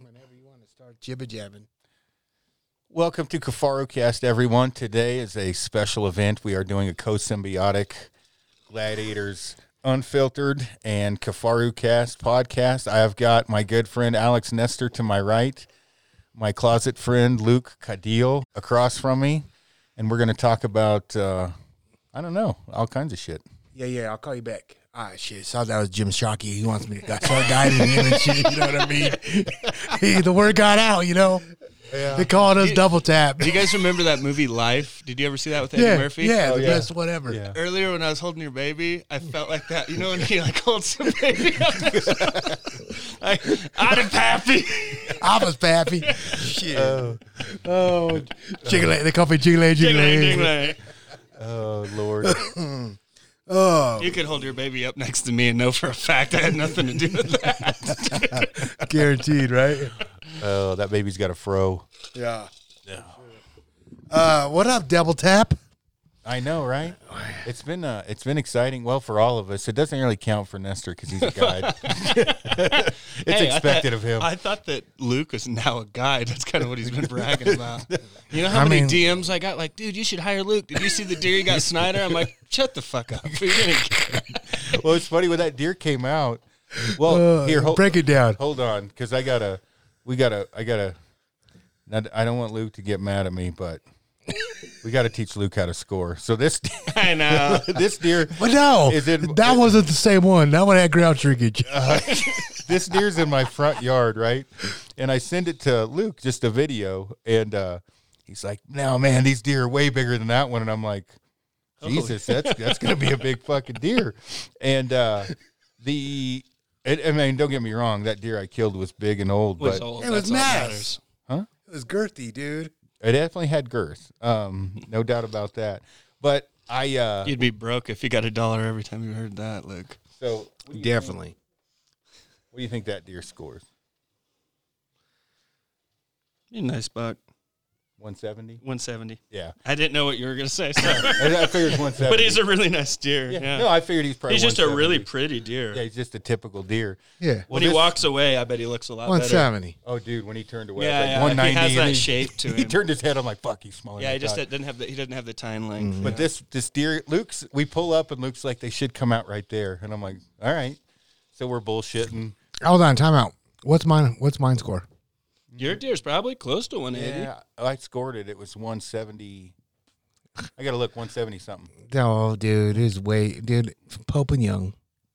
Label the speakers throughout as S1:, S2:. S1: to start jibber jabbing.
S2: Welcome to KafaroCast, everyone. Today is a special event. We are doing a co-symbiotic Gladiators Unfiltered and KafaroCast podcast. I have got my good friend Alex Nestor to my right, my closet friend Luke Cadil across from me, and we're going to talk about, uh, I don't know, all kinds of shit.
S1: Yeah, yeah, I'll call you back. Ah, shit. So that was Jim Shockey. He wants me to got start guiding him and shit. You know what I mean? He, the word got out, you know? They called us double tap.
S3: Do you guys remember that movie Life? Did you ever see that with Eddie
S1: yeah,
S3: Murphy?
S1: yeah,
S2: Oh,
S1: the
S2: yeah.
S1: best whatever.
S2: Yeah.
S3: Earlier when I was holding your baby, I felt like that. You know when he like holds some baby up? I, I'm happy.
S1: I was pappy. shit. Oh, oh jiggle, they call me jiggle,
S3: Ding-a-ling,
S1: jiggle.
S3: ding-a-ling.
S2: Oh, Lord.
S1: Oh,
S3: You could hold your baby up next to me and know for a fact I had nothing to do with that.
S1: guaranteed, right?
S2: oh, that baby's got a fro.
S1: Yeah. Uh, what up, double tap?
S2: I know, right? It's been uh, it's been exciting. Well, for all of us, it doesn't really count for Nestor because he's a guide. it's
S3: Hey, I
S2: expected
S3: thought-
S2: of him.
S3: I thought that Luke was now a guy. That's kind of what he's been bragging about. You know how
S1: I
S3: many
S1: mean-
S3: DMs I got? Like, dude, you should hire Luke. Did you see the deer you got Snyder? I'm like, shut the fuck up. You're gonna-
S2: well, it's funny when that deer came out. Well,
S1: Uh,
S2: here, hold,
S1: break it down.
S2: hold on, because I gotta, we gotta, I gotta. not- I don't want Luke to get mad at me, but we got to teach Luke how to score. So this
S3: I know.
S2: this deer,
S1: But no,
S2: Is it-
S1: that wasn't the same one. That one had ground shrinkage.
S2: this deer's in my front yard, right? And I send it to Luke, just a video, and uh, he's like, "No, man, these deer are way bigger than that one." And I'm like,
S3: Oh,
S2: "Jesus, that's that's gonna be a big fucking deer." And uh, the, it, I mean, don't get me wrong, that deer I killed was big and old,
S3: was
S2: but
S3: old.
S1: It was
S3: That's all that
S1: mass.
S3: matters.
S1: It was girthy, dude.
S2: it definitely had girth, um, no doubt about that. But I, uh,
S3: You'd be broke if you got a dollar every time you heard that, Luke.
S2: so what do, you,
S4: Definitely.
S2: what do you think that deer scores?
S3: You nice buck.
S2: 170?
S3: 170.
S2: Yeah,
S3: I didn't know what you were going to say, so.
S2: I, I figured it's 170.
S3: but he's a really nice deer. Yeah.
S2: No, I figured he's probably.
S3: he's just a
S2: 170.
S3: really pretty deer.
S2: Yeah, he's just a typical deer.
S1: Yeah.
S3: when
S2: this-
S3: he walks away, I bet he looks a lot
S1: One
S3: better.
S1: seventy.
S2: Oh, dude, when he turned away,
S3: Yeah,
S2: I
S3: yeah.
S2: was like,
S3: He
S2: 190.
S3: has
S2: and
S3: that
S2: he-
S3: shape to
S2: He
S3: him.
S2: turned his head. I'm like, fuck, he's smaller.
S3: Yeah,
S2: than
S3: he
S2: I
S3: just
S2: thought.
S3: didn't have the he didn't have the tine length.
S2: But this this deer, Luke's. We pull up and Luke's like, they should come out right there, and I'm like, all right. So we're bullshitting.
S1: Hold on, time out. What's mine? What's mine score?
S3: Your deer's probably close to 180.
S2: Yeah, I scored it. It was 170. I gotta look 170 something.
S1: No, Oh, dude, it is way, dude. Pope and Young.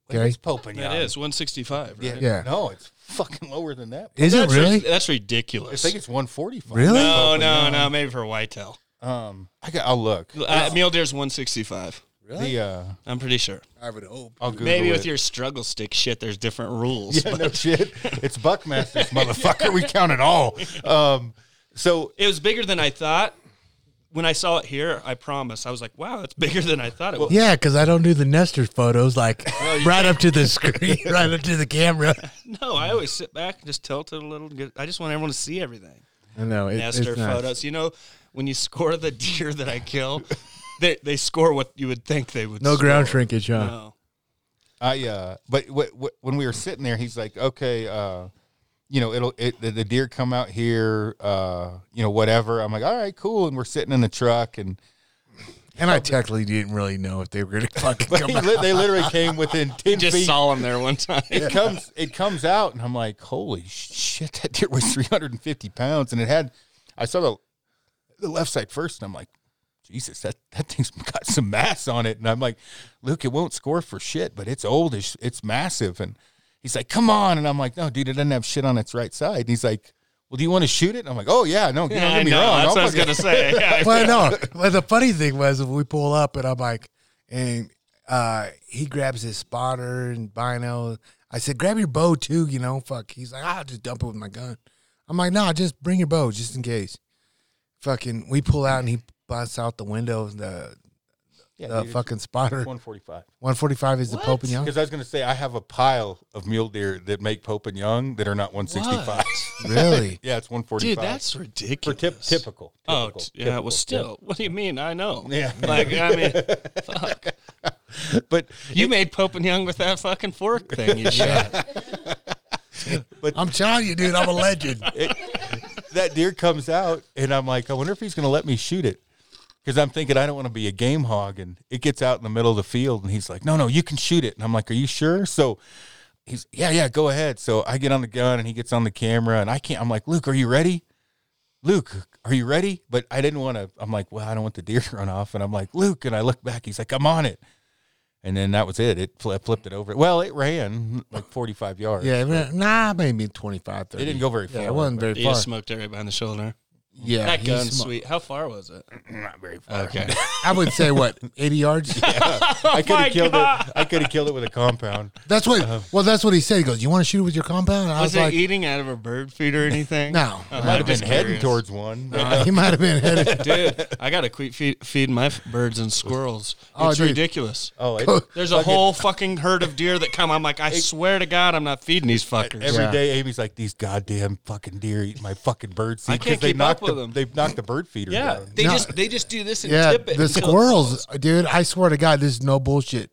S1: Okay,
S2: It's Pope
S3: That is 165. Right?
S2: Yeah.
S1: Yeah.
S2: No, it's fucking lower than that.
S1: is it
S3: That's ri-
S1: really?
S3: that's
S2: I
S3: ridiculous.
S2: think it's 145.
S1: Really?
S3: no, no, no. Maybe for whitetail.
S2: Um, I got. I'll look.
S3: Uh, mule deer's 165.
S2: The uh,
S3: I'm pretty sure.
S1: I would hope.
S2: I'll Google
S3: Maybe with
S2: it.
S3: your struggle stick shit, there's different rules.
S2: Yeah, no shit. It's Buckmasters, motherfucker. We count it all. Um, so
S3: It was bigger than I thought. When I saw it here, I promise. I was like, wow, that's bigger than I thought it was.
S1: Yeah, because I don't do the Nestor photos like right up to the screen, right up to the camera.
S3: No, I always sit back and just tilt it a little. Get, I just want everyone to see everything.
S1: I know. It,
S3: Nestor
S1: it's nice.
S3: photos. You know, when you score the deer that I kill, they, they score what you would think they would
S1: No
S3: score.
S1: ground shrinkage, huh?
S3: No.
S2: I, uh, but w- w- when we were sitting there, he's like, okay, uh, you know, it'll, it, the, the deer come out here, uh, you know, whatever. I'm like, all right, cool. And we're sitting in the truck and
S1: And I technically didn't really know if they were going to fucking
S2: but
S1: come
S2: he
S1: out.
S2: li- they literally came within 10
S3: Just
S2: feet.
S3: saw him there one time.
S2: it comes, it comes out and I'm like, holy sh- shit, that deer weighs 350 pounds. And it had, I saw the, the left side first and I'm like, Jesus, that, that thing's got some mass on it. And I'm like, Luke, it won't score for shit, but it's old. It's, it's massive. And he's like, come on. And I'm like, no, dude, it doesn't have shit on its right side. And he's like, well, do you want to shoot it? And I'm like, oh, yeah, no, you don't
S3: I
S2: get me
S3: know,
S2: wrong.
S3: That's
S2: I'll
S3: what I was
S2: fucking-
S3: gonna say. Yeah.
S1: Well, no. Well, the funny thing was, if we pull up and I'm like, and uh, he grabs his spotter and bino. I said, grab your bow too, you know, fuck. He's like, I'll just dump it with my gun. I'm like, nah, just bring your bow just in case. Fucking, we pull out and he busts out the window of the,
S2: Yeah,
S1: the
S2: dude, it's
S1: fucking spotter.
S2: 145.
S1: 145 is the Pope and Young.
S2: Because I was going to say, I have a pile of mule deer that make Pope and Young that are not 165.
S1: Really?
S2: yeah, it's 145.
S3: Dude, that's
S2: for
S3: ridiculous.
S2: tip, typical.
S3: Oh,
S2: typical,
S3: t- yeah.
S2: typical.
S3: Well, still, what do you mean? I know.
S2: Yeah.
S3: Like, I mean, fuck.
S2: But
S3: You made Pope and Young with that fucking fork thing you shot.
S2: But-
S1: I'm telling you, dude, I'm a legend.
S2: that deer comes out, and I'm like, I wonder if he's going to let me shoot it. Because I'm thinking I don't want to be a game hog, and it gets out in the middle of the field, and he's like, "No, no, you can shoot it." And I'm like, "Are you sure?" So he's, "Yeah, yeah, go ahead." So I get on the gun, and he gets on the camera, and I can't. I'm like, "Luke, are you ready?" Luke, are you ready? But I didn't want to. I'm like, well, I don't want the deer to run off. And I'm like, Luke, and I look back. He's like, I'm on it. And then that was it. It fl- flipped it over. Well, it ran like 45 yards.
S1: Yeah, man, nah, maybe 25, 30.
S2: It didn't go very
S1: Yeah,
S2: far.
S1: it wasn't very
S3: He
S1: far.
S3: just smoked it right behind the shoulder.
S1: yeah,
S3: that
S1: he
S3: gun's
S1: sm-
S3: sweet. How far was it?
S2: not very far.
S3: Okay.
S1: I would say what eighty yards.
S2: I could
S3: Oh my
S2: have killed
S3: God.
S2: it. I could have killed it with a compound.
S1: That's what. well, that's what he said. He goes, "You want to shoot it with your compound?" And I was,
S3: was it
S1: like,
S3: eating out of a bird feed or anything?
S1: "No."
S3: Oh,
S2: E? Uh-huh. Might
S3: I'm
S2: have been
S3: just
S2: heading
S3: curious.
S2: towards one.
S1: Uh, he might have been headed.
S3: Dude, I gotta quit feed, feed my f- birds and squirrels. It's
S1: Oh, dude.
S3: ridiculous.
S2: oh, it,
S3: There's a whole fucking herd of deer that come. I'm like, I swear to God, I'm not feeding these fuckers.
S2: every
S1: Yeah.
S2: day Amy's like, "These goddamn fucking deer eat my fucking bird seed
S3: I can't
S2: they
S3: keep
S2: knocked
S3: up with
S2: the,
S3: them."
S2: They've knocked the bird feeder
S3: yeah,
S2: down."
S4: They
S1: No.
S4: just they just do this and
S1: Yeah,
S4: tip it.
S1: the
S4: until it
S1: squirrels,
S2: "Oh,
S1: dude. I swear to God, this is no bullshit.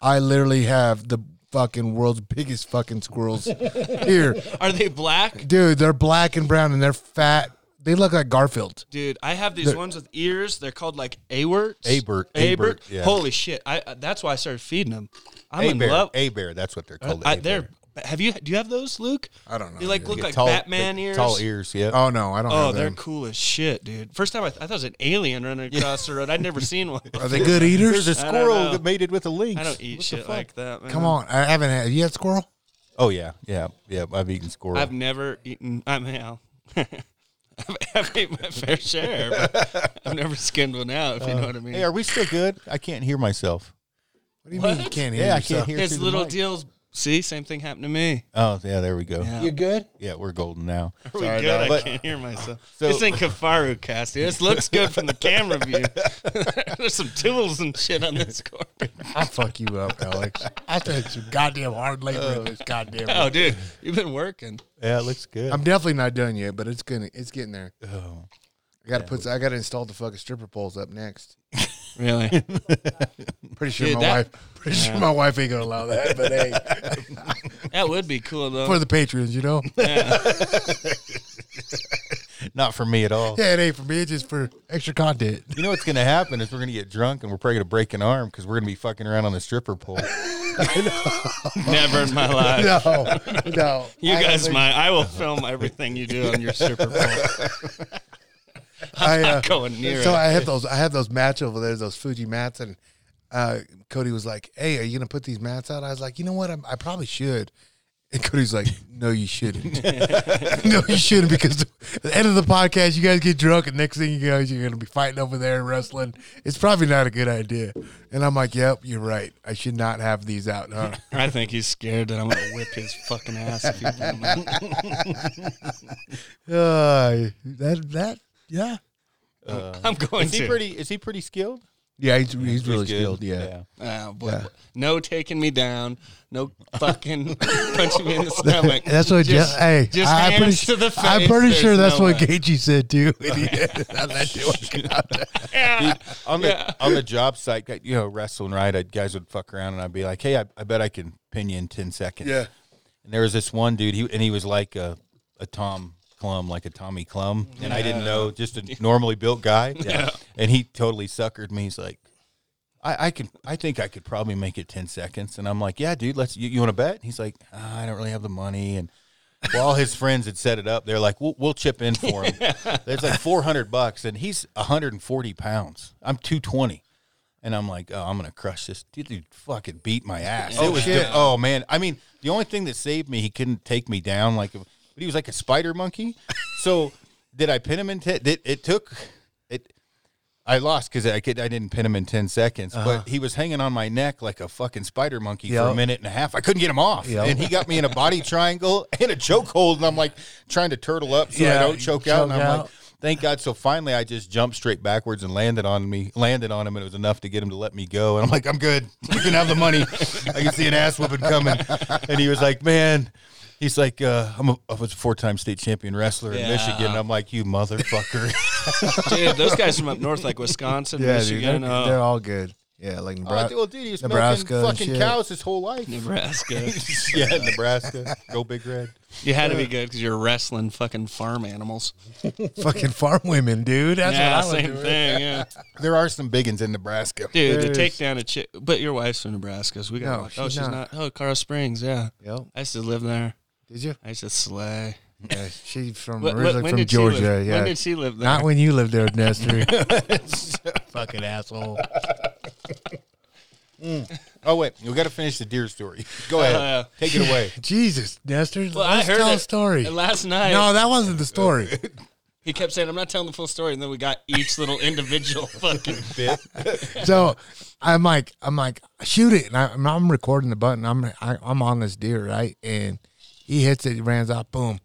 S1: I literally have the fucking world's biggest fucking squirrels here,
S3: Are they black?
S1: dude. They're black and brown and they're fat. They look like Garfield.
S3: Dude, I have these ones with ears. They're called like awerts.
S2: Abert,
S3: Abert.
S2: abert, yeah.
S3: Holy shit! I uh, that's why I started feeding them. I'm
S2: A
S3: in
S2: bear,
S3: love. Uh,
S2: a bear. That's what they're called.
S3: I,
S2: a-bear.
S3: they're. Have you? Do you have those, Luke?
S1: I don't know,
S3: They like
S1: dude.
S3: look
S2: Yeah,
S3: like
S2: tall-
S3: Batman
S2: big-
S3: ears.
S2: Tall ears. Yeah.
S1: Oh no, I don't.
S3: Oh,
S1: have
S3: they're
S1: them.
S3: cool as shit, dude. First time I, th- I thought it was an alien running across the road. I'd never seen one.
S1: Are they good eaters?
S2: There's a
S3: I don't
S2: squirrel
S3: know.
S2: that mated with a lynx.
S3: I don't eat
S2: What the
S3: shit
S2: fuck?
S3: like that. Man.
S1: Come on, I haven't had. You had squirrel?
S2: Oh yeah, yeah, yeah. I've eaten squirrel.
S3: I've never eaten. I mean, I'll, I've, I've eaten my fair share, but I've never skinned one out. If you know what I mean.
S2: Uh, hey, are we still good? I can't hear myself.
S1: What do you mean you can't hear?
S2: Yeah, I
S1: yourself?
S2: can't hear.
S3: His
S2: through the
S3: little
S2: mic.
S3: deals. See, same thing happened to me.
S2: Oh yeah, there we go.
S3: Yeah.
S4: You good?
S2: Yeah, we're golden now.
S3: Are we good? I
S2: but-
S3: can't hear myself.
S2: So-
S3: this ain't Kafaru cast. dude. This looks good from the camera view. There's some tools and shit on this carpet.
S1: I'll fuck you up, Alex. I spent some goddamn hard labor in this goddamn.
S3: Oh, dude, you've been working.
S2: Yeah, it looks good.
S1: I'm definitely not done yet, but it's gonna it's getting there.
S2: Oh.
S1: I gotta put I gotta install the fucking stripper poles up next.
S3: Really?
S1: Pretty sure
S3: Dude,
S1: my
S3: that-
S1: wife pretty sure my wife ain't gonna allow that, but hey
S3: That would be cool though.
S1: for the patrons, you know? Yeah,
S2: Not for me at all.
S1: it ain't for me, it's just for extra content.
S2: You know what's going to happen is we're going to get drunk and we're probably going to break an arm because we're going to be fucking around on the stripper pole.
S3: Never in my life.
S1: No, no.
S3: You
S1: I don't
S3: guys,
S1: think-
S3: my I will film everything you do on your stripper pole.
S1: I, uh,
S3: going near
S1: So
S3: it.
S1: I had those I had those mats over there, those Fuji mats, and uh, Cody was like, "Hey, are you gonna put these mats out?" I was like, "You know what? I'm, I probably should." And Cody's like, "No, you shouldn't. no, you shouldn't because at the end of the podcast, you guys get drunk, and next thing you guys you're gonna be fighting over there and wrestling. It's probably not a good idea." And I'm like, "Yep, you're right. I should not have these out, huh?"
S3: I think he's scared that I'm gonna whip his fucking ass. If he
S1: uh, that that yeah
S3: I'm going
S2: Uh, Is he
S3: to.
S2: pretty? Is he pretty skilled?
S1: yeah he's, he's, really
S2: good.
S1: skilled yeah.
S3: Oh, boy. No taking me down. No fucking punching me in the stomach.
S1: That's what.
S3: Just-
S1: Just, hey,
S3: just
S1: I, am
S3: hands
S1: pretty,
S3: to the face.
S1: I'm pretty sure
S3: There's
S1: that's
S3: no
S1: what
S3: way.
S1: Gaethje said too. when he- on that shit.
S3: Yeah.
S2: on the
S3: Yeah.
S2: on the job site, like, you know, wrestling right, I'd, guys would fuck around, and I'd be like, "Hey, I, I bet I can pin you in ten seconds."
S1: Yeah.
S2: And there was this one dude, he and he was like a, a Tom Clum, like a Tommy Clum, and I didn't know, just a normally built guy. Yeah. And he totally suckered me. He's like, I, I can, I think I could probably make it ten seconds. And I'm like, Yeah, dude, let's. You, you want to bet? And he's like, "Ah, I don't really have the money, and. Well, all his friends had set it up. They're like, we'll, we'll chip in for him. There's like 400 bucks, and he's 140 pounds. I'm 220. And I'm like, oh, I'm going to crush this. Dude, dude fucking beat my ass. Oh, it was shit. oh, man. I mean, the only thing that saved me, he couldn't take me down. Like, but he was like a spider monkey. So did I pin him in 10? It, it took, it. I lost because I could I didn't pin him in ten seconds, but he was hanging on my neck like a fucking spider monkey for a
S1: Yep.
S2: minute and a half. I couldn't get him off,
S1: Yep.
S2: and he got me in a body triangle and a chokehold, and I'm like trying to turtle up so I
S1: Yeah,
S2: don't
S1: you
S2: choke, out. And
S1: choke
S2: I'm
S1: out.
S2: like, thank God. So finally, I just jumped straight backwards and landed on me, landed on him, and it was enough to get him to let me go. And I'm like, I'm good. You can have the money. I can see an ass whooping coming. And he was like, man. He's like, uh, I'm a, I was a four-time state champion wrestler in
S3: Yeah.
S2: Michigan. And I'm like, you motherfucker.
S3: Dude, those guys from up north, like Wisconsin,
S1: Yeah, dude,
S3: Michigan.
S1: they're,
S3: oh,
S1: they're all good. Yeah, like
S2: Oh,
S1: Nebra-
S2: dude, well, dude, he was
S1: Nebraska
S2: milking
S1: and
S2: fucking
S1: shit.
S2: cows his whole life.
S3: Nebraska.
S2: yeah, Nebraska. Go Big Red.
S3: You had to
S1: Uh,
S3: be good because you're wrestling fucking farm animals.
S1: fucking farm women, dude. That's
S3: yeah,
S1: what I was
S3: same
S1: doing.
S3: thing. Yeah,
S2: There are some biggins in Nebraska.
S3: dude,
S1: There's-
S3: to take down a chick. But your wife's from Nebraska, so we got.
S1: No,
S3: to watch. Oh,
S1: she's
S3: she's
S1: not.
S3: not. Oh, Carl Springs. Yeah,
S1: Yep.
S3: I used to live there.
S1: Did you?
S3: I used to slay.
S1: Yeah, she's from
S3: Wh- wh-
S1: originally from
S3: she live-
S1: Georgia. yeah.
S3: When did she live there?
S1: Not when you lived there, Nestor. fucking asshole.
S2: Oh wait, we got to finish the deer story. Go ahead,
S3: yeah.
S2: take it away.
S1: Jesus, Nestor.
S3: Well, I
S1: let's
S3: heard
S1: tell
S3: it
S1: a story.
S3: last night.
S1: No, that wasn't the story.
S3: He kept saying, "I'm not telling the full story," and then we got each little individual fucking.
S2: Bit.
S1: so I'm like, I'm like, shoot it, and I, I'm- I'm recording the button. I'm I, I'm on this deer right, and he hits it, he runs out, boom.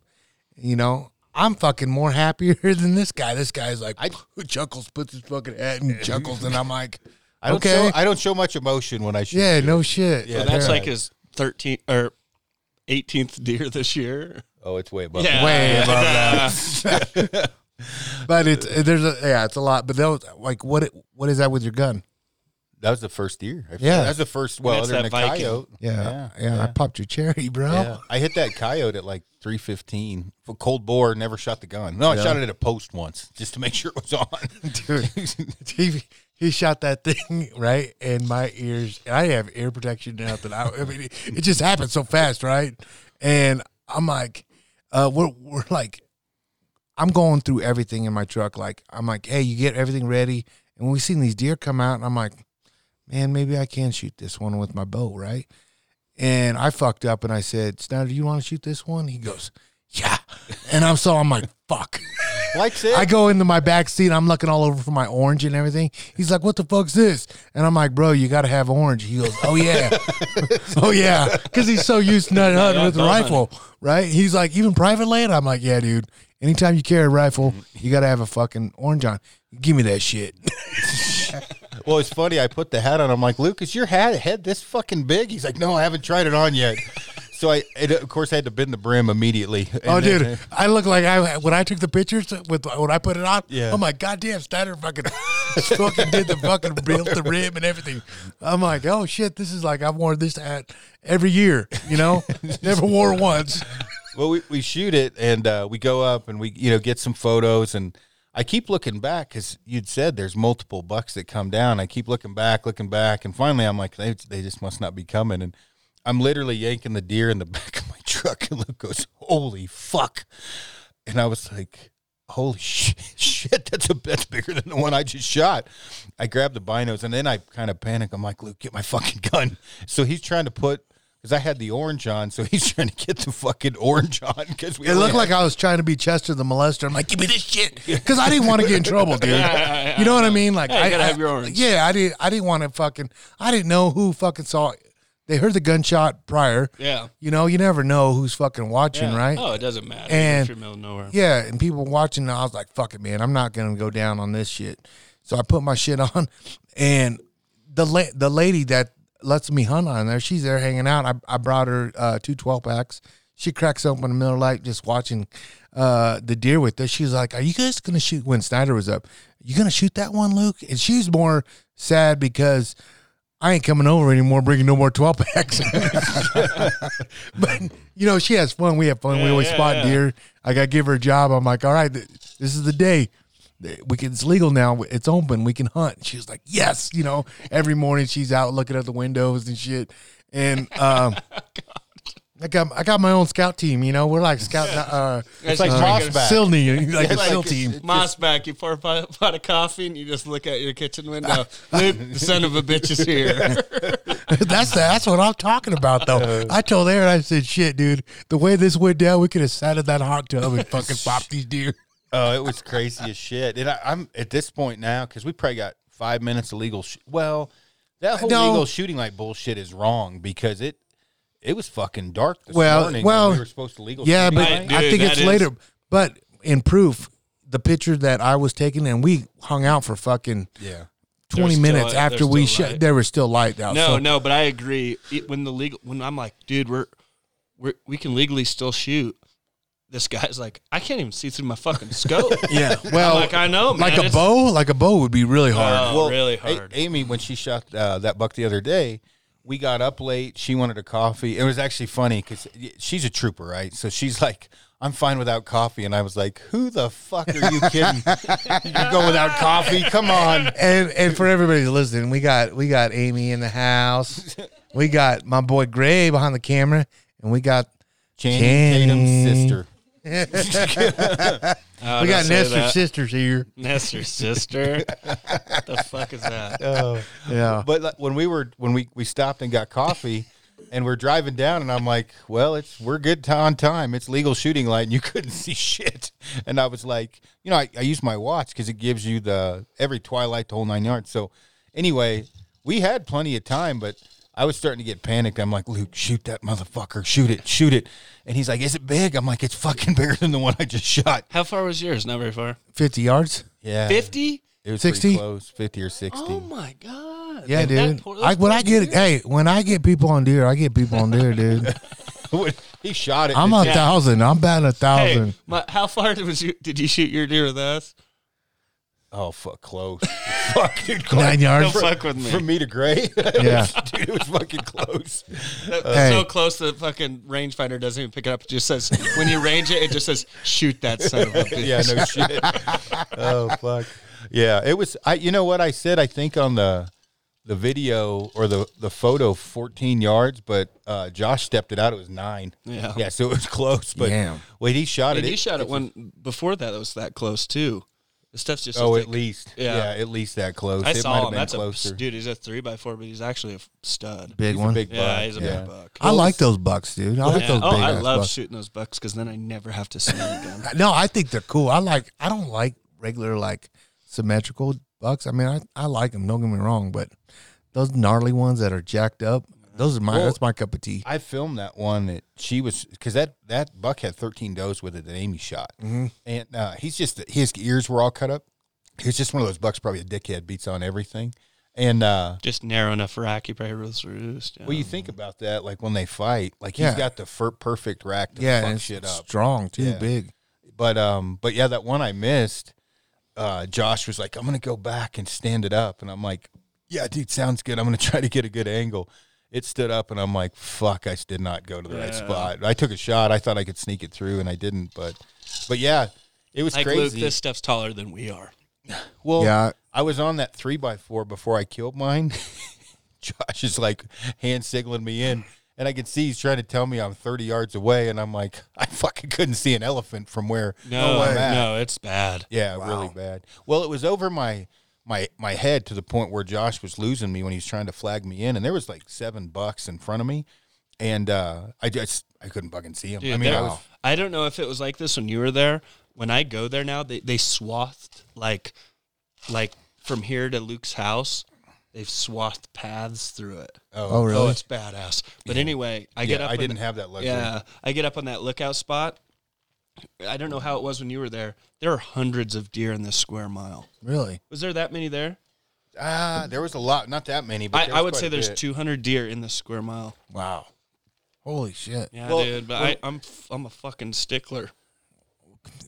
S1: You know, I'm fucking more happier than this guy. This guy's like, chuckles, puts his fucking head and chuckles, and I'm like,
S2: I don't
S1: okay,
S2: show, I don't show much emotion when I shoot.
S1: yeah, no shit.
S2: Yeah,
S3: That's
S1: Yeah.
S3: like his 13th or 18th deer this year.
S2: Oh, it's way above.
S1: way above that. but it's there's a yeah, it's a lot. But those like what it, what is that with your gun?
S2: That was the first deer.
S1: Yeah.
S2: that's the first. Well,
S3: That's
S2: other than a
S3: that Viking.
S2: coyote.
S1: Yeah, yeah, I popped your cherry, bro.
S2: Yeah. I hit that coyote at like three fifteen. For cold bore, never shot the gun. No, I shot it at a post once just to make sure it was on.
S1: Dude, he he shot that thing right in my ears, and I have ear protection now. That I, I mean, it, it just happened so fast, right? And I'm like, uh, we're we're like, I'm going through everything in my truck. Like, I'm like, hey, you get everything ready, and we've seen these deer come out, and I'm like, man, maybe I can shoot this one with my bow, right? And I fucked up, and I said, Snyder, you want to shoot this one? He goes, yeah. And I'm so I'm like, fuck.
S2: like said,
S1: I go into my back seat. I'm looking all over for my orange and everything. He's like, "What the fuck's this?" And I'm like, "Bro, you gotta have orange." He goes, "Oh yeah, oh yeah," because he's so used to nut hunting
S3: Yeah,
S1: with a
S3: bow
S1: rifle, right? He's like, "Even private land." I'm like, "Yeah, dude. Anytime you carry a rifle, you gotta have a fucking orange on. Give me that shit."
S2: Well, it's funny. I put the hat on. I'm like, Lucas, your hat head this fucking big. He's like, No, I haven't tried it on yet. so I, it, of course, I had to bend the brim immediately. And
S1: oh,
S2: then-
S1: dude, I look like I when I took the pictures with when I put it on.
S2: Yeah.
S1: I'm like, goddamn, Steiner fucking fucking did the fucking built the rim and everything. I'm like, oh shit, this is like I've worn this hat every year. You know, never wore it once.
S2: Well, we, we shoot it and uh, we go up and we you know get some photos and I keep looking back because you'd said there's multiple bucks that come down. I keep looking back, looking back, and finally I'm like they they just must not be coming and. I'm literally yanking the deer in the back of my truck, and Luke goes, "Holy fuck!" And I was like, "Holy shit, shit that's a that's bigger than the one I just shot." I grabbed the binos, and then I kind of panic. I'm like, "Luke, get my fucking gun!" So he's trying to put because I had the orange on, so he's trying to get the fucking orange on because we
S1: It
S2: only
S1: looked
S2: had-
S1: like I was trying to be Chester the molester. I'm like, give me this shit because I didn't want to get in trouble, dude.
S3: yeah,
S1: you know what I mean? Like,
S3: Yeah, you
S1: I
S3: gotta
S1: I-
S3: have your orange.
S1: Yeah, I didn't. I didn't want to fucking. I didn't know who fucking saw. it. They heard the gunshot prior.
S3: Yeah.
S1: You know, you never know who's fucking watching, right?
S3: Oh, it doesn't matter.
S1: And-
S3: if you're in the middle of nowhere.
S1: Yeah, and people watching, and I was like, fuck it, man. I'm not going to go down on this shit. So I put my shit on, and the la- the lady that lets me hunt on there, she's there hanging out. I, I brought her uh, two 12 packs. She cracks open a Miller Lite just watching uh, the deer with us. She's like, Are you guys going to shoot when Snyder was up? You going to shoot that one, Luke? And she's more sad because I ain't coming over anymore bringing no more 12 packs. but, you know, she has fun. We have fun. we
S3: Yeah,
S1: always
S3: yeah,
S1: spot
S3: yeah.
S1: deer. I got to give her a job. I'm like, all right, th- this is the day. Th- We can, it's legal now. It's open. We can hunt. She was like, yes. You know, every morning she's out looking at the windows and shit. And, um, I got I got my own scout team. You know, we're like scout. Uh,
S3: It's
S2: like
S1: uh,
S2: Mossback.
S1: Sydney, like a
S2: like
S1: SEAL
S2: it's-
S1: team.
S3: Moss back, you pour a pot, pot of coffee and you just look out your kitchen window. Luke, the son of a bitch is here.
S1: that's that's what I'm talking about, though. I told Aaron, I said, "Shit, dude, the way this went down, we could have sat in that hot tub and fucking popped these deer."
S2: Oh, it was crazy as shit. And I, I'm at this point now because we probably got five minutes of legal. Sh- well, that whole
S1: No.
S2: legal shooting light bullshit is wrong because it it was fucking dark this
S1: Well,
S2: morning.
S1: well,
S2: when we were supposed to legal.
S1: Yeah,
S2: shooting
S1: but
S2: light.
S3: Right,
S1: I
S3: dude,
S1: think
S3: that
S1: it's
S3: is-
S1: later. But in proof, the picture that I was taking, and we hung out for fucking
S2: yeah,
S1: twenty
S3: There's still
S1: minutes
S3: light-
S1: after
S3: there's
S1: we
S3: still
S1: shut.
S3: light.
S1: There was still light out.
S3: No,
S1: so-
S3: no, but I agree. It- when the legal, when I'm like, dude, we're, we're we can legally still shoot. this guy's like, I can't even see through my fucking scope.
S1: Yeah.
S3: I'm
S2: Well,
S3: like I know, man.
S1: Like a
S3: it's-
S1: bow, like a bow would be really hard.
S3: Oh, really
S2: A-
S3: hard.
S2: Amy, when she shot uh, that buck the other day, we got up late. She wanted a coffee. It was actually funny because she's a trooper, right? So she's like, "I'm fine without coffee," and I was like, "Who the fuck are you kidding? you go without coffee? Come on!"
S1: and and for everybody that's listening, we got we got Amy in the house. We got my boy Gray behind the camera, and we got
S2: Channing
S1: Channing.
S2: Tatum's sister.
S3: Oh,
S1: we
S3: don't
S1: got
S3: say
S1: Nestor
S3: that.
S1: sisters here.
S3: Nestor's sister. the fuck is that?
S1: Yeah.
S2: But like, when we were when we we stopped and got coffee. And we're driving down, and I'm like, "Well, it's we're good to on time. It's legal shooting light, and you couldn't see shit." And I was like, "You know, I, I use my watch because it gives you the every twilight the whole nine yards." So, anyway, we had plenty of time, but I was starting to get panicked. I'm like, "Luke, shoot that motherfucker! Shoot it! Shoot it!" And he's like, "Is it big?" I'm like, "It's fucking bigger than the one I just shot."
S3: How far was yours? Not very far.
S1: Fifty yards.
S2: Yeah,
S3: Fifty.
S2: It was pretty
S1: 60?
S2: close, fifty or sixty.
S3: Oh my god.
S1: Yeah,
S3: And that
S1: dude.
S3: poor- those
S1: I, when
S3: poor
S1: I get
S3: deer.
S1: hey, when I get people on deer, I get people on deer, dude.
S2: he shot it.
S1: I'm a thousand. I'm batting a thousand.
S3: Hey, my, how far did was you did you shoot your deer with us?
S2: Oh fuck, close. fuck, dude, close.
S1: Nine
S3: Don't
S1: yards.
S3: fuck with me.
S2: From me to gray.
S1: Yeah.
S2: dude, it was fucking close.
S3: That-
S1: Hey.
S3: that's So close the fucking rangefinder doesn't even pick it up. It just says when you range it, it just says shoot that son of a bitch.
S2: Yeah, no shit. oh fuck. Yeah, it was. I. You know what I said? I think on the the video or the the photo, fourteen yards, but uh, Josh stepped it out. It was nine.
S3: Yeah.
S2: Yeah, so it was close. But
S1: Damn.
S2: wait, he shot
S3: And
S2: it.
S3: you shot it one before that. That was that close too. The stuff's just. so
S2: Oh,
S3: thick.
S2: at least. Yeah.
S3: Yeah.
S2: at least that close.
S3: I
S2: it might
S3: saw
S2: have
S3: him.
S2: been
S3: That's
S2: closer.
S3: a dude. He's a three by four, but he's actually a f- stud.
S1: Big Oh, one.
S2: Big
S3: yeah,
S2: buck,
S3: he's a
S2: yeah.
S3: big buck.
S1: I like those bucks, dude. I like
S3: Yeah.
S1: those
S3: Oh,
S1: big
S3: I
S1: ass
S3: love
S1: bucks.
S3: shooting those bucks because then I never have to see them again.
S1: No, I think they're cool. I like. I don't like regular like symmetrical bucks. I mean, I, I like them. Don't get me wrong, but those gnarly ones that are jacked up, those are my.
S2: Well-
S1: that's my cup of tea.
S2: I filmed that one that she was because that that buck had 13 does with it that Amy shot,
S1: Mm-hmm.
S2: and uh, he's just his ears were all cut up. He was just one of those bucks, probably a dickhead, beats on everything. And uh,
S3: Just narrow enough for Accuprayer's roost. Yeah.
S2: well, you think about that, like when they fight, like he's
S1: Mm. Yeah.
S2: got the fir- perfect rack to
S1: Yeah, and
S2: fuck
S1: it's
S2: shit up.
S1: strong too,
S2: Yeah.
S1: big.
S2: But um, but yeah, that one I missed. Uh, Josh was like, "I'm gonna go back and stand it up," and I'm like, "Yeah, dude, sounds good. I'm gonna try to get a good angle." It stood up, and I'm like, "Fuck, I did not go to the right
S3: Yeah.
S2: spot." I took a shot. I thought I could sneak it through, and I didn't. But but yeah, it was
S3: like Luke,
S2: crazy.
S3: this stuff's taller than we are. Oh.
S2: well,
S1: Yeah.
S2: I was on that three by four before I killed mine. Josh is like hand signaling me in. And I could see he's trying to tell me I'm 30 yards away, and I'm like, I fucking couldn't see an elephant from where
S3: No,
S2: I'm at.
S3: no, it's bad.
S2: Yeah, really bad. Well, it was over my my my head to the point where Josh was losing me when he was trying to flag me in, and there was like seven bucks in front of me, and uh, I just I couldn't fucking see him.
S3: Dude,
S2: I mean, I
S3: there-
S2: was
S3: I don't know if it was like this when you were there. When I go there now, they, they swathed like, like from here to Luke's house, they've swathed paths through it.
S1: Oh,
S3: Oh,
S1: really?
S3: it's badass. But anyway, I get
S2: yeah,
S3: up.
S2: I
S3: on
S2: didn't
S3: the-
S2: have that luxury.
S3: Yeah, I get up on that lookout spot. I don't know how it was when you were there. There are hundreds of deer in this square mile.
S1: Really?
S3: Was there that many there?
S2: Ah, there was a lot, not that many, but
S3: I,
S2: there was
S3: I would
S2: quite
S3: say
S2: a
S3: there's
S2: bit.
S3: 200 deer in this square mile.
S1: Wow. Holy shit.
S3: Yeah,
S2: Well,
S3: dude. But I, I'm f- I'm a fucking stickler.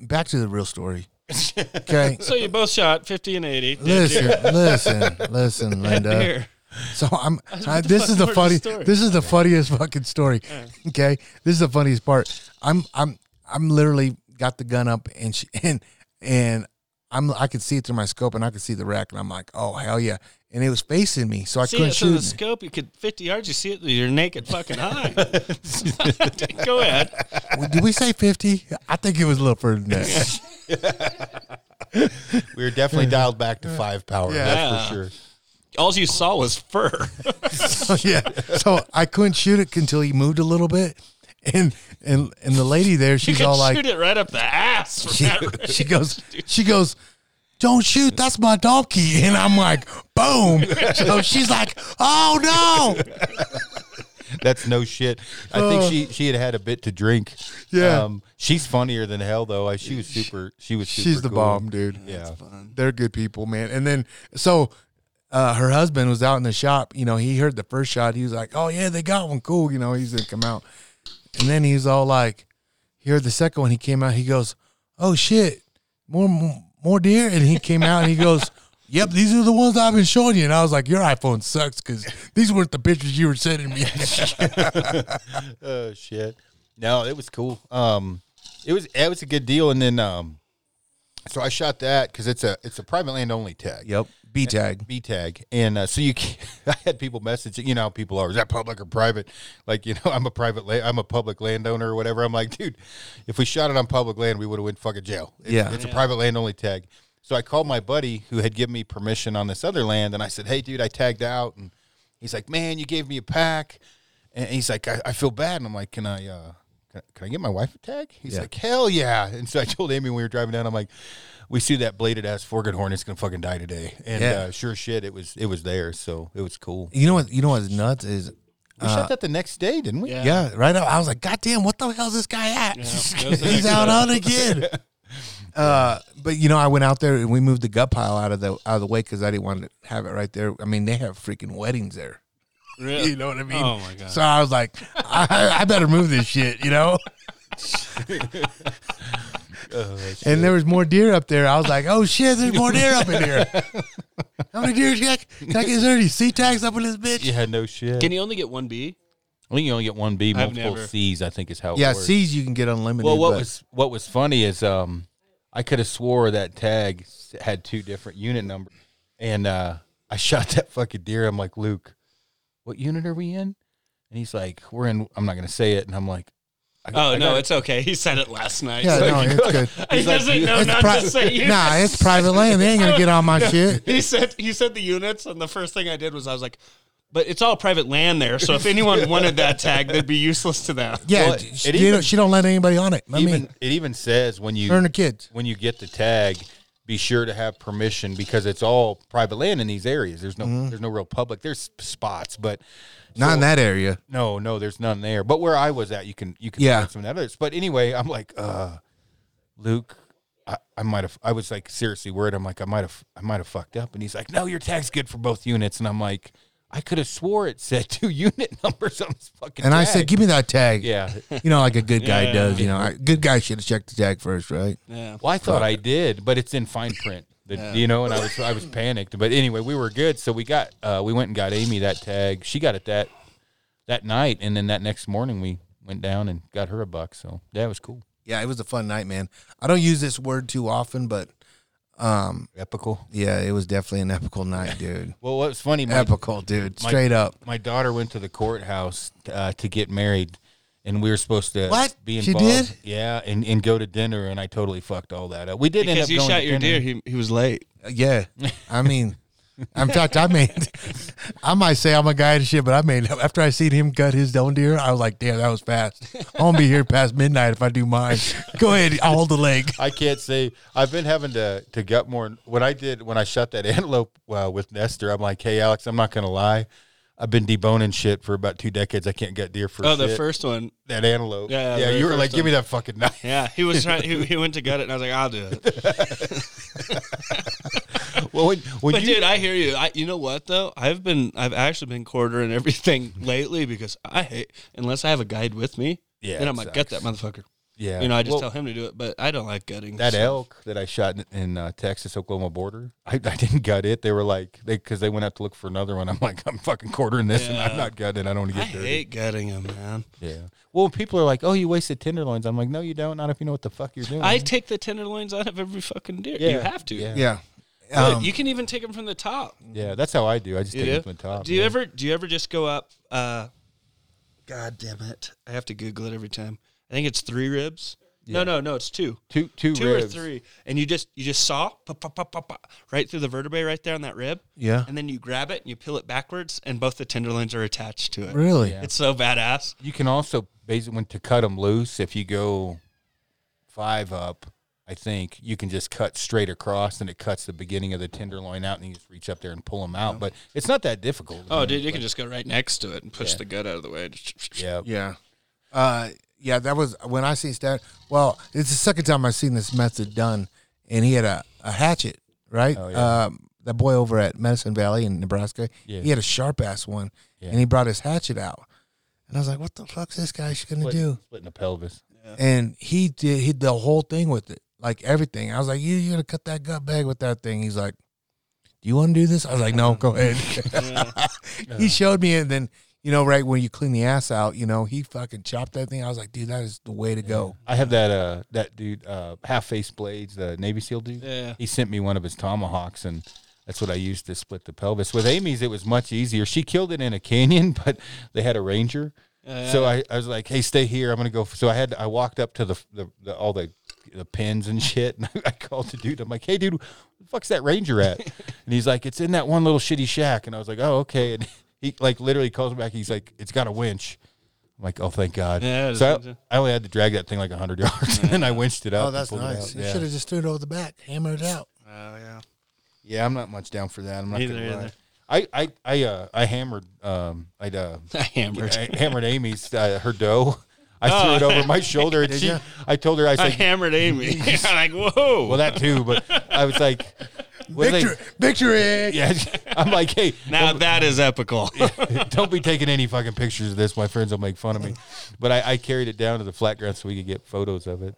S1: Back to the real story. Okay.
S3: So you both shot 50 and 80. Dead
S1: listen,
S3: deer.
S1: listen, listen,
S3: Dead
S1: Linda.
S3: deer.
S1: So I'm.
S3: what
S1: I,
S3: the
S1: this
S3: fuck
S1: is the
S3: part of the
S1: funny.
S3: story?
S1: This is the funniest fucking story. Okay, this is the funniest part. I'm. I'm. I'm literally got the gun up and she, and and I'm. I could see it through my scope and I could see the rack and I'm like, oh hell yeah! And it was facing me, so I
S3: See
S1: couldn't
S3: it through the
S1: shoot.
S3: scope. You could 50 yards. You see it with your naked fucking eye. Go ahead.
S1: Did we say fifty? I think it was a little further than that.
S2: We were definitely dialed back to five power.
S1: Yeah.
S2: That's
S3: Yeah.
S2: for sure.
S3: All you saw was fur.
S1: so yeah, so I couldn't shoot it until he moved a little bit, and and and the lady there,
S3: You
S1: she's
S3: could
S1: all like,
S3: shoot it right up the ass. for
S1: she,
S3: that reason.
S1: she goes, she goes, don't shoot, that's my donkey. And I'm like, boom. So she's like, oh no.
S2: That's no shit. I think she she had had a bit to drink.
S1: Oh.
S2: Um,
S1: Yeah.
S2: she's funnier than hell though. I, she was super. She was. Super
S1: She's the
S2: cool.
S1: bomb, dude.
S2: Yeah.
S1: They're good people, man. And then so uh, her husband was out in the shop. You know, he heard the first shot. He was like, oh yeah, they got one. Cool. You know, he's gonna come out. And then he's all like, Here, the second one, he came out. He goes, "Oh shit, more more- more deer!" And he came out and he goes, "Yep, these are the ones I've been showing you." And I was like, "Your iPhone sucks because these weren't the pictures you were sending me."
S2: Oh shit. No, it was cool. Um, it was it was a good deal, and then um, so I shot that because it's a it's a private land only tag.
S1: yep, B tag.
S2: B tag, and uh, so you, can, I had people messaging. You know, how people are is that public or private? Like, you know, I'm a private, la- I'm a public landowner or whatever. I'm like, dude, if we shot it on public land, we would have went fucking jail. It's,
S1: Yeah.
S2: it's a private land only tag. So I called my buddy who had given me permission on this other land, and I said, hey, dude, I tagged out, and he's like, man, you gave me a pack, and he's like, I, I feel bad, and I'm like, can I? uh can I- can I get my wife a tag? He's
S1: Yeah.
S2: like, hell yeah. And so I told Amy when we were driving down, I'm like, we see that bladed ass forked horn. It's going to fucking die today. And
S1: Yeah.
S2: uh, sure shit, it was it was there. So it was cool.
S1: You know what? You know what's nuts is.
S2: We shot that the next day, didn't we?
S3: Yeah.
S1: Yeah, right up. I was like, God damn, what the hell's this guy at?
S3: goes
S1: He's out on again. Uh, but you know, I went out there and we moved the gut pile out of the out of the way because I didn't want to have it right there. I mean, they have freaking weddings there.
S3: Really?
S1: You know what I mean?
S3: Oh, my God.
S1: So I was like, I, I better move this shit. You know. and there was more deer up there. I was like, "Oh shit, there's more deer up in here." How many deer? Jack? Jack is there any sea tags up in this bitch?
S2: Yeah, no shit.
S3: Can you only get one B?
S2: I think you only get one B,
S3: I've
S2: multiple
S3: never-
S2: C's. I think is how. It
S1: Yeah,
S2: works.
S1: seas you can get unlimited.
S2: Well, what
S1: but-
S2: was what was funny is um, I could have swore that tag s- had two different unit numbers, and uh, I shot that fucking deer. I'm like, Luke, what unit are we in? And he's like, we're in. I'm not gonna say it. And I'm like, I,
S3: Oh
S2: I
S3: no,
S2: got-
S3: it's okay. He said it last night.
S1: Yeah,
S3: so
S1: no,
S3: he-
S1: it's good.
S3: he doesn't know not
S1: pri-
S3: to say units.
S1: Nah, it's private land. They ain't gonna get all my shit.
S3: He said he said the units, and the first thing I did was I was like, "But it's all private land there, so if anyone wanted that tag, they'd be useless to them."
S1: Yeah,
S2: Well,
S1: she,
S2: it
S1: you know,
S2: even-
S1: she don't let anybody on it. I
S2: even
S1: mean,
S2: it even says when you
S1: her and her kids.
S2: when you get the tag, be sure to have permission because it's all private land in these areas. There's no
S1: Mm-hmm.
S2: there's no real public. There's spots, but
S1: Not in that area.
S2: no, no, there's none there. But where I was at, you can you can
S1: Yeah.
S2: find some of that others. But anyway, I'm like, uh, Luke, I, I might have. I was like seriously worried. I'm like, I might have, I might have fucked up. And he's like, No, your tag's good for both units. And I'm like, I could have swore it said two unit numbers on this fucking.
S1: And I said,
S2: tag.
S1: give me that tag.
S2: Yeah.
S1: You know, like a good guy
S3: Yeah.
S1: does. You know, I, good guy should have checked the tag first, right?
S3: Yeah.
S2: Well, I thought I did, but it's in fine print. The- You know, and I was I was panicked. But anyway, we were good. So we got uh, we went and got Amy that tag. She got it that that night, and then that next morning we went down and got her a buck. So that was cool.
S1: Yeah, it was a fun night, man. I don't use this word too often, but
S2: Epical.
S1: yeah, it was definitely an epical night, dude.
S2: Well, what was funny, my,
S1: Epical, dude. Straight up.
S2: my daughter went to the courthouse uh, to get married, and we were supposed to
S1: What?
S2: be
S1: She
S2: involved.
S1: did?
S2: Yeah, and, and go to dinner, and I totally fucked all that up. We did end
S3: Because
S2: up
S3: you
S2: going
S3: shot
S2: to
S3: your
S2: dinner.
S3: deer, he, he was late.
S1: Yeah. I mean, in fact, I made, I might say I'm a guy and shit, but I made, after I seen him gut his own deer, I was like, damn, that was fast. I won't be here past midnight if I do mine. Go ahead, I'll hold the leg.
S2: I can't say I've been having to to gut more. When I did when I shot that antelope uh, with Nestor, I'm like, hey Alex, I'm not gonna lie, I've been deboning shit for about two decades. I can't gut deer for
S3: Oh, the
S2: shit.
S3: first one.
S2: that antelope.
S3: Yeah,
S2: yeah.
S3: the
S2: You were
S3: first
S2: like, give
S3: one.
S2: me that fucking knife.
S3: Yeah, he was trying. He, he went to gut it, and I was like, "I'll do it."
S2: Well, when, when
S3: But
S2: you
S3: dude, I hear you. I, you know what though? I've been, I've actually been quartering everything lately because I hate unless I have a guide with me.
S2: Yeah,
S3: then
S2: it
S3: I'm like,
S2: sucks.
S3: gut that motherfucker.
S2: yeah,
S3: You know, I just
S2: Well,
S3: tell him to do it, but I don't like gutting.
S2: that
S3: so-
S2: elk that I shot in, in uh, Texas Oklahoma border. I, I didn't gut it. They were like they because they went out to look for another one. I'm like, I'm fucking quartering this, and I'm
S3: Yeah.
S2: not gutting. it. I don't want to
S3: I
S2: get dirty.
S3: hate gutting him, man.
S2: yeah. Well, people are like, "Oh, you wasted tenderloins." I'm like, "No, you don't. Not if you know what the fuck you're doing."
S3: I take the tenderloins out of every fucking deer. You
S2: Yeah.
S3: have to.
S2: Yeah.
S1: Yeah.
S3: Look,
S1: Um,
S3: you can even take them from the top.
S2: Yeah, that's how I do. I just
S3: You
S2: take
S3: do?
S2: it from the top.
S3: do you
S2: yeah.
S3: ever? Do you ever just go up? Uh, God damn it! I have to Google it every time. I think it's three ribs. No, no, no. It's two.
S2: two two,
S3: Two
S2: ribs?
S3: or three, and you just you just saw pop, pop, pop, pop, pop, right through the vertebrae, right there on that rib.
S1: Yeah.
S3: And then you grab it and you peel it backwards, and both the tenderloins are attached to it.
S1: really?
S3: It's so badass.
S2: You can also basically when to cut them loose. If you go five up, I think you can just cut straight across, and it cuts the beginning of the tenderloin out, and you just reach up there and pull them out. But it's not that difficult.
S3: Oh, dude, you can just go right next to it and push
S2: Yeah.
S3: the gut out of the way.
S2: Yeah.
S1: Yeah. Uh, yeah, that was when I seen Stan. Well, it's the second time I've seen this method done, and he had a, a hatchet, right?
S2: Oh, yeah.
S1: Um, that boy over at Medicine Valley in Nebraska,
S2: Yeah.
S1: he had a sharp ass one,
S2: Yeah.
S1: and he brought his hatchet out. And I was like, what the fuck's this guy going to
S2: Split-
S1: do?
S2: Splitting the pelvis.
S1: and he did he did the whole thing with it, like everything. I was like, you you gotta cut that gut bag with that thing. He's like, do you want to do this? I was like, no, go ahead. he showed me, and then you know, right when you clean the ass out, you know, he fucking chopped that thing. I was like, dude, that is the way to go.
S2: I have that uh that dude uh half face blades the Navy SEAL dude.
S3: Yeah.
S2: He sent me one of his tomahawks and that's what I used to split the pelvis. With Amy's it was much easier. She killed it in a canyon, but they had a ranger. So I, I was like, "Hey, stay here. I'm gonna go." f-" So I had I walked up to the, the, the all the the pins and shit, and I called the dude. I'm like, "Hey, dude, where the fuck's that ranger at?" and he's like, "It's in that one little shitty shack." And I was like, "Oh, okay." And he like literally calls me back. He's like, "It's got a winch." I'm like, "Oh, thank God."
S3: Yeah,
S2: so
S3: it's-
S2: I, I only had to drag that thing like hundred yards, and then I winched it up.
S1: Oh,
S2: and
S1: that's
S2: pulled it
S1: nice.
S2: out.
S1: You
S2: Yeah.
S1: should have just threw it over the back, hammered it out.
S3: Oh yeah.
S2: Yeah, I'm not much down for that. I'm not
S3: Neither,
S2: gonna lie.
S3: either.
S2: I I I uh I hammered um I'd uh
S3: I hammered.
S2: I hammered Amy's uh, her dough. I
S3: Oh.
S2: threw it over my shoulder and
S1: Did
S2: she
S1: ya?
S2: I told her I
S3: I
S2: said
S3: hammered Amy. like whoa.
S2: well that too, but I was like what are
S1: Victory, victory.
S2: they, yeah, I'm like, hey,
S3: now that is epical.
S2: don't be taking any fucking pictures of this. My friends will make fun of me. But I, I carried it down to the flat ground so we could get photos of it.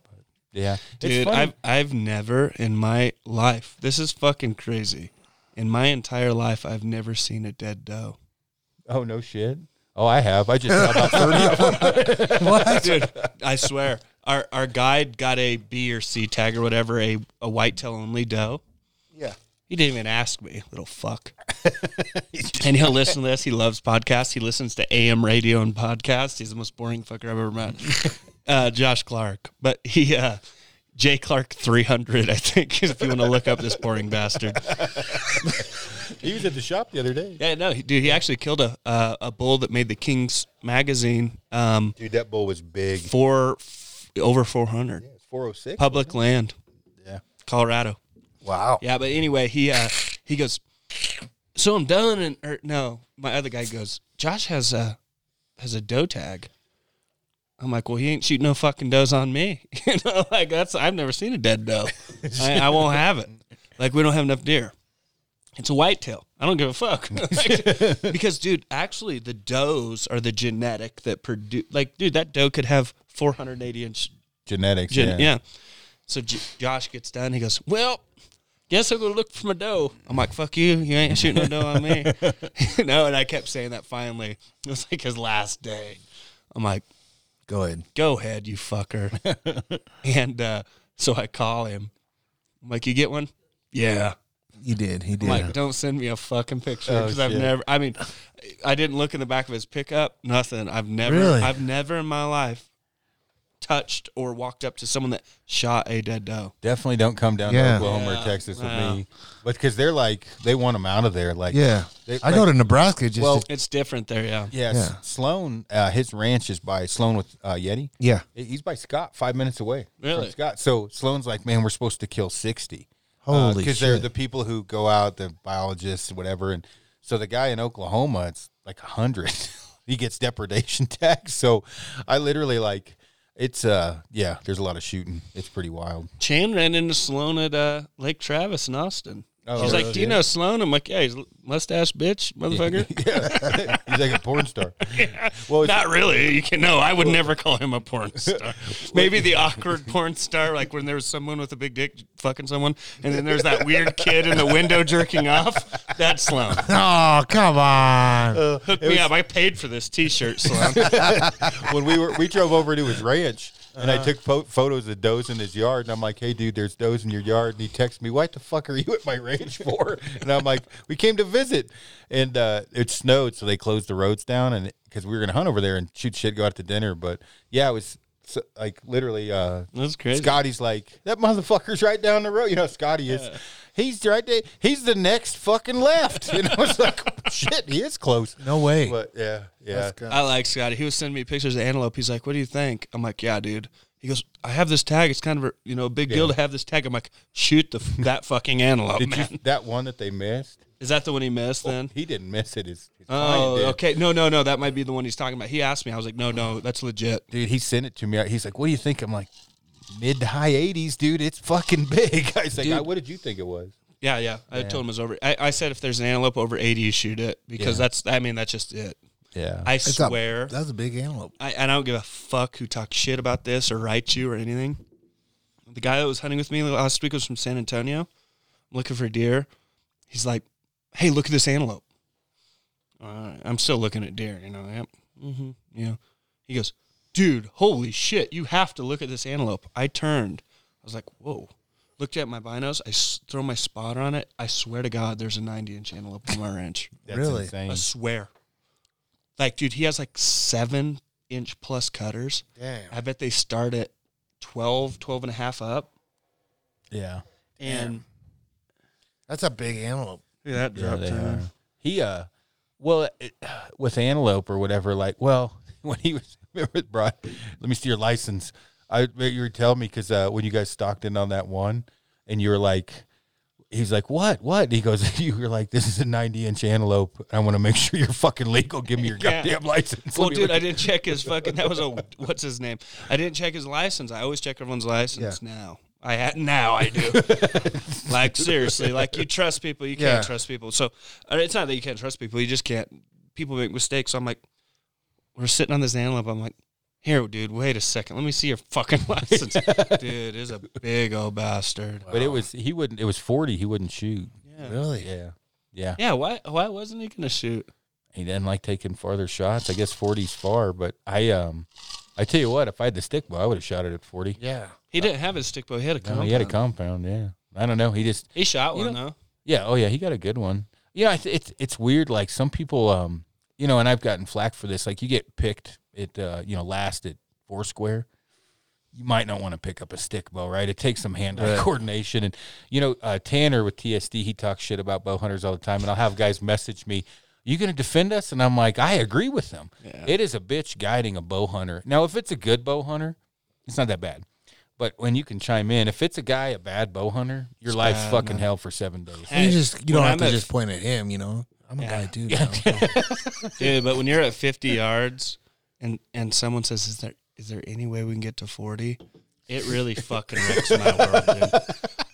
S2: But yeah, It's
S3: Dude,
S2: funny.
S3: I've I've never in my life. This is fucking crazy. In my entire life, I've never seen a dead doe.
S2: oh no shit. Oh, I have. I just saw about thirty. of them.
S3: Dude, I swear. Our our guide got a B or C tag or whatever, a, a whitetail only doe.
S1: Yeah.
S3: He didn't even ask me, little fuck. and he'll listen to this. He loves podcasts. He listens to AM radio and podcasts. He's the most boring fucker I've ever met. Uh, Josh Clark. But he, uh, J Clark 300, I think, if you want to look up this boring bastard.
S2: He was at the shop the other day.
S3: Yeah, no, he, dude, he actually killed a, uh, a bull that made the King's magazine um,
S2: Dude, that bull was big.
S3: for f- over 400.
S2: Four oh six.
S3: Public land,
S2: Yeah.
S3: Colorado.
S1: Wow.
S3: Yeah, but anyway, he uh, he goes. So I'm done, and or no, my other guy goes. Josh has a has a doe tag. I'm like, well, he ain't shooting no fucking does on me. You know, like that's I've never seen a dead doe. I, I won't have it. Like we don't have enough deer. It's a whitetail. I don't give a fuck. Like, because, dude, actually, the does are the genetic that produce. Like, dude, that doe could have 480 inch
S2: Genetics.
S3: Jen, yeah. So J- Josh gets done. He goes, "Well, guess I'll go look for my doe." I'm like, "Fuck you! You ain't shooting no doe on me." you know, and I kept saying that. Finally, it was like his last day. I'm like,
S1: Go ahead.
S3: "Go ahead, you fucker." and uh, so I call him. I'm like, "You get one?" Yeah.
S1: You did. He did.
S3: I'm like, don't send me a fucking picture
S2: Oh,
S3: because I've
S2: shit.
S3: never. I mean, I didn't look in the back of his pickup. Nothing. I've never.
S1: Really?
S3: I've never in my life touched or walked up to someone that shot a dead doe.
S2: Definitely don't come down to
S1: Yeah.
S2: Oklahoma
S3: Yeah.
S2: or Texas with
S3: Wow.
S2: me, but because they're like they want them out of there. Like
S1: yeah.
S2: they,
S1: I go to Nebraska just
S2: Well-
S1: to,
S3: It's different there, yeah.
S2: yeah, S-
S1: Yeah.
S2: Sloan. Uh, his ranch is by Sloan with uh, Yeti.
S1: yeah.
S2: He- He's by Scott, five minutes away.
S3: Really?
S2: from Scott. So Sloan's like, man, we're supposed to kill sixty.
S1: Holy
S2: Because
S1: shit.
S2: they're the people who go out, the biologists, whatever. And so the guy in Oklahoma, it's like a hundred. he gets depredation tax. So I literally like. It's uh yeah, there's a lot of shooting. It's pretty wild.
S3: Chan ran into Sloan at uh, Lake Travis in Austin.
S2: Oh,
S3: She's
S2: really?
S3: like, "Do you know Sloan?" I'm like, "Yeah, he's a mustache bitch, motherfucker."
S2: Yeah. He's like a porn star. Well, it's,
S3: Not really. You can no. I would never call him a porn star. Maybe the awkward porn star, like when there was someone with a big dick fucking someone, and then there's that weird kid in the window jerking off. That's Sloan.
S2: uh,
S1: oh, come on.
S3: Hook me up. I paid for this T-shirt, Sloan.
S2: when we were we drove over to his ranch and I took po- photos of does in his yard and I'm like, "Hey dude, there's does in your yard." And he texts me, "What the fuck are you at my ranch for?" And I'm like, "We came to visit." And uh, it snowed, so they closed the roads down and cuz we were going to hunt over there and shoot shit, go out to dinner, but yeah, it was so, like literally uh
S3: That's crazy.
S2: Scotty's like, that motherfucker's right down the road. You know, Scotty is. He's right there. He's the next fucking left. You know, it's like, shit, he is close.
S1: No way.
S2: But yeah, yeah.
S3: I like Scotty. He was sending me pictures of antelope. He's like, "What do you think?" I'm like, "Yeah, dude." He goes, "I have this tag. It's kind of a, you know a big deal to have this tag." I'm like, "Shoot the f- that fucking antelope,
S2: Did
S3: man."
S2: you, that one that they missed?
S3: Is that the one he missed then?
S2: He didn't miss it. His, his client
S3: Oh,
S2: did.
S3: okay. No, no, no. That might be the one he's talking about. He asked me. I was like, "No, no, that's legit."
S2: Dude, he sent it to me. He's like, what do you think? I'm like, mid to high 80s, dude. It's fucking big. I was like,
S3: Dude.
S2: "I- what did you think it was?
S3: Yeah, yeah. I told him it was over. I, I said if there's an antelope over 80, you shoot it because that's. I mean, that's just it.
S2: Yeah.
S3: I
S1: It's a-
S3: swear.
S1: That's a big antelope.
S3: I, and I don't give a fuck who talks shit about this or writes you or anything. The guy that was hunting with me last week was from San Antonio. I'm looking for deer. He's like, hey, look at this antelope. All right, I'm still looking at deer, you know. Yep. Mm-hmm. Yeah. He goes, dude, holy shit, you have to look at this antelope. I turned. I was like, whoa. Looked at my binos. I s- throw my spotter on it. I swear to God, there's a 90 inch antelope on my ranch.
S2: That's
S1: Really?
S2: insane.
S3: I swear. Like, dude, he has like seven inch plus cutters.
S1: Damn.
S3: I bet they start at 12, 12 and a half up.
S2: Yeah.
S3: And
S1: That's a big antelope.
S3: Look at that
S2: Yeah,
S3: dropped
S2: they
S3: down.
S2: are. He uh, well, it, with antelope or whatever, like, well, when he was remember brought, let me see your license. I you were telling me because uh, when you guys stocked in on that one, and you were like, he's like, what, what? And he goes, you were like, this is a ninety inch antelope. I want to make sure you're fucking legal. Give me your
S3: Yeah.
S2: goddamn license.
S3: Well,
S2: Let me
S3: dude,
S2: look
S3: I didn't check his fucking. That was a what's his name? I didn't check his license. I always check everyone's license now. I had now I do. like seriously, like you trust people, you can't
S1: Yeah.
S3: trust people. So uh, it's not that you can't trust people, you just can't. People make mistakes. So I'm like, we're sitting on this antelope. I'm like, here, dude, wait a second, let me see your fucking license, dude. Is a big old bastard.
S2: But it was he wouldn't. It was forty. He wouldn't shoot.
S3: Yeah.
S1: Really?
S2: Yeah, yeah.
S3: Yeah. Why? Why wasn't he gonna shoot?
S2: He didn't like taking farther shots. I guess 40's far. But I um, I tell you what, if I had the stick bow, I would have shot it at forty.
S1: Yeah.
S3: He didn't have his stick bow. He had
S2: Uh,
S3: a
S2: No,
S3: compound.
S2: he had a compound. Yeah, I don't know. He just
S3: He shot
S2: You
S3: one
S2: know-
S3: though.
S2: yeah. Oh yeah, he got a good one. Yeah, it's it's, it's weird. Like some people um, you know, and I've gotten flack for this. Like you get picked at uh, you know, last at Foursquare. You might not want to pick up a stick bow, right? It takes some hand eye
S1: Right.
S2: coordination. And, you know, uh, Tanner with TSD, he talks shit about bow hunters all the time. And I'll have guys message me, You going to defend us? And I'm like, I agree with them.
S3: Yeah.
S2: It is a bitch guiding a bow hunter. Now, if it's a good bow hunter, it's not that bad. But when you can chime in, if it's a guy, a bad bow hunter, your life's
S3: bad,
S2: fucking
S3: man.
S2: hell for seven days.
S3: Hey,
S1: you just you don't
S3: when I'm
S1: have to
S3: at-
S1: just point at him. You know, I'm a guy too. now.
S3: Dude, but when you're at 50 yards and and someone says, "Is there is there any way we can get to 40?" It really fucking wrecks my world, dude.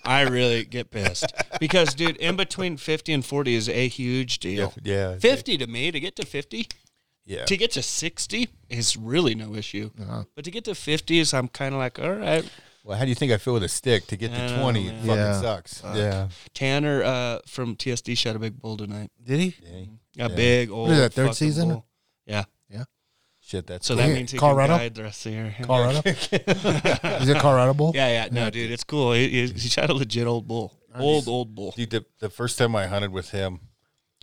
S3: I really get pissed because, dude, in between 50 and 40 is a huge deal.
S2: Yeah.
S3: 50 to me to get to 50,
S2: Yeah.
S3: to get to 60 is really no issue.
S1: Uh-huh.
S3: But to get to 50 is I'm kind of like, all right.
S2: Well, how do you think I feel with a stick to get
S3: I
S2: to
S3: don't
S2: 20?
S3: know,
S2: It
S3: man.
S2: fucking
S1: Yeah.
S2: sucks. Yeah.
S3: Tanner uh, from TSD shot a big bull tonight,
S1: Did he?
S3: a big old
S1: is that, third
S3: fucking
S1: season?
S3: bull. Yeah,
S2: Shit, that's
S3: so that
S1: Yeah,
S3: means he
S1: Colorado?
S3: can guide the rest of the year. Yeah.
S1: Colorado? Is it Colorado Bowl?
S3: Yeah, yeah, no, dude, it's cool. He, he, he shot a legit old bull, old old bull.
S2: Dude, the, the first time I hunted with him,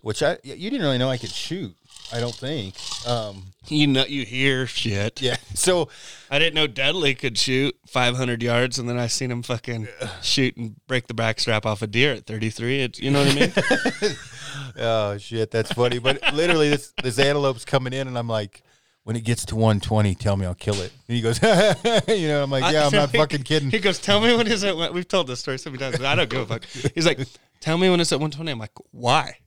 S2: which I y- you didn't really know I could shoot. I don't think. Um,
S3: You know, you hear shit.
S2: yeah. So
S3: I didn't know Dudley could shoot 500 yards, and then I seen him fucking shoot and break the backstrap off a deer at 33. It's, you know what I mean?
S2: oh shit, that's funny. But literally, this this antelope's coming in, and I'm like, when it gets to 120, tell me I'll kill it. And he goes, you know, I'm like, yeah, I'm not fucking kidding.
S3: He goes, "Tell me when is it?" We've told this story so many times. But I don't give a fuck. He's like, "Tell me when it's at 120." I'm like, "Why?"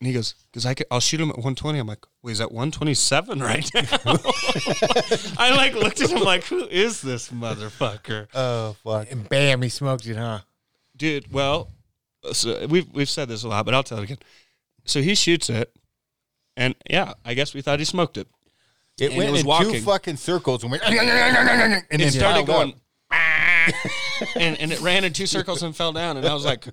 S3: And he goes, "Cause I could, I'll shoot him at 120." I'm like, "Wait, he's at 127 right now." I like looked at him like, "Who is this motherfucker?"
S2: Oh fuck.
S1: And bam, he smoked it, huh?
S3: dude. Well, so we've we've said this a lot, but I'll tell it again. So he shoots it, and yeah, I guess we thought he smoked it.
S2: It
S3: And
S2: went
S3: it was
S2: in two
S3: walking.
S2: fucking circles and went, and then
S3: It started
S2: piled up.
S3: going, and and it ran in two circles and fell down. And I was like,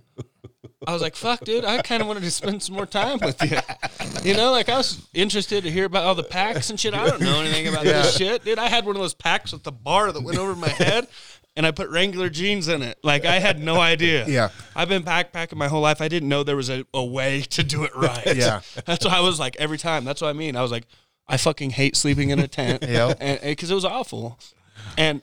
S3: I was like, fuck, dude, I kind of wanted to spend some more time with you. You know, like I was interested to hear about all the packs and shit. I don't know anything about this shit, dude. I had one of those packs with the bar that went over my head. And I put Wrangler jeans in it. Like I had no idea.
S1: Yeah.
S3: I've been backpacking my whole life. I didn't know there was a, a way to do it right.
S1: Yeah.
S3: That's why I was like every time. That's what I mean. I was like, I fucking hate sleeping in a tent.
S1: Yeah.
S3: Because it was awful. And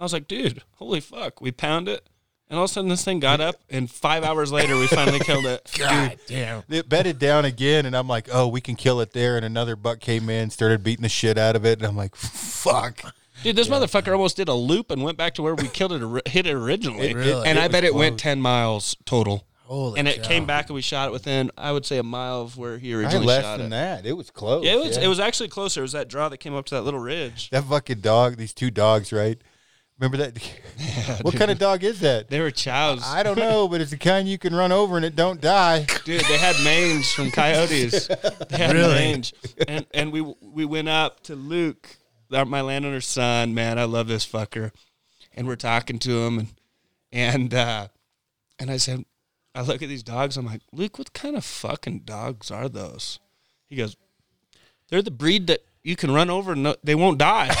S3: I was like, dude, holy fuck. We pound it. And all of a sudden this thing got up and five hours later we finally killed it.
S1: God damn.
S2: it bedded down again, and I'm like, oh, we can kill it there. And another buck came in, started beating the shit out of it, and I'm like, fuck.
S3: Dude, this motherfucker almost did a loop and went back to where we killed it, or- hit it originally.
S1: Really?
S3: And I bet it went 10 miles total.
S1: Holy
S3: and it
S1: cow.
S3: came back and we shot it within, I would say, a mile of where he
S2: I
S3: originally
S2: less
S3: shot
S2: than
S3: it.
S2: that. It was close.
S3: Yeah, it was,
S2: yeah.
S3: it was actually closer. It was that draw that came up to that little ridge.
S2: that fucking dog. These two dogs, right? Remember that? what kind of dog is that?
S3: They were chows.
S2: I don't know, but it's the kind you can run over and it don't die.
S3: Dude, they had mange from coyotes. They had
S1: Really?
S3: mange. And and we we went up to Luke, our- my landowner's son, man, I love this fucker. And we're talking to him and and uh and I said I look at these dogs, I'm like, Luke, what kind of fucking dogs are those? He goes, They're the breed that you can run over and no, they won't die.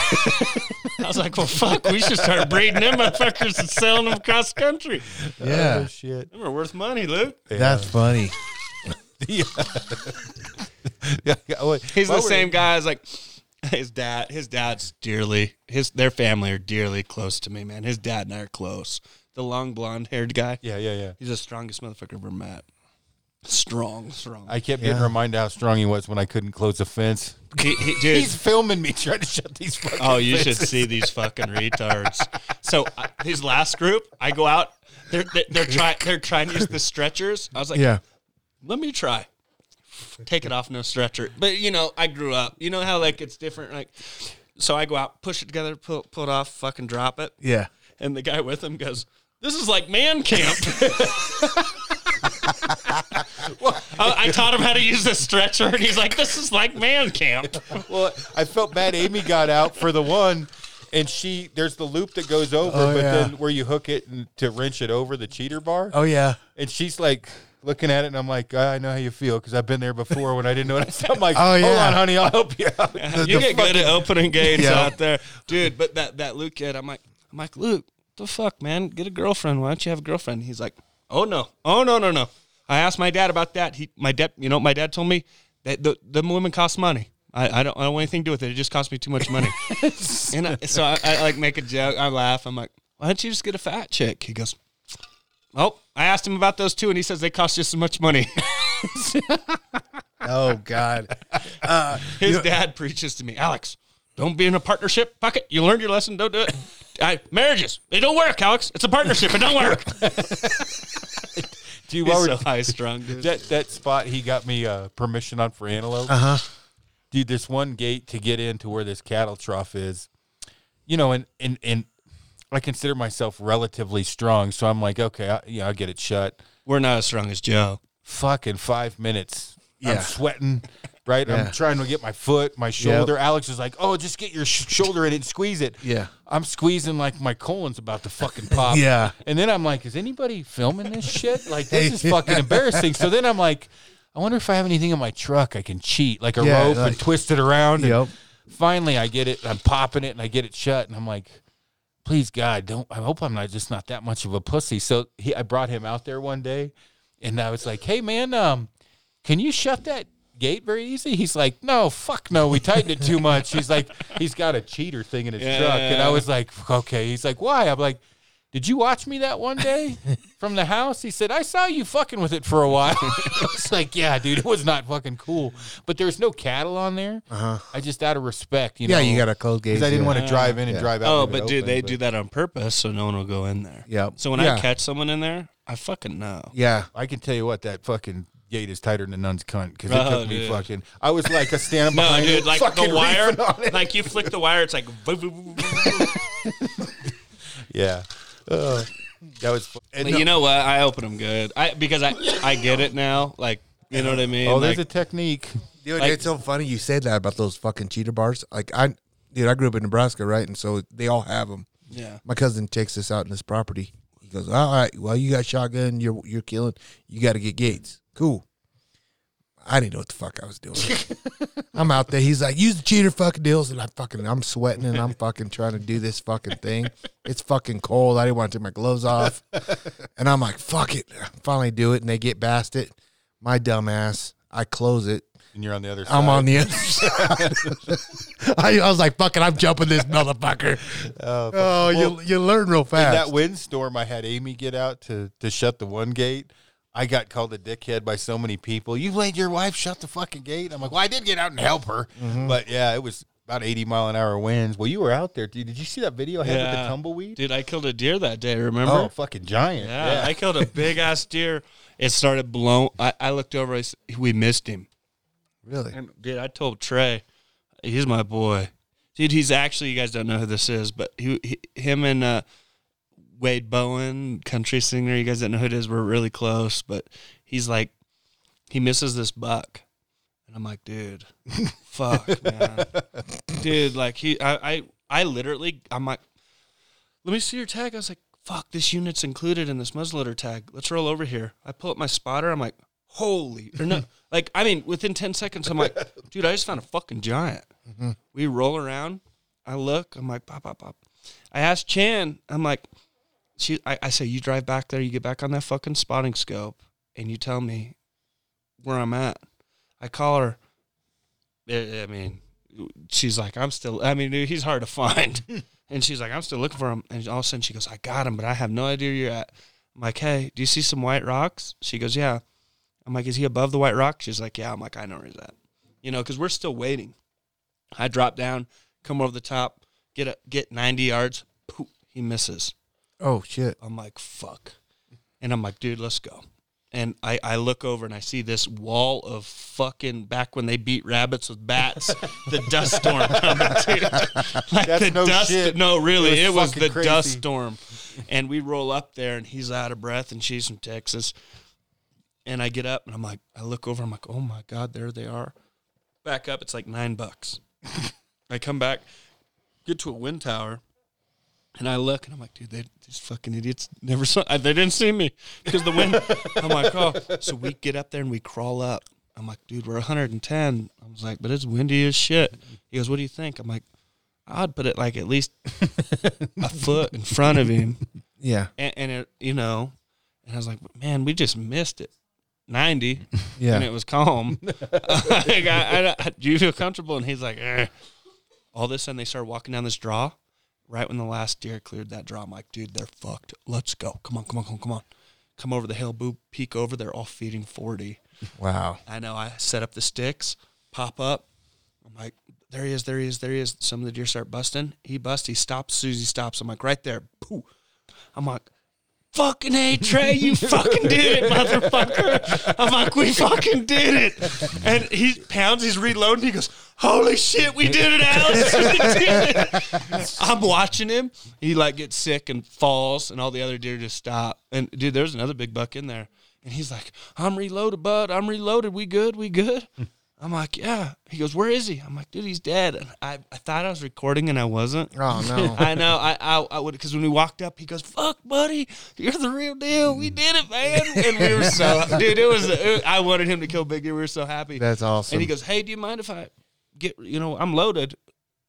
S3: I was like, well, fuck, we should start breeding them motherfuckers and selling them across the country.
S1: Yeah,
S2: Oh, shit.
S3: Them are worth money, Luke.
S1: that's funny.
S2: Yeah. yeah, yeah, wait,
S3: He's
S2: while
S3: the
S2: we're-
S3: same guy as like his dad. His dad's dearly his their family are dearly close to me, man. His dad and I are close. The long blonde haired guy.
S2: Yeah, yeah, yeah.
S3: He's the strongest motherfucker I've ever met. Strong, strong.
S2: I kept getting reminded how strong he was when I couldn't close the fence.
S3: He- he- dude.
S2: He's filming me trying to shut these fucking
S3: Oh, you should
S2: fences.
S3: see these fucking retards. So I, his last group, I go out. They're they're, they're trying they're trying to use the stretchers. I was like,
S1: Yeah,
S3: let me try. Take it off, no stretcher. But you know, I grew up. You know how like it's different. Like, so I go out, push it together, pull, pull it off, fucking drop it,
S1: yeah.
S3: and the guy with him goes, "This is like man camp." I, I taught him how to use the stretcher, and he's like, "This is like man camp."
S2: Well, I felt bad. Amy got out for the one, and she there's the loop that goes over,
S1: Oh,
S2: but
S1: yeah.
S2: then where you hook it and, to wrench it over the cheater bar,
S1: Oh yeah.
S2: and she's like looking at it, and I'm like, I know how you feel because I've been there before when I didn't know what I said. I'm like,
S1: Oh,
S2: hold
S1: yeah.
S2: on, honey, I'll help you out.
S3: you get good at opening gates
S1: Yeah.
S3: out there, dude. But that that Luke kid, I'm like, I'm like, Luke, the fuck, man, get a girlfriend. Why don't you have a girlfriend? He's like, Oh no, oh no, no, no. I asked my dad about that. He, my dad, you know, what my dad told me that the them women cost money. I, I don't, I don't want anything to do with it. It just cost me too much money. and I, so I, I like make a joke. I laugh. I'm like, Why don't you just get a fat chick? He goes. Oh, I asked him about those two, and he says they cost just as much money.
S1: Oh God.
S3: His dad preaches to me, Alex. Don't be in a partnership. Fuck it. You learned your lesson. Don't do it. I, marriages, they don't work, Alex. It's a partnership. It don't work.
S2: Do you
S3: He's
S2: already-
S3: so high strung, dude.
S2: that that spot he got me uh, permission on for antelope.
S1: Uh-huh.
S2: Uh huh. Dude, this one gate to get into where this cattle trough is, you know, and and and I consider myself relatively strong, so I'm like, okay, I, yeah, I'll get it shut.
S3: We're not as strong as Joe.
S2: Fucking five minutes, I'm
S1: Yeah.
S2: sweating. Right,
S1: Yeah.
S2: I'm trying to get my foot, my shoulder. Alex is like, "Oh, just get your sh- shoulder in it and squeeze it."
S1: Yeah.
S2: I'm squeezing like my colon's about to fucking pop.
S1: Yeah.
S2: And then I'm like, is anybody filming this shit? Like, this is fucking embarrassing. So then I'm like, I wonder if I have anything in my truck I can cheat, like a
S1: Yeah,
S2: rope
S1: like-
S2: and twist it around. And
S1: Yep.
S2: Finally, I get it. I'm popping it and I get it shut. And I'm like, please, God, don't. I hope I'm not just not that much of a pussy. So he, I brought him out there one day and I was like, hey, man, um, can you shut that gate very easy? He's like, no, fuck no, we tightened it too much. He's like, he's got a cheater thing in his
S3: Yeah.
S2: truck. And I was like, okay. He's like, why? I'm like, did you watch me that one day from the house? He said, I saw you fucking with it for a while. I was like, yeah, dude, it was not fucking cool. But there's no cattle on there. Uh-huh. I just out of respect, you know.
S1: Yeah, you got a cold gate.
S2: Because I didn't
S1: yeah.
S2: want to drive in and drive out.
S3: Oh,
S2: leave it
S3: but dude,
S2: open,
S3: they
S2: but-
S3: do that on purpose so no one will go in there.
S1: Yep.
S3: So when I
S1: Yeah.
S3: catch someone in there, I fucking know.
S1: Yeah.
S2: I can tell you what that fucking gate is tighter than a nun's cunt because it
S3: Oh,
S2: took me
S3: dude.
S2: fucking. I was like a stand
S3: No,
S2: behind
S3: dude,
S2: it,
S3: like
S2: fucking
S3: the wire,
S2: reefing on it.
S3: like you flick the wire, it's like,
S2: yeah, Ugh. that was. fu- And
S3: you know what? I open them good, I because I I get it now. Like, you know what I mean?
S2: Oh, there's
S3: Like-
S2: a technique.
S1: Dude,
S3: Like-
S1: it's so funny you said that about those fucking cheater bars. Like I, dude, I grew up in Nebraska, right? And so they all have them.
S3: yeah.
S1: My cousin takes us out in this property. He goes, "All right, well, you got shotgun. You're you're killing. You got to get gates. Cool." I didn't know what the fuck I was doing. I'm out there. He's like, "Use the cheater fucking deals," and I fucking I'm sweating and I'm fucking trying to do this fucking thing. It's fucking cold. I didn't want to take my gloves off, and I'm like, "Fuck it." I finally do it, and they get past it. My dumb ass. I close it.
S2: And you're on the other side.
S1: I'm on the other side. I, I was like, fucking, I'm jumping this motherfucker.
S2: Uh,
S1: Oh, you you learn real fast.
S2: that windstorm, I had Amy get out to to shut the one gate. I got called a dickhead by so many people. You let your wife shut the fucking gate. I'm like, well, I did get out and help her, but yeah, it was about 80 mile an hour winds. Well, you were out there, dude. Did you see that video I had with the
S3: Yeah.
S2: tumbleweed?
S3: Dude, I killed a deer that day, remember?
S2: Oh, fucking giant!
S3: Yeah, I killed a big ass deer. It started blown. I, I looked over. I s we missed him.
S1: really?
S3: And dude, I told Trey, he's my boy. Dude, he's actually, you guys don't know who this is, but he, he him and uh, Wade Bowen, country singer, you guys don't know who it is, we're really close, but he's like, he misses this buck. And I'm like, dude, fuck, man. Dude, like, he, I, I, I literally, I'm like, let me see your tag. I was like, fuck, this unit's included in this muzzleloader tag. Let's roll over here. I pull up my spotter. I'm like, holy, or no, like, I mean, within 10 seconds, I'm like, dude, I just found a fucking giant. We roll around. I look. I'm like, pop, pop, pop. I asked Chan. I'm like, she, I, I say, you drive back there. You get back on that fucking spotting scope and you tell me where I'm at. I call her. I I mean, she's like, I'm still, I mean, dude, he's hard to find. and she's like, I'm still looking for him. And all of a sudden she goes, I got him, but I have no idea where you're at. I'm like, hey, do you see some white rocks? She goes, yeah. I'm like, is he above the white rock? She's like, yeah. I'm like, I know where he's at. You know, because we're still waiting. I drop down, come over the top, get a, get 90 yards. Poof, he misses.
S1: Oh shit.
S3: I'm like, fuck. And I'm like, dude, let's go. And I, I look over and I see this wall of fucking back when they beat rabbits with bats, the dust storm coming too. Like
S2: That's
S3: the
S2: no
S3: dust
S2: shit.
S3: no, really,
S2: It
S3: it
S2: was
S3: was,
S2: fucking
S3: the
S2: crazy.
S3: dust storm. And we roll up there and he's out of breath and she's from Texas. And I get up and I'm like, I look over, I'm like, oh my God, there they are. Back up, it's like nine bucks. I come back, get to a wind tower, and I look and I'm like, dude, they, these fucking idiots never saw. I, they didn't see me because the wind. I'm like, oh. So we get up there and we crawl up. I'm like, dude, we're 110. I was like, but it's windy as shit. He goes, what do you think? I'm like, I'd put it like at least a foot in front of him,
S1: Yeah.
S3: and, and it, you know, and I was like, but man, we just missed it. 90 and
S1: Yeah.
S3: it was calm. like, I, I, I- do you feel comfortable? And he's like, "Eh." all of a sudden they started walking down this draw. Right when the last deer cleared that draw, I'm like, dude, they're fucked. Let's go. Come on, come on, come on, come on. Come over the hill, boo, peek over. They're all feeding 40.
S1: Wow.
S3: I know. I set up the sticks, pop up. I'm like, there he is, there he is, there he is. Some of the deer start busting. He busts, he stops, Susie stops. I'm like, right there. Pooh. I'm like, fucking hey, Trey, you fucking did it, motherfucker. I'm like, we fucking did it. And he pounds, he's reloading. He goes, holy shit, we did it, Alex. We did it. I'm watching him. He like gets sick and falls, and all the other deer just stop. And dude, there's another big buck in there. And he's like, I'm reloaded, bud. I'm reloaded. We good? We good? I'm like, yeah. He goes, where is he? I'm like, dude, he's dead. And I, I thought I was recording and I wasn't.
S1: Oh no.
S3: I know. I I, I would because when we walked up, he goes, "Fuck, buddy, you're the real deal. We did it, man." And we were so dude. It was. It, I wanted him to kill Biggie. We were so happy.
S1: That's awesome.
S3: and he goes, "Hey, do you mind if I get? You know, I'm loaded.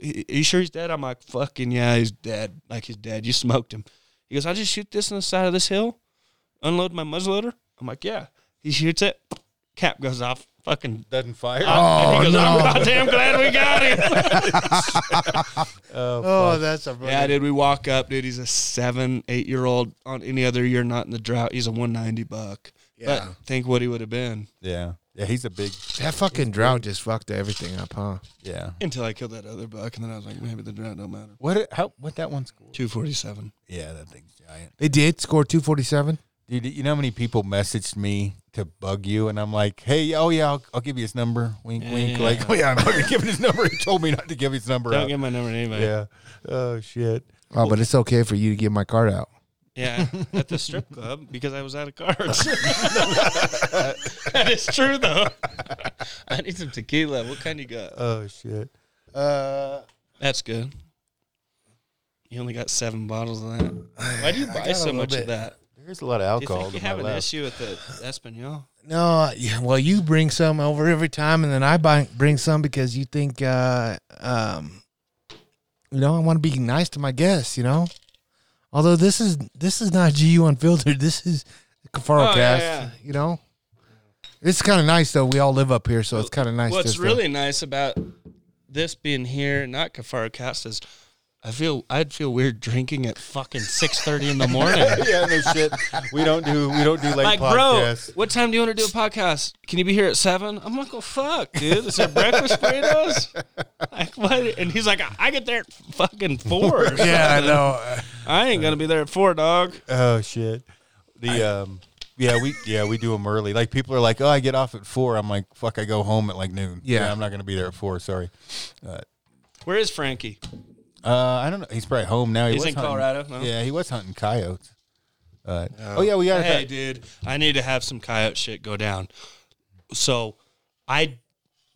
S3: Y- You sure he's dead?" I'm like, "Fucking yeah, he's dead. Like he's dead. You smoked him." He goes, "I just shoot this on the side of this hill, unload my muzzleloader." I'm like, "Yeah." He shoots it. Cap goes off. Fucking.
S2: Doesn't fire.
S3: and
S1: Oh,
S3: he goes,
S1: no.
S3: I'm goddamn glad we got him.
S1: oh, that's a
S3: Yeah, dude, we walk up, dude. He's a seven, eight year old on any other year, not in the drought. He's a 190 buck.
S1: Yeah.
S3: But think what he would have been
S2: Yeah. Yeah, he's a big.
S1: That fucking drought just fucked everything up, huh?
S2: Yeah.
S3: until I killed that other buck. And then I was like, maybe the drought don't matter.
S2: What? How? What that one's cool?
S3: 247.
S2: Yeah, that thing's giant.
S1: They did score 247.
S2: Dude, you know how many people messaged me to bug you, and I'm like, "Hey, oh yeah, I'll, I'll give you his number." Wink, wink.
S3: Yeah.
S2: Like, oh yeah, I'm fucking giving his number. He told me not to give his number
S3: Don't
S2: out.
S3: give my number to anybody.
S2: yeah. Oh shit.
S1: Oh, but it's okay for you to give my card out.
S3: Yeah, at the strip club because I was out of cards. that is true, though. I need some tequila. What kind you got?
S2: Oh shit. Uh,
S3: That's good. You only got seven bottles of that. Why do you buy
S2: got a
S3: so
S2: little
S3: much
S2: bit.
S3: of that?
S2: there's a lot of
S3: Do you
S2: alcohol.
S3: think you
S2: to my
S3: have an
S2: left.
S3: issue with the Espanol?
S1: No, yeah, well, you bring some over every time, and then I buy, bring some because you think, uh, um, you know, I want to be nice to my guests, you know. Although this is this is not GU unfiltered. This is Kafaro
S3: Oh, yeah,
S1: cast,
S3: yeah.
S1: you know. It's kind of nice though. We all live up here, so it's kind of nice.
S3: What's
S1: just to-
S3: really nice about this being here, not Kafaro Cast, is I feel I'd feel weird drinking at fucking six thirty in the morning.
S2: yeah, no shit. We don't do we don't do late
S3: like, bro,
S2: podcasts.
S3: what time do you want to do a podcast? Can you be here at seven? I'm like, oh fuck, dude, is there breakfast burritos? Like, what? And he's like, I- I get there at fucking four. or
S1: yeah, I
S3: something.
S1: know.
S3: I ain't gonna be there at four, dog.
S2: Oh shit. The um yeah, we yeah, we do them early. Like people are like, "Oh, I get off at 4." I'm like, "Fuck, I go home at like noon."
S1: Yeah.
S2: I'm not going to be there at 4, sorry. Uh,
S3: Where is Frankie?
S2: Uh, I don't know. He's probably home now. He
S3: He's
S2: was
S3: in
S2: hunting-
S3: Colorado, no?
S2: Yeah, he was hunting coyotes. Uh, oh yeah, we got.
S3: Hey, dude, I need to have some coyote shit go down. So, I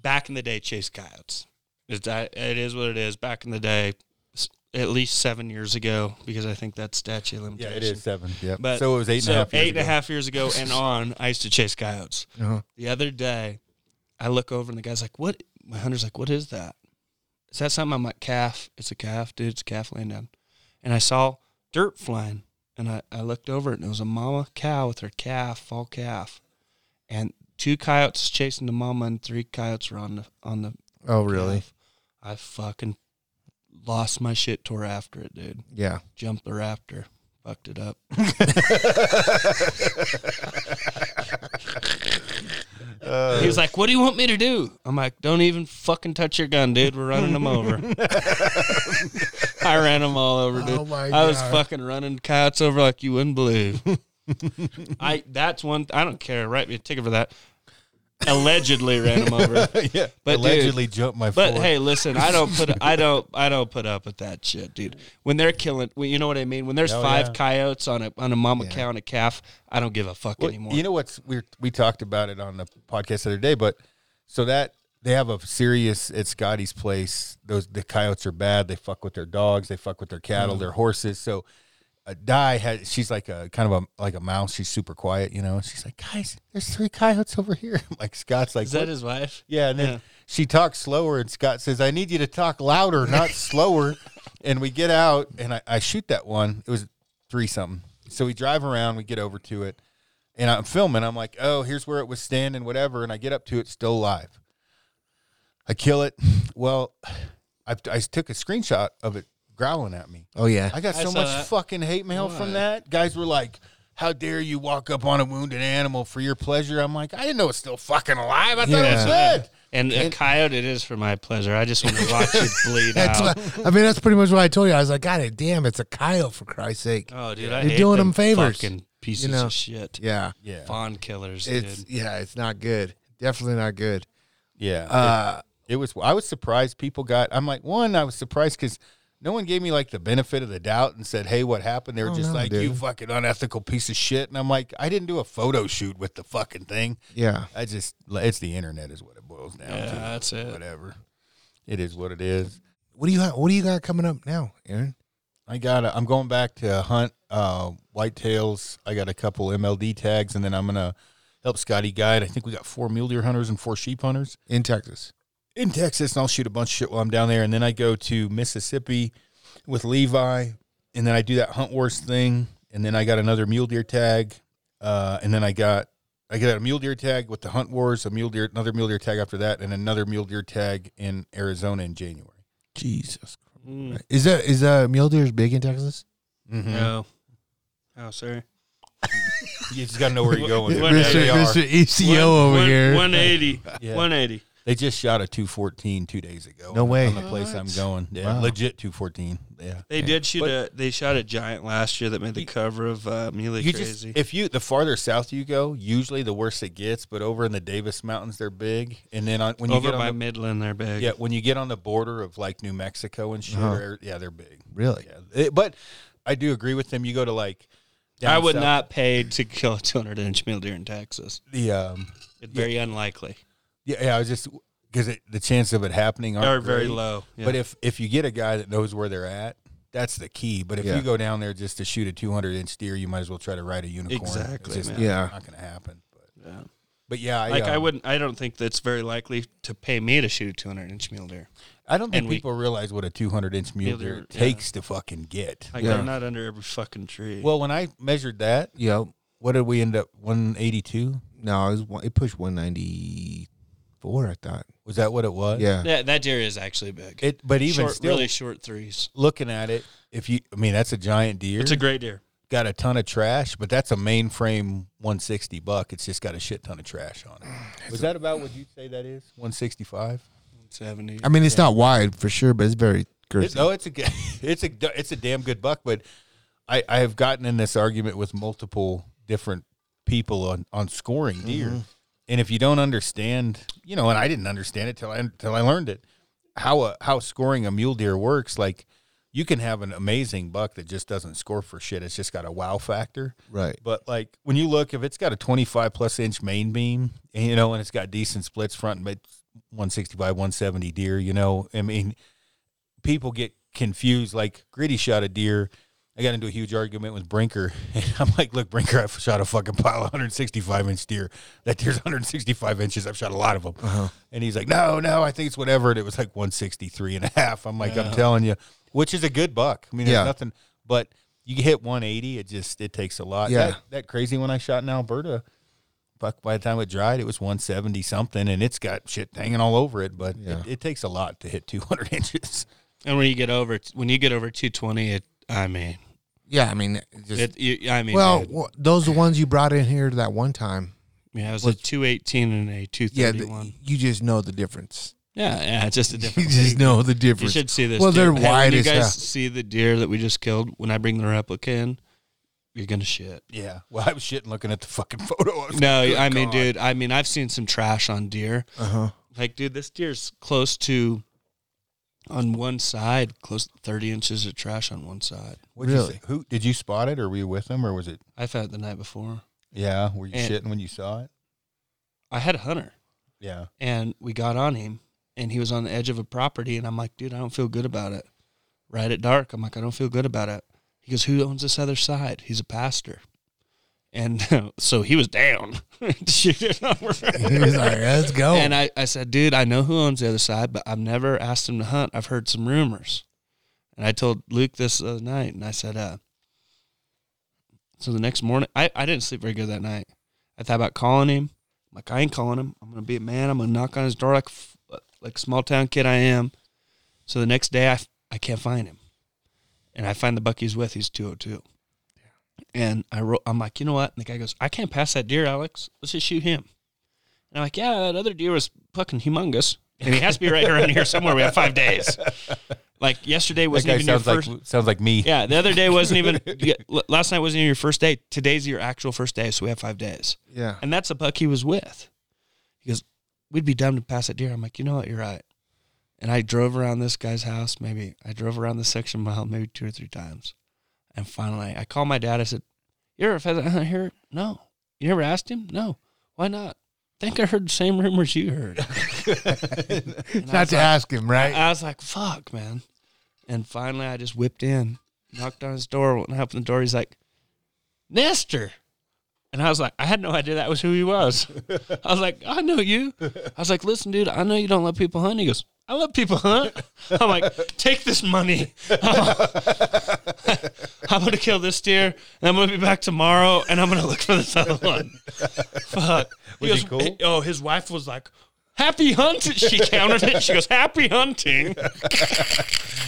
S3: back in the day chased coyotes. It's, I, it is what it is. Back in the day, s- at least seven years ago, because I think that's statute of
S2: Yeah,
S3: limitation.
S2: it is seven. Yeah,
S3: But
S2: so it was eight and a
S3: so
S2: half. years
S3: eight and a
S2: ago.
S3: half years ago and on, I used to chase coyotes.
S1: Uh-huh.
S3: The other day, I look over and the guy's like, "What?" My hunter's like, "What is that? Is that something?" I'm like, "Calf. It's a calf, dude. It's a calf laying down." And I saw dirt flying, and I, I looked over it, and it was a mama cow with her calf, fall calf, and two coyotes chasing the mama, and three coyotes were on the on the.
S1: Oh, really?
S3: calf. I fucking lost my shit. Tore after it, dude.
S1: Yeah.
S3: Jumped the raptor. Fucked it up. He was like, "What do you want me to do?" I'm like, "Don't even fucking touch your gun, dude. We're running them over." I ran them all over, dude.
S1: Oh my
S3: I was
S1: God.
S3: fucking running coyotes over like you wouldn't believe. I that's one. I don't care. Write me a ticket for that. Allegedly ran them over,
S2: yeah,
S3: But, dude-
S2: allegedly jumped my.
S3: but
S2: floor.
S3: hey, listen, I don't put I don't I don't put up with that shit, dude. When they're killing, well, you know what I mean. When there's
S2: Oh,
S3: five
S2: yeah.
S3: coyotes on a on a mama
S1: Yeah.
S3: cow and a calf, I don't give a fuck
S2: Well,
S3: anymore.
S2: You know what's we we talked about it on the podcast the other day, but so that they have a serious at Scotty's place. Those the coyotes are bad. They fuck with their dogs. They fuck with their
S3: Mm-hmm.
S2: cattle, their horses. So uh, Di had she's like a kind of a like a mouse. She's super quiet, you know. And she's like, guys, there's three coyotes over here. like Scott's like,
S3: Is that
S2: "What?"
S3: his wife?
S2: yeah, and then
S3: Yeah.
S2: she talks slower, and Scott says, I need you to talk louder, not slower. And we get out, and I, I shoot that one. It was three something. So we drive around, we get over to it, and I'm filming. I'm like, oh, here's where it was standing, whatever. And I get up to it, still alive. I kill it. Well, I, I took a screenshot of it growling at me.
S1: Oh, yeah.
S2: I got
S3: I
S2: so
S3: saw
S2: much
S3: that.
S2: fucking hate mail from that. Guys were like, "How dare you walk up on a wounded animal for your pleasure?" I'm like, "I didn't know it's still fucking alive. I thought it
S1: Yeah.
S2: was dead."
S3: And a coyote, it is for my pleasure. I just want to watch it bleed
S1: That's
S3: out.
S1: what, I mean, that's pretty much what I told you. I was like, God damn, it's a coyote for Christ's sake.
S3: oh, dude, I
S1: You're
S3: hate
S1: doing
S3: them
S1: them favors,
S3: Fucking pieces
S1: you know?
S3: of shit.
S1: Yeah.
S2: Yeah,
S3: Fawn killers,
S1: It's
S3: dude.
S1: yeah, it's not good. Definitely not good.
S2: yeah.
S1: Uh,
S2: it, it was. I was surprised people got. I'm like, one, I was surprised because no one gave me like the benefit of the doubt and said, "Hey, what happened?" They were
S1: Oh,
S2: just
S1: no,
S2: like,
S1: dude.
S2: "You fucking unethical piece of shit," and I'm like, "I didn't do a photo shoot with the fucking thing.
S1: yeah.
S2: I just it's the internet is what it boils down
S3: Yeah,
S2: to.
S3: that's it.
S2: Whatever. It is what it is."
S1: What do you got? What do you got coming up now, Aaron?
S2: I got. I'm going back to hunt uh, whitetails. I got a couple MLD tags, and then I'm gonna help Scotty guide. I think we got four mule deer hunters and four sheep hunters
S1: In Texas.
S2: in Texas, and I'll shoot a bunch of shit while I'm down there. And then I go to Mississippi with Levi, and then I do that hunt wars thing, and then I got another mule deer tag, uh, and then I got I got a mule deer tag with the hunt wars, a mule deer, another mule deer tag after that, and another mule deer tag in Arizona in January.
S1: Jesus.
S3: Mm,
S1: Is that is uh mule deer's big in Texas?
S3: No. Oh, sorry.
S2: You just gotta know where you're going.
S3: What-
S2: Yeah, they
S1: Mr.
S2: are.
S1: Mr. ECO
S3: One-
S1: E over
S3: one-
S1: here.
S3: 180.
S2: Yeah.
S3: 180.
S2: They just shot a 214 two days ago.
S1: No way.
S2: On the place I'm going. Yeah.
S1: Wow.
S2: Legit 214. Yeah.
S3: They did shoot
S2: But-
S3: a. They shot a giant last year that made the cover of uh, Muley
S2: You just,
S3: Crazy.
S2: if you, the farther south you go, usually the worse it gets, but over in the Davis Mountains, they're big. And then on, when you
S3: Over
S2: get
S3: by
S2: on
S3: Midland, they're big.
S2: the, yeah, when you get on the border of like New Mexico and shit,
S1: Uh-huh.
S2: or- yeah, they're big.
S1: Really?
S2: Yeah. It- but I do agree with them. You go to like,
S3: I
S2: down
S3: would
S2: south-
S3: not pay to kill a 200 inch mule deer in Texas.
S2: the, um,
S3: It's very unlikely
S2: yeah, yeah, I was just, because the chance of it happening aren't
S3: or very
S2: great.
S3: low. Yeah.
S2: But if if you get a guy that knows where they're at, that's the key. But if
S1: Yeah.
S2: you go down there just to shoot a 200 inch deer, you might as well try to ride a unicorn.
S3: Exactly,
S2: It's just
S3: man.
S1: Yeah.
S2: not going to happen. But,
S3: Yeah.
S2: but yeah, I,
S3: like I
S2: um,
S3: wouldn't, I don't think that's very likely to pay me to shoot a 200 inch mule deer.
S2: I don't think
S3: and we-
S2: people realize what a 200 inch mule
S3: Mule
S2: deer
S3: deer, yeah.
S2: takes to fucking get.
S3: Like
S1: Yeah.
S3: they're not under every fucking tree.
S2: well, when I measured that,
S1: Yeah.
S2: what did we end up? 182.
S1: No, it was one- it pushed one ninety four, I thought.
S2: Was that what it was?
S1: Yeah.
S3: yeah, that deer is actually big.
S2: It. But even
S3: short,
S2: still,
S3: really short threes.
S2: looking at it, if you, I mean, that's a giant deer.
S3: It's a great deer.
S2: got a ton of trash, but that's a mainframe 160 buck. It's just got a shit ton of trash on it. Was that about what you say that is? 165.
S3: 70.
S1: I mean it's not wide for sure, but it's very
S2: It,
S1: girthy.
S2: no, it's a g- it's a it's a damn good buck. But I I have gotten in this argument with multiple different people on on scoring deer, and if you don't understand, you know, and I didn't understand it till I till I learned it. how a, how scoring a mule deer works. Like you can have an amazing buck that just doesn't score for shit. It's just got a wow factor.
S1: Right.
S2: But like when you look, if it's got a 25 plus inch main beam, and, you know, and it's got decent splits front and mid 160 by 170 deer, you know, I mean, people get confused. Like Gritty shot a deer. I got into a huge argument with Brinker, and I'm like, "Look, Brinker, I've shot a fucking pile of 165 inch deer. That deer's 165 inches. I've shot a lot of them."
S1: Uh-huh.
S2: And he's like, "No, no, I think it's whatever." And it was like 163 and a half. I'm like, "I'm telling you," which is a good buck. I mean, there's
S1: Yeah.
S2: nothing, but you hit 180, it just it takes a lot.
S1: Yeah.
S2: That, that crazy one I shot in Alberta, fuck, by the time it dried, it was 170 something, and it's got shit hanging all over it. But
S1: Yeah.
S2: it, it takes a lot to hit 200 inches.
S3: And when you get over when you get over 220, it I mean,
S1: Yeah, I mean, it just
S3: it, you, I mean,
S1: well,
S3: it-
S1: w- those are the ones you brought in here that one time.
S3: yeah, it was a 218 and a
S1: Yeah, th-
S3: 231.
S1: you just know the difference.
S3: Yeah, yeah, it's just a
S1: You
S3: different.
S1: just know the
S3: You
S1: difference.
S3: should see this.
S1: Well, they're
S3: deer. Hey,
S1: wide
S3: when
S1: as
S3: You guys
S1: hell.
S3: see the deer that we just killed. When I bring the replica in, you're gonna shit.
S2: Yeah. Well, I was shitting looking at the fucking photo. I was
S3: No,
S2: like,
S3: I mean,
S2: "Good
S3: dude, I mean, I've seen some trash on deer.
S1: Uh huh.
S3: Like, dude, this deer's close to, on one side, close to 30 inches of trash on one side.
S2: God." What'd you
S1: Really?
S2: say? Who did you spot it, or were you with him, or was it?
S3: I found it the night before.
S2: Yeah. Were you
S3: And-
S2: shitting when you saw it?
S3: I had a hunter,
S2: Yeah.
S3: and we got on him, and he was on the edge of a property, and I'm like, dude, I don't feel good about it. Right at dark, I'm like, I don't feel good about it. He goes, who owns this other side? He's a pastor. And so he was down. Shoot it over.
S1: He was like, "Let's go."
S3: And I, I said, dude, I know who owns the other side, but I've never asked him to hunt. I've heard some rumors. And I told Luke this the other night, and I said, uh, so the next morning, I, I didn't sleep very good that night. I thought about calling him. I'm like, I ain't calling him. I'm going to be a man. I'm going to knock on his door like, f- like small town kid I am. So the next day, I, f- I can't find him. And I find the buck he's with. He's 202. And I ro- I'm like, you know what? And the guy goes, I can't pass that deer, Alex. Let's just shoot him. And I'm like, yeah, that other deer was fucking humongous. And he has to be right around here somewhere. We have five days. Like yesterday
S2: That
S3: wasn't
S2: guy
S3: even your
S2: sounds like
S3: first.
S2: sounds like me.
S3: Yeah, the other day wasn't even. yeah, l- last night wasn't even your first day. Today's your actual first day, so we have five days,
S1: yeah.
S3: and that's a buck he was with. He goes, "We'd be dumb to pass that deer." I'm like, "You know what? You're right." And I drove around this guy's house. Maybe I drove around the section mile maybe two or three times, and finally I called my dad. I said, "You ever pheasant hunt here?" No. You never asked him? No. Why not? I think I heard the same rumors you heard.
S1: Not to ask him, right?
S3: I was like, fuck, man. And finally, I just whipped in, knocked on his door. When I opened the door, he's like, Nestor. And I was like, I had no idea that was who he was. I was like, I know you. I was like, listen, dude, I know you don't let people hunt. He goes, I let people hunt. I'm like, take this money. I'm going to kill this deer, and I'm going to be back tomorrow, and I'm going to look for this other one. Fuck.
S2: Was he cool?
S3: Oh, his wife was like, happy hunting. She counted it. She goes, happy hunting.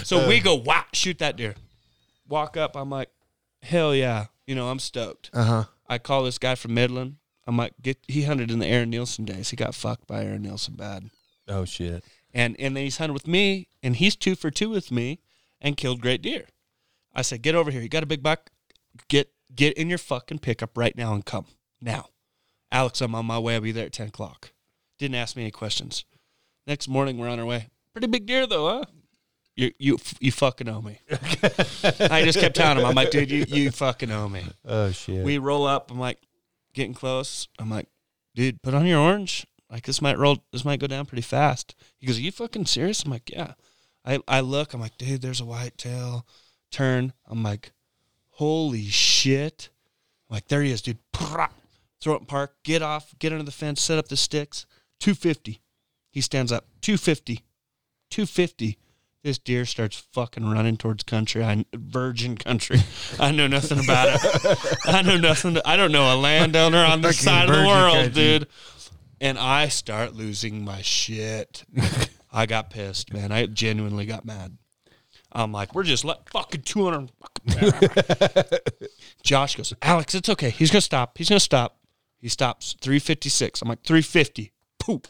S3: so we go, wow, shoot that deer. Walk up. I'm like, hell yeah. You know, I'm stoked.
S1: Uh huh.
S3: I call this guy from Midland. I'm like, get, he hunted in the Aaron Nielsen days. He got fucked by Aaron Nielsen bad.
S2: Oh shit.
S3: And, and then he's hunted with me, and he's two for two with me and killed great deer. I said, get over here. You got a big buck? Get get in your fucking pickup right now and come. Now. Alex, I'm on my way. I'll be there at 10 o'clock. Didn't ask me any questions. Next morning, we're on our way. Pretty big deer, though, huh? You, you, you fucking owe me. I just kept telling him, I'm like, dude, you, you fucking owe me.
S2: Oh shit.
S3: We roll up. I'm like, getting close. I'm like, dude, put on your orange. Like this might roll. This might go down pretty fast. He goes, "Are you fucking serious?" I'm like, "Yeah." I I look. I'm like, dude, there's a white tail. Turn. I'm like, holy shit. I'm like there he is, dude. Prah. Throw it in park. Get off. Get under the fence. Set up the sticks. 250. He stands up. 250. 250. This deer starts fucking running towards country. I virgin country. I know nothing about it. I know nothing. I don't know a landowner on this
S1: Fucking
S3: side of the
S1: virgin
S3: world,
S1: country.
S3: dude. And I start losing my shit. I got pissed, man. I genuinely got mad. I'm like, we're just like fucking 200. Josh goes, Alex, it's okay. He's going to stop. He's going to stop. He stops 356. I'm like, 350. Poop.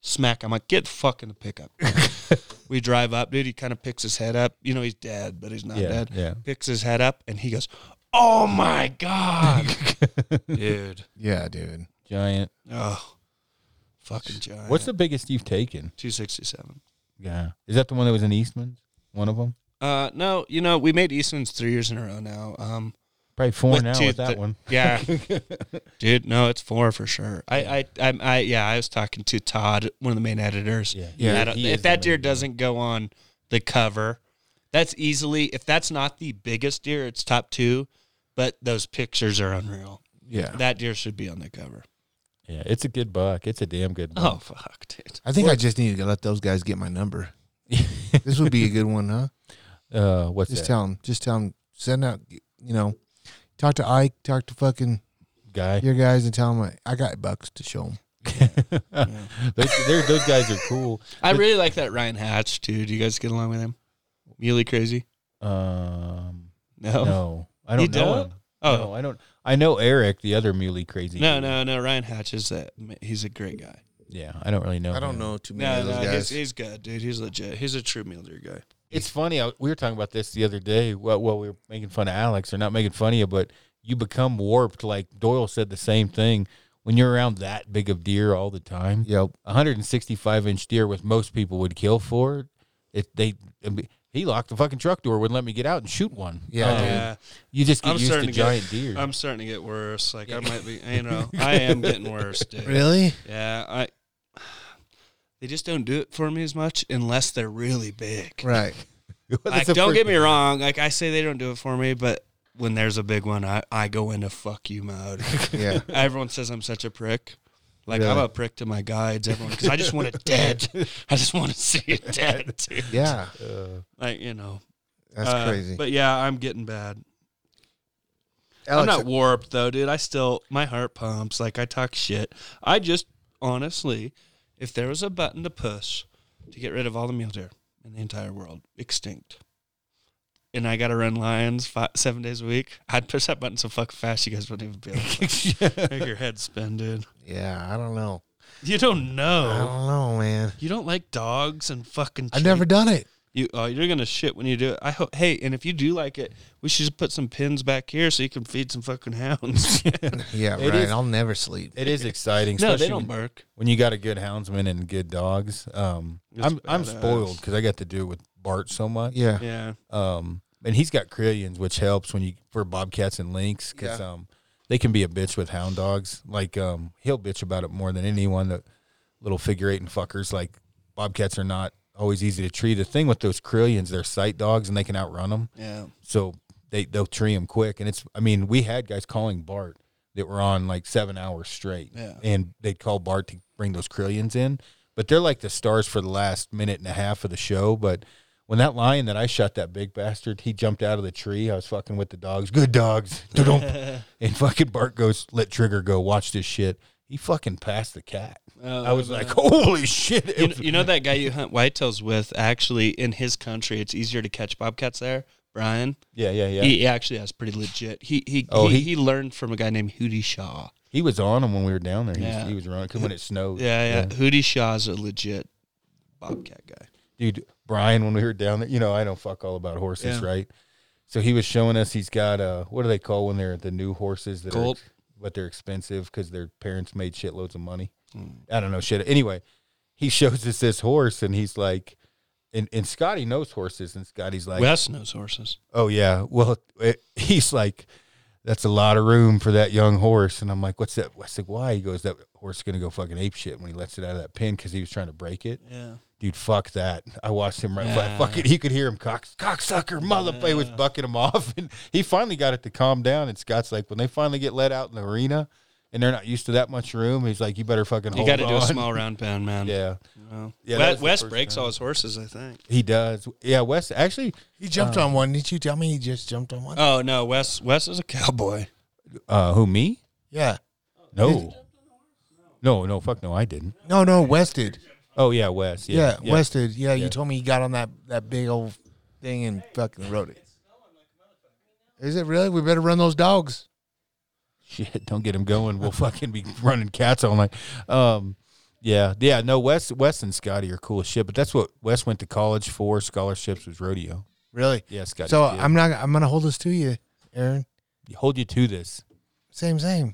S3: Smack. I'm like, get the fuck in the pickup. we drive up, dude. He kind of picks his head up. You know, he's dead, but he's not
S2: Yeah,
S3: dead.
S2: yeah.
S3: Picks his head up and he goes, oh my God. dude.
S1: Yeah, dude.
S2: Giant.
S3: Oh, fucking giant.
S2: What's the biggest you've taken?
S3: 267?
S2: Yeah. Is that the one that was in Eastman's? One of them?
S3: Uh, no, you know we made Eastman's three years in a row now. Um,
S2: Probably four
S3: With
S2: now
S3: two-
S2: with that
S3: th-
S2: one.
S3: yeah, dude, no, it's four for sure. I, I, I, I, yeah, I was talking to Todd, one of the main editors.
S2: Yeah.
S3: And
S2: Yeah,
S3: I don't-
S2: he is
S3: if
S2: the
S3: that
S2: main
S3: deer
S2: editor.
S3: doesn't go on the cover, that's easily if that's not the biggest deer, it's top two. But those pictures are unreal.
S1: Yeah.
S3: That deer should be on the cover.
S2: Yeah, it's a good buck. It's a damn good buck.
S3: Oh fuck, dude.
S1: I think I just need to let those guys get my number. this would be a good one, huh?
S2: Uh, what's
S1: Just
S2: that?
S1: tell them. Just tell them. Send out. You know, talk to Ike. Talk to fucking
S2: Guy.
S1: your guys and tell them I, I got bucks to show them.
S2: those, they're- those guys are cool.
S3: I really like that Ryan Hatch too. Do you guys get along with him? Muley crazy?
S2: Um,
S3: No.
S2: no, I
S3: Oh. You
S2: don't know
S3: don't?
S2: him. No,
S3: Oh
S2: I don't. I know Eric, the other muley crazy.
S3: no,
S2: dude.
S3: no, no. Ryan Hatch is that. He's a great guy.
S2: Yeah, I don't really know. him.
S1: know too
S3: No, no, he's, he's good, dude. He's legit. He's a true mule deer guy.
S2: It's funny. I, we were talking about this the other day. Well, well, we were making fun of Alex, or not making fun of you, but you become warped. Like Doyle said the same thing. When you're around that big of deer all the time,
S1: Yep.
S2: a 165 inch deer, which most people would kill for, it they he locked the fucking truck door, wouldn't let me get out and shoot one.
S1: Oh, Yeah,
S2: I mean,
S3: Yeah,
S2: you just get
S3: I'm
S2: used to
S3: starting to get-
S2: giant deer.
S3: I'm starting to get worse. Like I might be, you know, I am getting worse, dude.
S1: Really?
S3: Yeah, I. They just don't do it for me as much unless they're really big.
S1: Right.
S3: Like, don't get me wrong. Like I say, they don't do it for me, but when there's a big one, I, I go into fuck you mode.
S1: Yeah.
S3: Everyone says I'm such a prick. Like I'm
S1: Really?
S3: a prick to my guides, everyone, because I just want it dead. I just want to see it dead. Dude.
S1: Yeah.
S3: Like you know,
S1: That's
S3: Uh,
S1: crazy.
S3: But yeah, I'm getting bad.
S1: Alex, uh,
S3: I'm not warped though, dude. I still my heart pumps. Like I talk shit. I just honestly, if there was a button to push to get rid of all the mule deer in the entire world extinct, and I got to run lions five, seven days a week, I'd push that button so fucking fast you guys wouldn't even be able to like, make your head spin, dude.
S1: yeah, I don't know.
S3: You don't
S1: I
S3: know.
S1: don't know, man.
S3: You don't like dogs and fucking.
S1: I've never
S3: treat-
S1: done it.
S3: You oh, you're gonna shit when you do it. I hope. Hey, and if you do like it, we should just put some pins back here so you can feed some fucking hounds.
S1: Yeah,
S2: It
S1: right.
S2: is-
S1: I'll never sleep.
S2: It is exciting.
S3: no,
S2: especially
S3: they don't
S2: when,
S3: bark.
S2: when you got a good houndsman and good dogs. Um,
S3: It's
S2: I'm I'm
S3: badass.
S2: spoiled because I got to do with Bart so much.
S1: Yeah.
S3: Yeah.
S2: Um, and he's got Krillians, which helps when you for bobcats and lynx because
S1: Yeah.
S2: um, they can be a bitch with hound dogs. Like um, he'll bitch about it more than anyone. That little figure eight and fuckers like bobcats are not always easy to tree. The thing with those Krillians, they're sight dogs and they can outrun them.
S3: Yeah.
S2: So they they'll tree him quick, and it's. I mean, we had guys calling Bart that were on like seven hours straight,
S3: Yeah.
S2: and they'd call Bart to bring those Krillians in. But they're like the stars for the last minute and a half of the show. But when that lion that I shot, that big bastard, he jumped out of the tree. I was fucking with the dogs, good dogs, Dudump. and fucking Bart goes, "Let Trigger go. Watch this shit." He fucking passed the cat.
S3: Oh,
S2: I was
S3: man.
S2: like, "Holy shit!" It
S3: You,
S2: was-
S3: you know that guy you hunt whitetails with? Actually, in his country, it's easier to catch bobcats there. Brian,
S2: yeah, yeah, yeah.
S3: he, he actually has pretty legit. He he,
S2: Oh,
S3: he,
S2: he-
S3: he learned from a guy named Hootie Shaw.
S2: He was on him when we were down there. He,
S3: Yeah.
S2: was, he was running 'cause when it snowed.
S3: Yeah, yeah. Hootie Shaw's a legit bobcat guy.
S2: dude Brian when we were down there. You know, I don't fuck all about horses,
S3: Yeah.
S2: right? So he was showing us he's got uh what do they call when they're the new horses that
S3: Colt.
S2: are ex- but they're expensive because their parents made shitloads of money.
S3: Hmm.
S2: I don't know shit. Anyway, he shows us this horse and he's like, and, and Scotty knows horses and Scotty's like,
S3: Wes knows horses.
S2: oh yeah, well it, he's like. That's a lot of room for that young horse, and I'm like, "What's that?" I said, "Why?" He goes, "That horse is gonna go fucking ape shit when he lets it out of that pen because he was trying to break it."
S3: Yeah.
S2: dude, fuck that. I watched him right.
S3: Yeah.
S2: Fuck it. He could hear him cock, cocksucker, motherfucker. He was bucking him off. And he finally got it to calm down. And Scott's like, when they finally get let out in the arena and they're not used to that much room, he's like, you better fucking
S3: You
S2: hold
S3: got to do a
S2: on.
S3: small round pound, man.
S2: Yeah.
S3: Well,
S2: Yeah, that was
S3: Wes,
S2: the
S3: Wes
S2: first
S3: breaks
S2: time.
S3: all his horses, I think.
S2: He does. Yeah. Wes, actually,
S1: He jumped on one. Didn't you tell me he just jumped on one?
S3: Oh no, Wes Wes is a cowboy.
S2: uh, who, me?
S1: yeah.
S2: No. No, no, fuck no, I didn't.
S1: No, no, West did.
S2: Oh, yeah, Wes.
S1: Yeah,
S2: Yeah.
S1: West did. Yeah, you told me he got on that, that big old thing and fucking rode it. Is it really? We better run those dogs.
S2: shit, don't get him going. We'll fucking be running cats all night. Um, yeah, yeah, no, Wes, Wes and Scotty are cool as shit, but that's what Wes went to college for. Scholarships was rodeo.
S1: Really?
S2: Yeah, Scotty.
S1: So
S2: did.
S1: I'm not. I'm gonna hold this to you, Aaron.
S2: hold you to this.
S1: Same, same.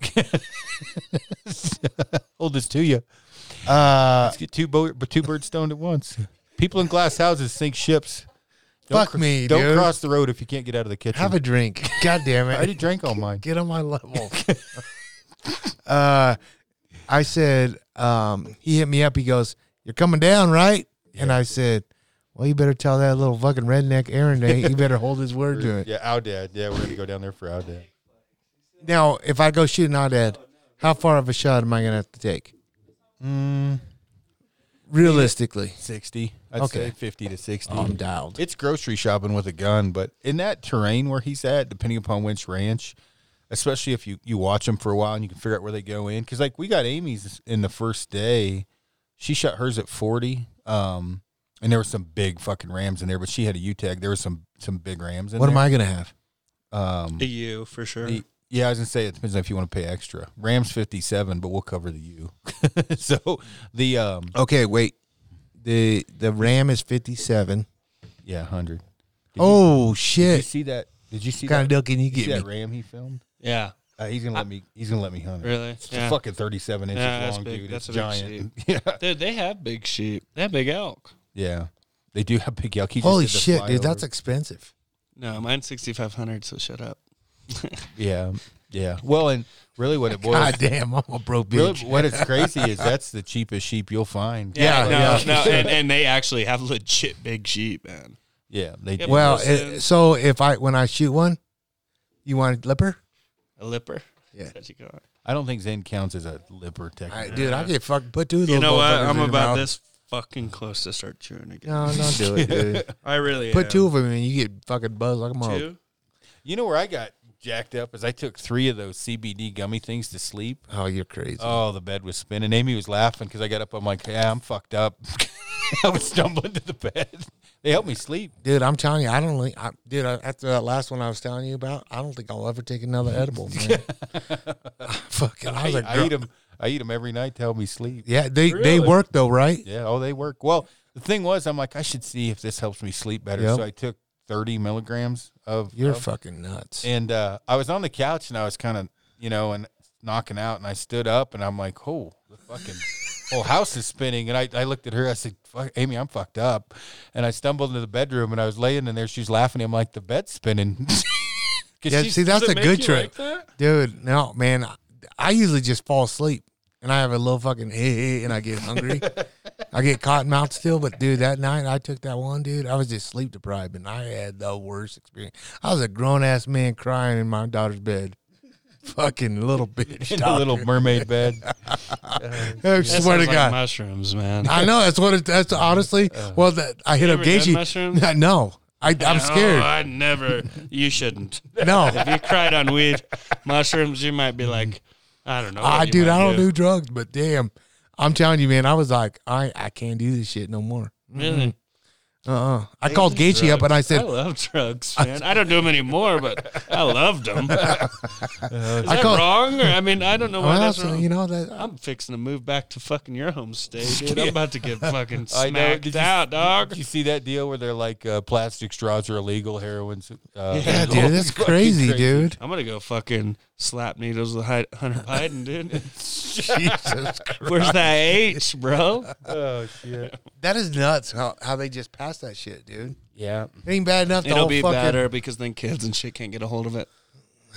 S2: Hold this to you.
S1: Uh,
S2: Let's get two bo- but two birds stoned at once. People in glass houses sink ships.
S1: Fuck
S2: cr-
S1: me,
S2: Don't
S1: dude.
S2: cross the road if you can't get out of the kitchen.
S1: Have a drink. God damn
S2: I
S1: it.
S2: already drank all mine.
S1: Get on my level. uh, I said, um, he hit me up. He goes, You're coming down, right? And I said, Well, you better tell that little fucking redneck Aaron that he better hold his word to it.
S2: Yeah, our dad. Yeah, we're gonna go down there for our dad.
S1: Now, if I go shooting out at, how far of a shot am I going to have to take?
S2: Mm.
S1: Realistically,
S2: Sixty. I'd
S1: Okay.
S2: say fifty to sixty.
S1: I'm dialed.
S2: it's grocery shopping with a gun, but in that terrain where he's at, depending upon which ranch, especially if you you watch them for a while and you can figure out where they go in, because like we got Amy's in the first day, she shot hers at forty, um, and there were some big fucking rams in there, but she had a U tag. There was some some big rams in
S1: What
S2: there.
S1: am I going to have?
S2: Um,
S3: The U for sure.
S2: y- yeah, I was gonna say it depends on if you want to pay extra. Rams fifty seven, but we'll cover the U. so the um,
S1: Okay, wait. The the RAM is 57.
S2: yeah hundred.
S1: Oh,
S2: Did you
S1: shit.
S2: see that? Did you see
S1: What kind of
S2: that?
S1: deal can you
S2: Did you see
S1: get
S2: that
S1: me?
S2: ram he filmed?
S3: yeah,
S2: Uh, he's gonna let me. He's gonna let me hunt. it.
S3: really.
S2: It's
S3: Yeah.
S2: fucking thirty-seven inches
S3: Yeah, that's
S2: long,
S3: big.
S2: dude.
S3: That's
S2: it's
S3: a big
S2: giant. yeah,
S3: Dude, they have big sheep. They have big elk.
S2: yeah. They do have big elk. He just
S1: Holy
S2: did the
S1: shit, dude.
S2: flyover.
S1: That's expensive.
S3: No, mine's 6,500, so shut up.
S2: yeah, yeah. Well, and really, what it boils
S1: God damn, I'm a broke
S2: really,
S1: bitch.
S2: what it's crazy is that's the cheapest sheep you'll find.
S1: Yeah,
S3: no,
S1: yeah.
S3: no, and, and they actually have legit big sheep, man.
S2: yeah. They
S3: Yeah,
S2: do.
S1: Well,
S3: Because,
S1: it,
S3: uh,
S1: so if I when I shoot one, you want a lipper?
S3: A lipper.
S1: Yeah.
S3: That's what you got.
S2: I don't think Zen counts as a lipper
S1: I,
S2: technically.
S1: dude, I get fucking put two of those.
S3: You know what?
S1: motherfuckers in
S3: I'm
S1: your
S3: about
S1: mouth.
S3: this fucking close to start chewing again.
S1: No, don't do it, dude.
S3: I really
S1: Put
S3: am.
S1: two of them and you get fucking buzzed like a motherfucker.
S3: Two?
S2: You know where I got jacked up is I took three of those CBD gummy things to sleep.
S1: Oh, you're crazy.
S2: Oh, the bed was spinning. Amy was laughing because I got up. I'm like, yeah, I'm fucked up. I was stumbling to the bed. They helped me sleep.
S1: Dude, I'm telling you, I don't think, I, dude, I, after that last one I was telling you about, I don't think I'll ever take another edible, man. fucking, I
S2: I,
S1: was like,
S2: I eat them. I eat them every night to help me sleep.
S1: yeah, they, they
S3: Really?
S1: work though, right?
S2: Yeah. Oh, they work. Well, the thing was, I'm like, I should see if this helps me sleep better.
S1: Yep.
S2: So I took 30 milligrams of.
S1: You're
S2: of-
S1: fucking nuts.
S2: and uh, I was on the couch and I was kind of, you know, and knocking out. And I stood up and I'm like, oh, the fucking whole house is spinning. And I, I looked at her. I said, Fuck, Amy, I'm fucked up. And I stumbled into the bedroom and I was laying in there. She's laughing. I'm like, the bed's spinning. 'Cause
S1: Yeah,
S2: she's-
S1: see, that's
S3: Does
S1: a
S3: it make
S1: good
S3: you
S1: trick.
S3: like that?
S1: Dude, no, man. I- I usually just fall asleep and I have a little fucking eh, eh, and I get hungry. I get cotton mouth still, but dude, that night I took that one, dude. I was just sleep deprived and I had the worst experience. I was a grown ass man crying in my daughter's bed. Fucking little bitch.
S2: in the
S1: daughter.
S2: little mermaid bed.
S1: I
S3: That
S1: swear to
S3: sounds like
S1: God.
S3: mushrooms, man.
S1: I know that's what it, that's honestly. Well, that, I hit
S3: Uh,
S1: up
S3: You ever done
S1: Gacy.
S3: mushrooms?
S1: I know. I, I'm
S3: Oh,
S1: scared.
S3: I never. You shouldn't.
S1: No,
S3: If you cried on weed, mushrooms, you might be like, I don't know. what
S1: I
S3: you
S1: Ah, dude,
S3: might
S1: I don't do drugs, but damn, I'm telling you, man. I was like, I I can't do this shit no more.
S3: Really?
S1: Uh-uh. I called Gaethje up and I
S3: I
S1: said,
S3: love drugs, man. I don't do them anymore, but I loved them. Is that
S1: call-
S3: wrong? Or I mean, I don't know why
S1: well,
S3: that's
S1: so,
S3: wrong.
S1: you know that
S3: I'm fixing to move back to fucking your home state, dude. I'm about to get fucking
S2: I know. Did
S3: smacked
S2: you-
S3: out, dog.
S2: Did you see that deal where they're like uh, plastic straws are illegal, heroin's uh,
S1: yeah, dude, that's
S2: Fucking
S1: crazy, dude.
S3: I'm gonna go fucking slap needles with Hy- Hunter Biden, dude.
S1: Jesus,
S3: Where's that H, bro?
S2: Oh shit.
S1: that is nuts. How how they just passed that shit, dude?
S2: Yeah.
S1: It ain't bad enough. The
S3: It'll
S1: whole
S3: be
S1: fucking,
S3: better because then kids and shit can't get a hold of it.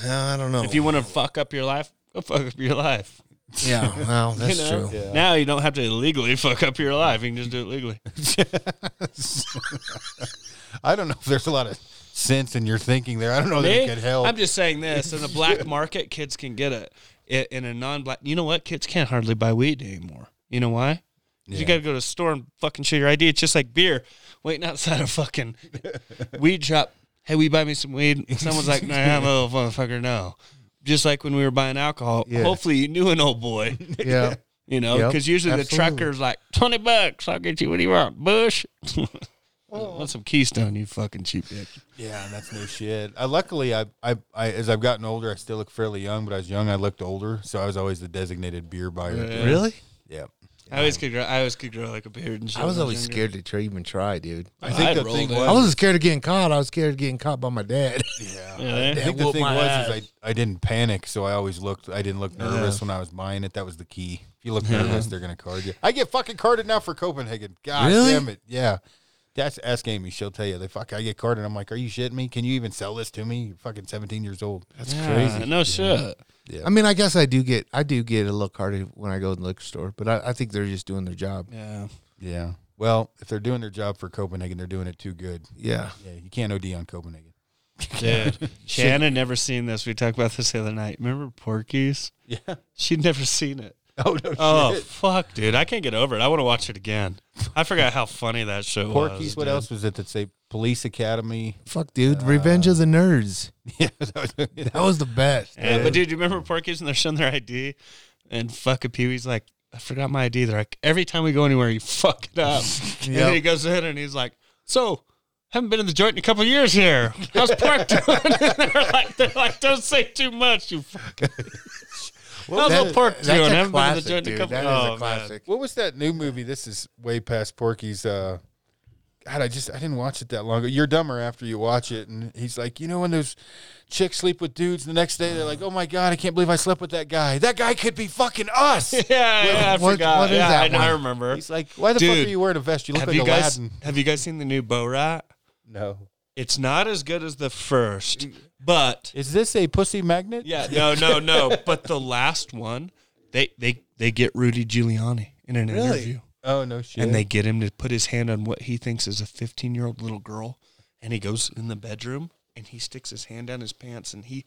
S1: Uh, I don't know.
S3: If you want to fuck up your life, go fuck up your life.
S1: yeah, well, that's
S3: you know?
S1: true.
S2: Yeah.
S3: Now you don't have to illegally fuck up your life. You can just do it legally.
S2: I don't know if there's a lot of sense in your thinking there. I don't know that it
S3: Me?
S2: could help.
S3: I'm just saying this. In the black market, kids can get it. I- In a non-black, you know what? Kids can't hardly buy weed anymore. You know why? 'Cause
S2: Yeah.
S3: You got to go to the store and fucking show your ID. It's just like beer, waiting outside a fucking weed shop. Hey, will you buy me some weed? Someone's like, Nah, I'm a little motherfucker. No. Just like when we were buying alcohol.
S1: Yeah.
S3: Hopefully, you knew an old boy.
S1: Yeah,
S3: You know,
S1: Yep,
S3: because usually
S1: absolutely.
S3: the trucker's like twenty bucks. I'll get you what do you want, Bush. Want some Keystone, you fucking cheap dick.
S2: yeah, and that's no shit. I, luckily, I, I, I, as I've gotten older, I still look fairly young. But I was young, I looked older, so I was always the designated beer buyer. Yeah.
S1: really.
S3: I always could grow. I always could grow like a beard and shit.
S1: I was
S3: when
S1: always
S3: younger.
S1: scared to try, even try, dude.
S2: I think
S3: I'd
S2: the
S3: roll
S2: thing
S3: that.
S2: was,
S1: I wasn't scared of getting caught. I was scared of getting caught by my dad.
S3: Yeah,
S2: I
S3: eh?
S1: That
S2: think the
S1: whooped
S2: thing
S1: my
S2: was, is I, I didn't panic, so I always looked. I didn't look nervous when I was buying it. That was the key. If You look nervous, they're gonna card you. I get fucking carded now for Copenhagen. God
S1: Really?
S2: damn it. Yeah. That's ask Amy. She'll tell you. They fuck I get carded. I'm like, Are you shitting me? Can you even sell this to me? You're fucking seventeen years old.
S1: That's
S3: Yeah, No shit.
S1: I mean, I guess I do get I do get a little carded when I go to the liquor store, but I, I think they're just doing their job.
S3: Yeah.
S2: Yeah. Well, if they're doing their job for Copenhagen, they're doing it too good.
S1: Yeah.
S2: Yeah, you can't OD on Copenhagen.
S3: Dude, Shannon never seen this. We talked about this the other night. Remember Porky's?
S2: Yeah.
S3: She'd never seen it.
S2: Oh no
S3: Oh
S2: shit.
S3: fuck, dude! I can't get over it. I want to watch it again. I forgot how funny that show was.
S2: Porky's, what
S3: dude.
S2: else was it that say Police Academy?
S1: Fuck, dude. Revenge of the Nerds.
S2: Yeah, that was-
S1: That was the best.
S3: Yeah, but dude, you remember Porky's and they're showing their ID, and fucking Pee Wee's like, I forgot my ID. They're like, every time we go anywhere, you fuck it up. And
S1: Yep.
S3: then he goes in and he's like, so. Haven't been in the joint in a couple years here. How's Park doing? And they're, like, they're like, don't say too much, you fucking. How's
S1: That-
S3: old Park
S1: that's
S3: doing?
S1: a
S3: Haven't been in the
S1: classic,
S3: joint in
S1: dude.
S3: a couple
S1: That is
S3: oh,
S1: a
S3: man.
S1: classic.
S2: What was that new movie? This is way past Porky's. Uh, God, I just I didn't watch it that long ago. You're dumber after you watch it, and he's like, you know, when those chicks sleep with dudes, the next day they're like, oh my god, I can't believe I slept with that guy. That guy could be fucking us.
S3: Yeah, yeah, I
S1: What-
S3: forgot.
S1: what is
S3: yeah,
S1: that
S3: I, know, I
S1: one?
S3: remember.
S2: he's like, why the fuck
S3: Dude,
S2: are you wearing a vest? You look
S3: have
S2: like
S3: you guys
S2: Aladdin.
S3: have you guys seen the new Bo Rat?
S2: No.
S3: It's not as good as the
S1: Mm.
S3: first, but
S2: Is this a pussy magnet?
S3: yeah, no, no, no. But the last one, they they they get Rudy Giuliani in an interview,
S2: Oh no shit.
S3: and they get him to put his hand on what he thinks is a 15 year old little girl, and he goes in the bedroom and he sticks his hand down his pants, and he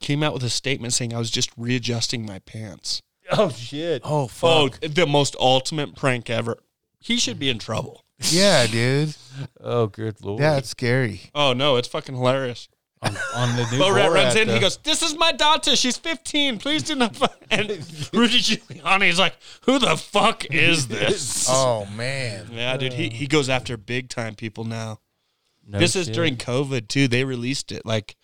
S3: came out with a statement saying, "I was just readjusting my pants."
S2: oh shit.
S1: Oh fuck.
S3: Oh, the most ultimate prank ever. He should be in trouble.
S1: Yeah, dude.
S2: Oh good lord.
S1: Yeah, it's scary.
S3: Oh no, it's fucking hilarious.
S2: on, on the new. uh,
S3: Bo Rat runs in.
S2: though.
S3: He goes, "This is my daughter. She's 15. Please do not." fu-" And Rudy Giuliani's like, "Who the fuck is this?"
S1: Oh man.
S3: yeah, dude. He he goes after big time people now.
S2: No
S3: this is
S2: shit.
S3: during COVID too. They released it. Like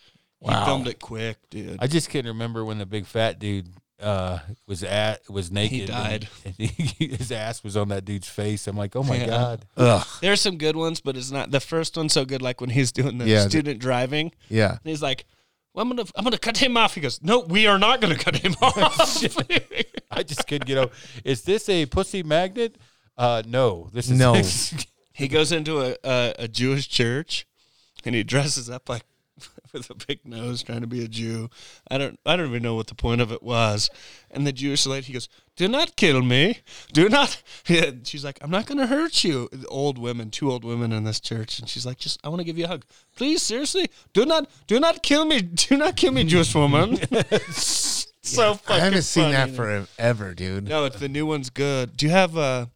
S3: he
S2: Wow.
S3: filmed it quick, dude.
S2: I just couldn't remember when the big fat dude uh was at was naked. and-
S3: died.
S2: and he- his ass was on that dude's face. I'm like, oh my
S3: Yeah.
S2: god.
S1: Ugh.
S3: There's some good ones, but it's not the first one's so good. Like when he's doing the
S1: Yeah, the-
S3: student driving,
S1: Yeah.
S3: and he's like. Well, I'm gonna, I'm gonna cut him off. He goes, no, we are not gonna cut him off.
S2: I just couldn't get over. Is this a pussy magnet? Uh, no. This is
S1: No.
S3: he goes into a, a, a Jewish church and he dresses up like with a big nose trying to be a Jew. I don't I don't even know what the point of it was. And the Jewish lady he goes, "Do not kill me. Do not." Yeah, she's like, "I'm not going to hurt you." The Old women, two old women in this church, and she's like, "Just I want to give you a hug. Please, seriously, do not do not kill me. Do not kill me, Jewish woman." so fucking
S1: I haven't seen that
S3: funny.
S1: forever, dude.
S3: No, it's the new one's good. Do you have uh,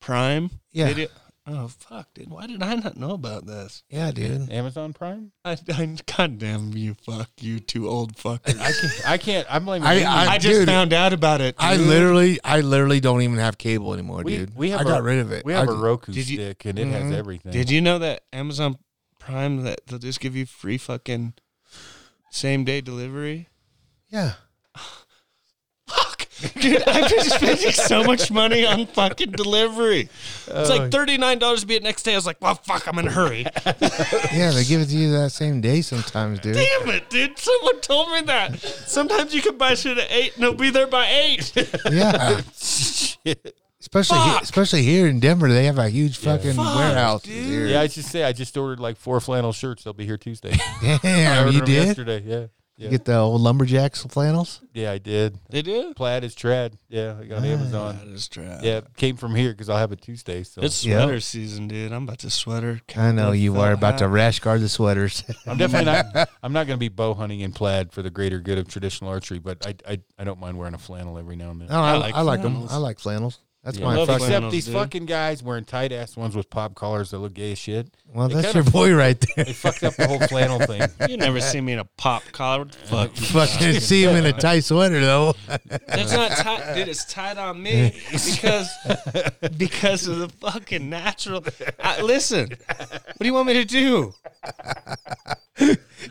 S3: Prime?
S1: Yeah.
S3: Video? Oh fuck, dude! Why did I not know about this?
S1: Yeah, dude.
S2: Amazon Prime.
S3: I, I goddamn you, fuck you, two old fuckers.
S2: I can't. I can't. I'm blaming.
S1: I-
S2: Amy.
S1: I-
S3: I just
S1: Dude.
S3: found out about it.
S1: I
S3: dude.
S1: literally, I literally don't even have cable anymore,
S2: we,
S1: dude.
S2: we have
S1: I got
S2: a-
S1: rid of it.
S2: We have
S1: I-
S2: a Roku
S3: Did you-
S2: stick and it
S1: mm-hmm.
S2: has everything.
S3: Did you know that Amazon Prime that they'll just give you free fucking same day delivery?
S1: Yeah.
S3: Fuck, dude! I've been spending so much money on fucking delivery. It's
S1: Oh.
S3: like thirty nine dollars to be it next day. I was like, well, fuck, I'm in a hurry.
S1: Yeah, they give it to you that same day sometimes, dude.
S3: Damn it, dude. Someone told me that. Sometimes you can buy shit at 8 and it'll be there by 8.
S1: Yeah. Especially, he-
S3: Fuck.
S1: especially here in Denver, they have a huge fucking
S3: Fuck,
S1: warehouse.
S3: dude.
S1: Dude.
S2: Yeah, I just say I just ordered like four flannel shirts. They'll be here Tuesday. I
S1: Damn,
S2: ordered
S1: Oh, you
S2: them
S1: did.
S2: yesterday. Yeah.
S1: You
S2: Yeah.
S1: get the old lumberjacks flannels.
S2: yeah, I did.
S3: They do?
S2: Plaid is trad. Yeah,
S1: Ah,
S2: like on Amazon.
S3: is trap.
S2: Yeah, it came from here because I'll have it Tuesday. So
S3: It's
S1: Yeah.
S3: sweater season, dude. I'm about to sweater.
S1: I know you are about to
S3: Hot.
S1: rash guard the sweaters.
S2: I'm definitely not. I'm not going to be bow hunting in plaid for the greater good of traditional archery, but I I, I don't mind wearing a flannel every now and then.
S1: no, Oh, I,
S3: I
S1: I
S3: like
S1: like, them.
S3: flannels.
S1: I like flannels. That's
S2: Yeah.
S1: my
S3: Love
S1: fucking.
S3: flannels.
S2: Except these
S3: dude.
S2: fucking guys wearing tight ass ones with pop collars that look gay as shit.
S1: Well,
S2: They
S1: that's
S2: kinda-
S1: your boy right there.
S2: They fucked up the whole flannel thing.
S3: You never see me in a pop collar. What the Fuck. you.
S1: Fucking see him in a tight sweater though.
S3: That's not tight, dude. It's tight on me because because of the fucking natural. I, listen, what do you want me to do?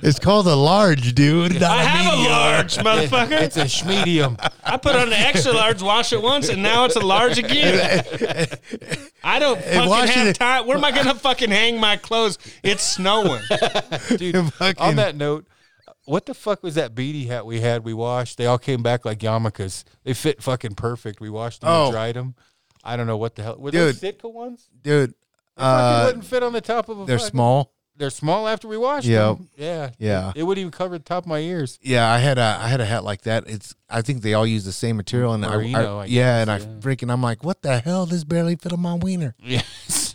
S1: It's called a large, dude. not
S3: I
S1: a
S3: have a
S1: medium.
S3: large, motherfucker.
S2: It's a schmedium.
S3: I put on an extra large, wash it once, and now it's a large again. I don't fucking
S1: washing
S3: have
S1: it-
S3: time. Where am I gonna fucking hang my clothes? It's snowing.
S2: Dude,
S1: Fucking-
S2: on that note, What the fuck was that beady hat we had? We washed. They all came back like yarmulkes. They fit fucking perfect. We washed them,
S1: Oh.
S2: and dried them. I don't know what the hell. Were they Sitka ones?
S1: dude.
S2: They fucking
S1: Uh,
S2: wouldn't fit on the top of a.
S1: they're
S2: fucking-
S1: small.
S2: They're small after we washed
S1: Yep.
S2: them. Yeah.
S1: Yeah.
S2: It would even cover the top of my ears.
S1: Yeah, I had a I had a hat like that. It's I think they all use the same material, and I,
S2: Merino,
S1: I-
S2: I
S1: yeah,
S2: guess,
S1: and I
S2: yeah.
S1: freaking I'm like, what the hell? This barely fit on my wiener.
S2: Yes.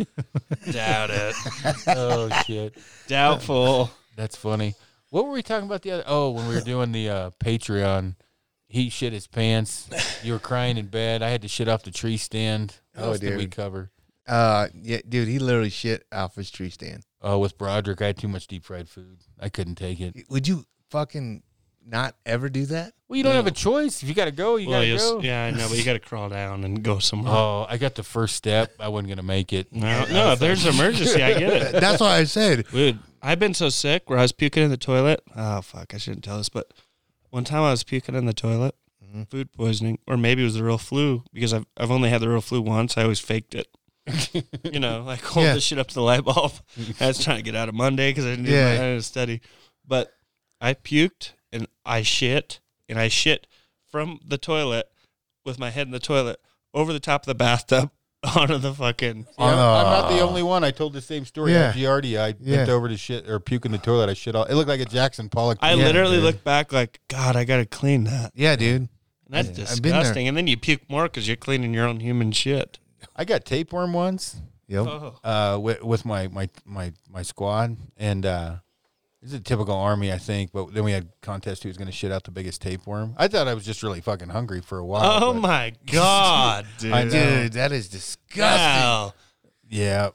S3: Doubt it.
S2: oh shit.
S3: Doubtful.
S2: That's funny. What were we talking about the other? Oh, when we were doing the uh, Patreon, he shit his pants. You were crying in bed. I had to shit off the tree stand. What
S1: Oh,
S2: else did we
S1: dude.
S2: cover?
S1: Uh, yeah, dude, he literally shit off his tree stand.
S2: Oh, with Broderick, I had too much deep fried food. I couldn't take it.
S1: Would you fucking not ever do that?
S2: Well, you don't have a choice. If you gotta go, you
S3: Well,
S2: gotta
S3: yes-
S2: go.
S3: yeah, I know, but you got to crawl down and go somewhere.
S2: Oh, I got the first step. I wasn't gonna make it.
S3: no, no, if there's an emergency, I get it.
S1: That's why I said.
S3: Dude, I've been so sick where I was puking in the toilet. Oh fuck, I shouldn't tell this, but one time I was puking in the toilet, food poisoning, or maybe it was the real flu because I've I've only had the real flu once. I always faked it. you know, like hold
S1: Yeah.
S3: this shit up to the light bulb. I was trying to get out of Monday because I didn't do
S1: Yeah.
S3: my, I didn't study, but I puked and I shit and I shit from the toilet with my head in the toilet over the top of the bathtub onto the fucking
S2: Yeah, I'm not the only one. I told the same story.
S1: Yeah.
S2: Yeah. Giardi, I bent
S1: Yeah.
S2: over to shit or puke in the toilet. I shit all. It looked like a Jackson Pollock.
S3: I
S2: Yeah,
S3: literally
S2: dude.
S3: look back like, God, I gotta clean that.
S1: Yeah, dude.
S3: And that's
S1: I've been there.
S3: disgusting. And then you puke more because you're cleaning your own human shit.
S2: I got tapeworm once.
S1: Yep.
S3: Oh,
S2: uh, with, with my, my, my, my squad. And uh, this is a typical army, I think. But then we had contest who was going to shit out the biggest tapeworm. I thought I was just really fucking hungry for a while.
S1: Oh,
S2: but-
S3: Oh, my god, dude!
S2: I know.
S1: Dude, that is disgusting.
S3: Wow.
S2: Yeah.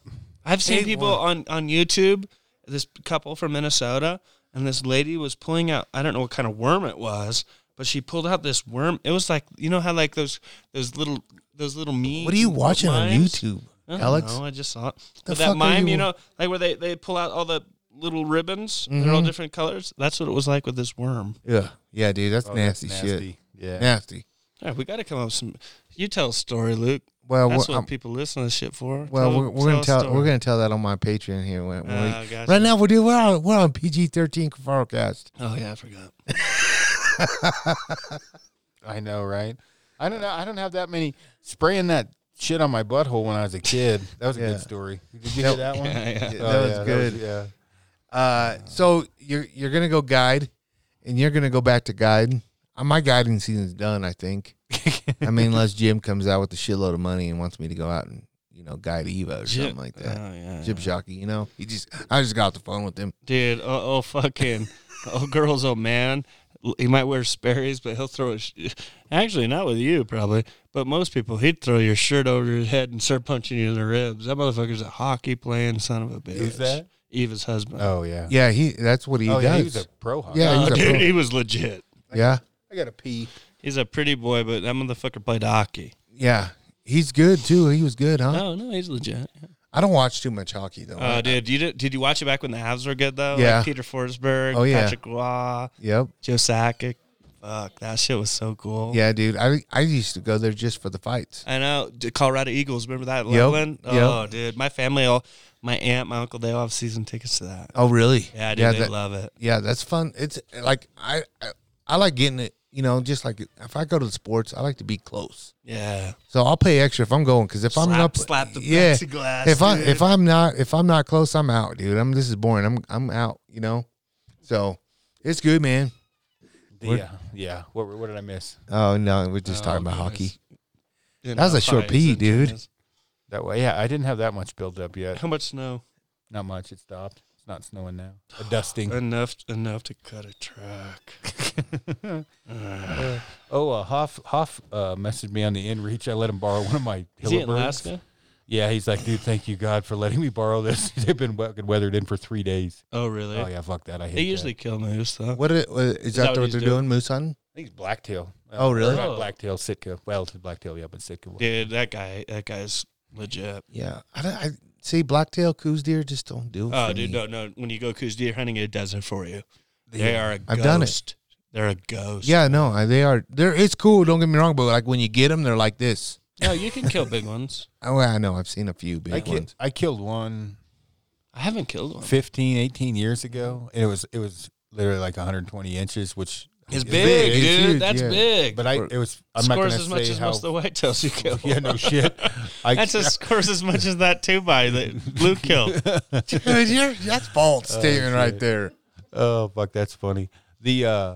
S3: I've seen
S1: Eight
S3: people on on YouTube. This couple from Minnesota, and this lady was pulling out. I don't know what kind of worm it was, but she pulled out this worm. It was like you know how like those those little those little memes.
S1: What are you watching on
S3: mimes?
S1: YouTube,
S3: I don't
S1: Alex?
S3: know, I just saw it.
S1: The fuck
S3: but that
S1: are
S3: mime, you...
S1: you-
S3: know, like where they, they pull out all the little ribbons, they're
S1: Mm-hmm.
S3: all different colors. That's what it was like with this worm.
S1: Yeah, yeah, dude, that's,
S3: Oh,
S1: nasty, shit.
S2: Oh, Yeah.
S1: Nasty.
S3: All right, we got to come up with some. You tell a story, Luke.
S1: Well,
S3: That's
S1: we're,
S3: what
S1: I'm-
S3: people listen to shit for.
S1: Uh, um, well,
S3: Tell-
S1: we're, we're gonna
S3: a
S1: tell
S3: story.
S1: we're gonna tell that on my Patreon here. When, when
S3: Ah,
S1: we,
S3: gotcha.
S1: right now, we're doing we're on we're on PG thirteen forecast.
S3: Oh yeah, I forgot.
S2: I know, right? I don't know. I don't have that many spraying that shit on my butthole when I was a kid. That was a
S1: Yeah.
S2: good story. Did you
S1: That-
S2: hear that one?
S3: yeah.
S1: That
S2: Oh,
S1: was
S2: yeah,
S1: good.
S2: yeah.
S1: Uh, so you're you're gonna go guide, and you're gonna go back to guide. Uh, My guiding season's done, I think. I mean, unless Jim comes out with a shitload of money and wants me to go out and you know guide Eva or something like that.
S3: Oh yeah,
S1: Jim Shockey, you know, he just I just got off the phone with him.
S3: dude. Oh, oh fucking. oh girls, oh man. L- He might wear Sperry's, but he'll throw. His sh- Actually, not with you probably, but most people he'd throw your shirt over your head and start punching you in the ribs. That motherfucker's a hockey playing son of a bitch.
S2: Who's that?
S3: Eva's husband.
S2: Oh, yeah.
S1: Yeah, he that's what he
S2: oh,
S1: does.
S2: yeah. He was a pro hockey.
S1: Yeah,
S3: Oh,
S1: he's a
S3: dude,
S1: pro.
S3: he was legit.
S1: yeah,
S2: I got to pee.
S3: He's a pretty boy, but that motherfucker played hockey.
S1: yeah, he's good too. He was good, huh?
S3: Oh no, he's legit.
S1: I don't watch too much hockey though.
S3: Uh, dude, you did, did you watch it back when the Habs were good though?
S1: Yeah.
S3: Like Peter Forsberg,
S1: Oh, yeah.
S3: Patrick Waugh,
S1: yep.
S3: Joe Sakic. Fuck, that shit was so cool.
S1: Yeah, dude. I I used to go there just for the fights.
S3: I know. D- Colorado Eagles, remember that
S1: Yep,
S3: one? Oh, dude, my family, all my aunt, my uncle, they all have season tickets to that.
S1: Oh, really?
S3: Yeah, dude, they
S1: that-
S3: love it.
S1: yeah, that's fun. It's like I, I I like getting it. You know, just like if I go to the sports, I like to be close.
S3: Yeah,
S1: So I'll pay extra if I'm going because if I'm
S3: Slap-
S1: not,
S3: slap the plexiglass, glass.
S1: if I if I'm not if I'm not close, I'm out, dude. I'm this is boring. I'm I'm out. You know, so it's good, man.
S2: Yeah. Yeah. What, what did I miss?
S1: Oh no, we're just
S3: Oh,
S1: talking about
S3: goodness.
S1: hockey. That was a short pee, dude.
S2: That way. Yeah. I didn't have that much build up yet.
S3: How much snow?
S2: Not much. It stopped. It's not snowing now. A dusting.
S3: Enough, enough to cut a truck.
S2: oh, uh, Hoff Hoff uh, messaged me on the inReach. I let him borrow one of my
S3: Is he in
S2: Hillebergs.
S3: Alaska?
S2: Yeah, he's like, dude, thank you God for letting me borrow this. They've been fucking weathered in for three days.
S3: Oh, really?
S2: Oh yeah, fuck that. I hate.
S3: They usually kill moose though.
S1: What is, what is, is that,
S3: that what
S1: what
S3: he's
S1: they're doing?
S3: doing?
S1: Moose hunting?
S2: That. I think it's blacktail.
S1: Oh,
S2: or
S1: really?
S2: not
S3: Oh.
S2: blacktail, Sitka. Well, it's blacktail, yeah, but Sitka.
S3: Dude, that guy, that guy's legit.
S1: Yeah, I, don't- I see blacktail coos deer just don't do it.
S3: Oh,
S1: for
S3: dude,
S1: me.
S3: no, no. When you go coos deer hunting, it does it for you. They are a ghost.
S1: I've done it.
S3: They're a ghost.
S1: Yeah, no, I- they are. They're it's cool. Don't get me wrong, but like when you get them, they're like this.
S3: No, you can kill big ones.
S1: Oh, I know. I've seen a few big
S2: I, ki-
S1: ones.
S2: I killed one
S3: I haven't killed one.
S2: 15, 18 years ago. And it was it was literally like 120 inches, which
S3: It's big,
S1: big, it's
S3: dude.
S1: huge,
S3: That's
S1: yeah.
S3: big.
S2: but I it was I'm not
S3: scores
S2: gonna
S3: as much
S2: say
S3: as
S2: how
S3: most of the whitetails you kill.
S2: yeah no shit I
S3: That's a scores as much as that two by that blue kill.
S1: Dude, you're, that's false statement right there.
S2: oh fuck that's funny the uh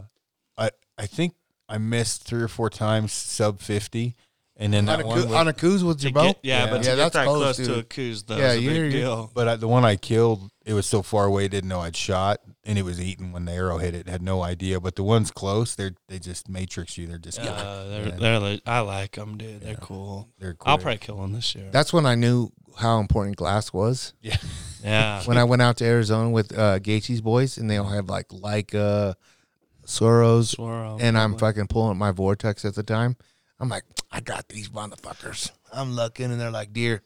S2: I I think I missed three or four times sub 50 and then
S1: On
S2: that
S1: a,
S2: one
S1: coo-
S2: was-
S1: on a coos with your
S3: To
S1: bow?
S3: get- yeah,
S2: Yeah.
S3: but to
S1: Yeah,
S3: get
S1: that's
S3: that
S1: close,
S3: close, to a
S1: dude.
S3: coos, though,
S1: Yeah,
S3: is a
S1: you're-
S3: big
S1: you're-
S3: deal.
S2: But I, the one I killed, it was so far away, didn't know I'd shot, and it was eaten when the arrow hit it. Had no idea. But the ones close, they are they just matrix you. They're just
S3: Uh, they're,
S2: Yeah.
S3: they're, like- I like them, dude. They're cool.
S2: they're
S3: I'll
S2: quick.
S3: probably kill them this year.
S1: That's when I knew how important glass was.
S2: yeah.
S3: yeah.
S1: When I went out to Arizona with uh, Gaethje's boys, and they all have like Leica, Soros,
S3: Swirl,
S1: and I'm
S3: probably.
S1: fucking pulling up my vortex at the time. I'm like, I got these motherfuckers. I'm looking, and they're like deer.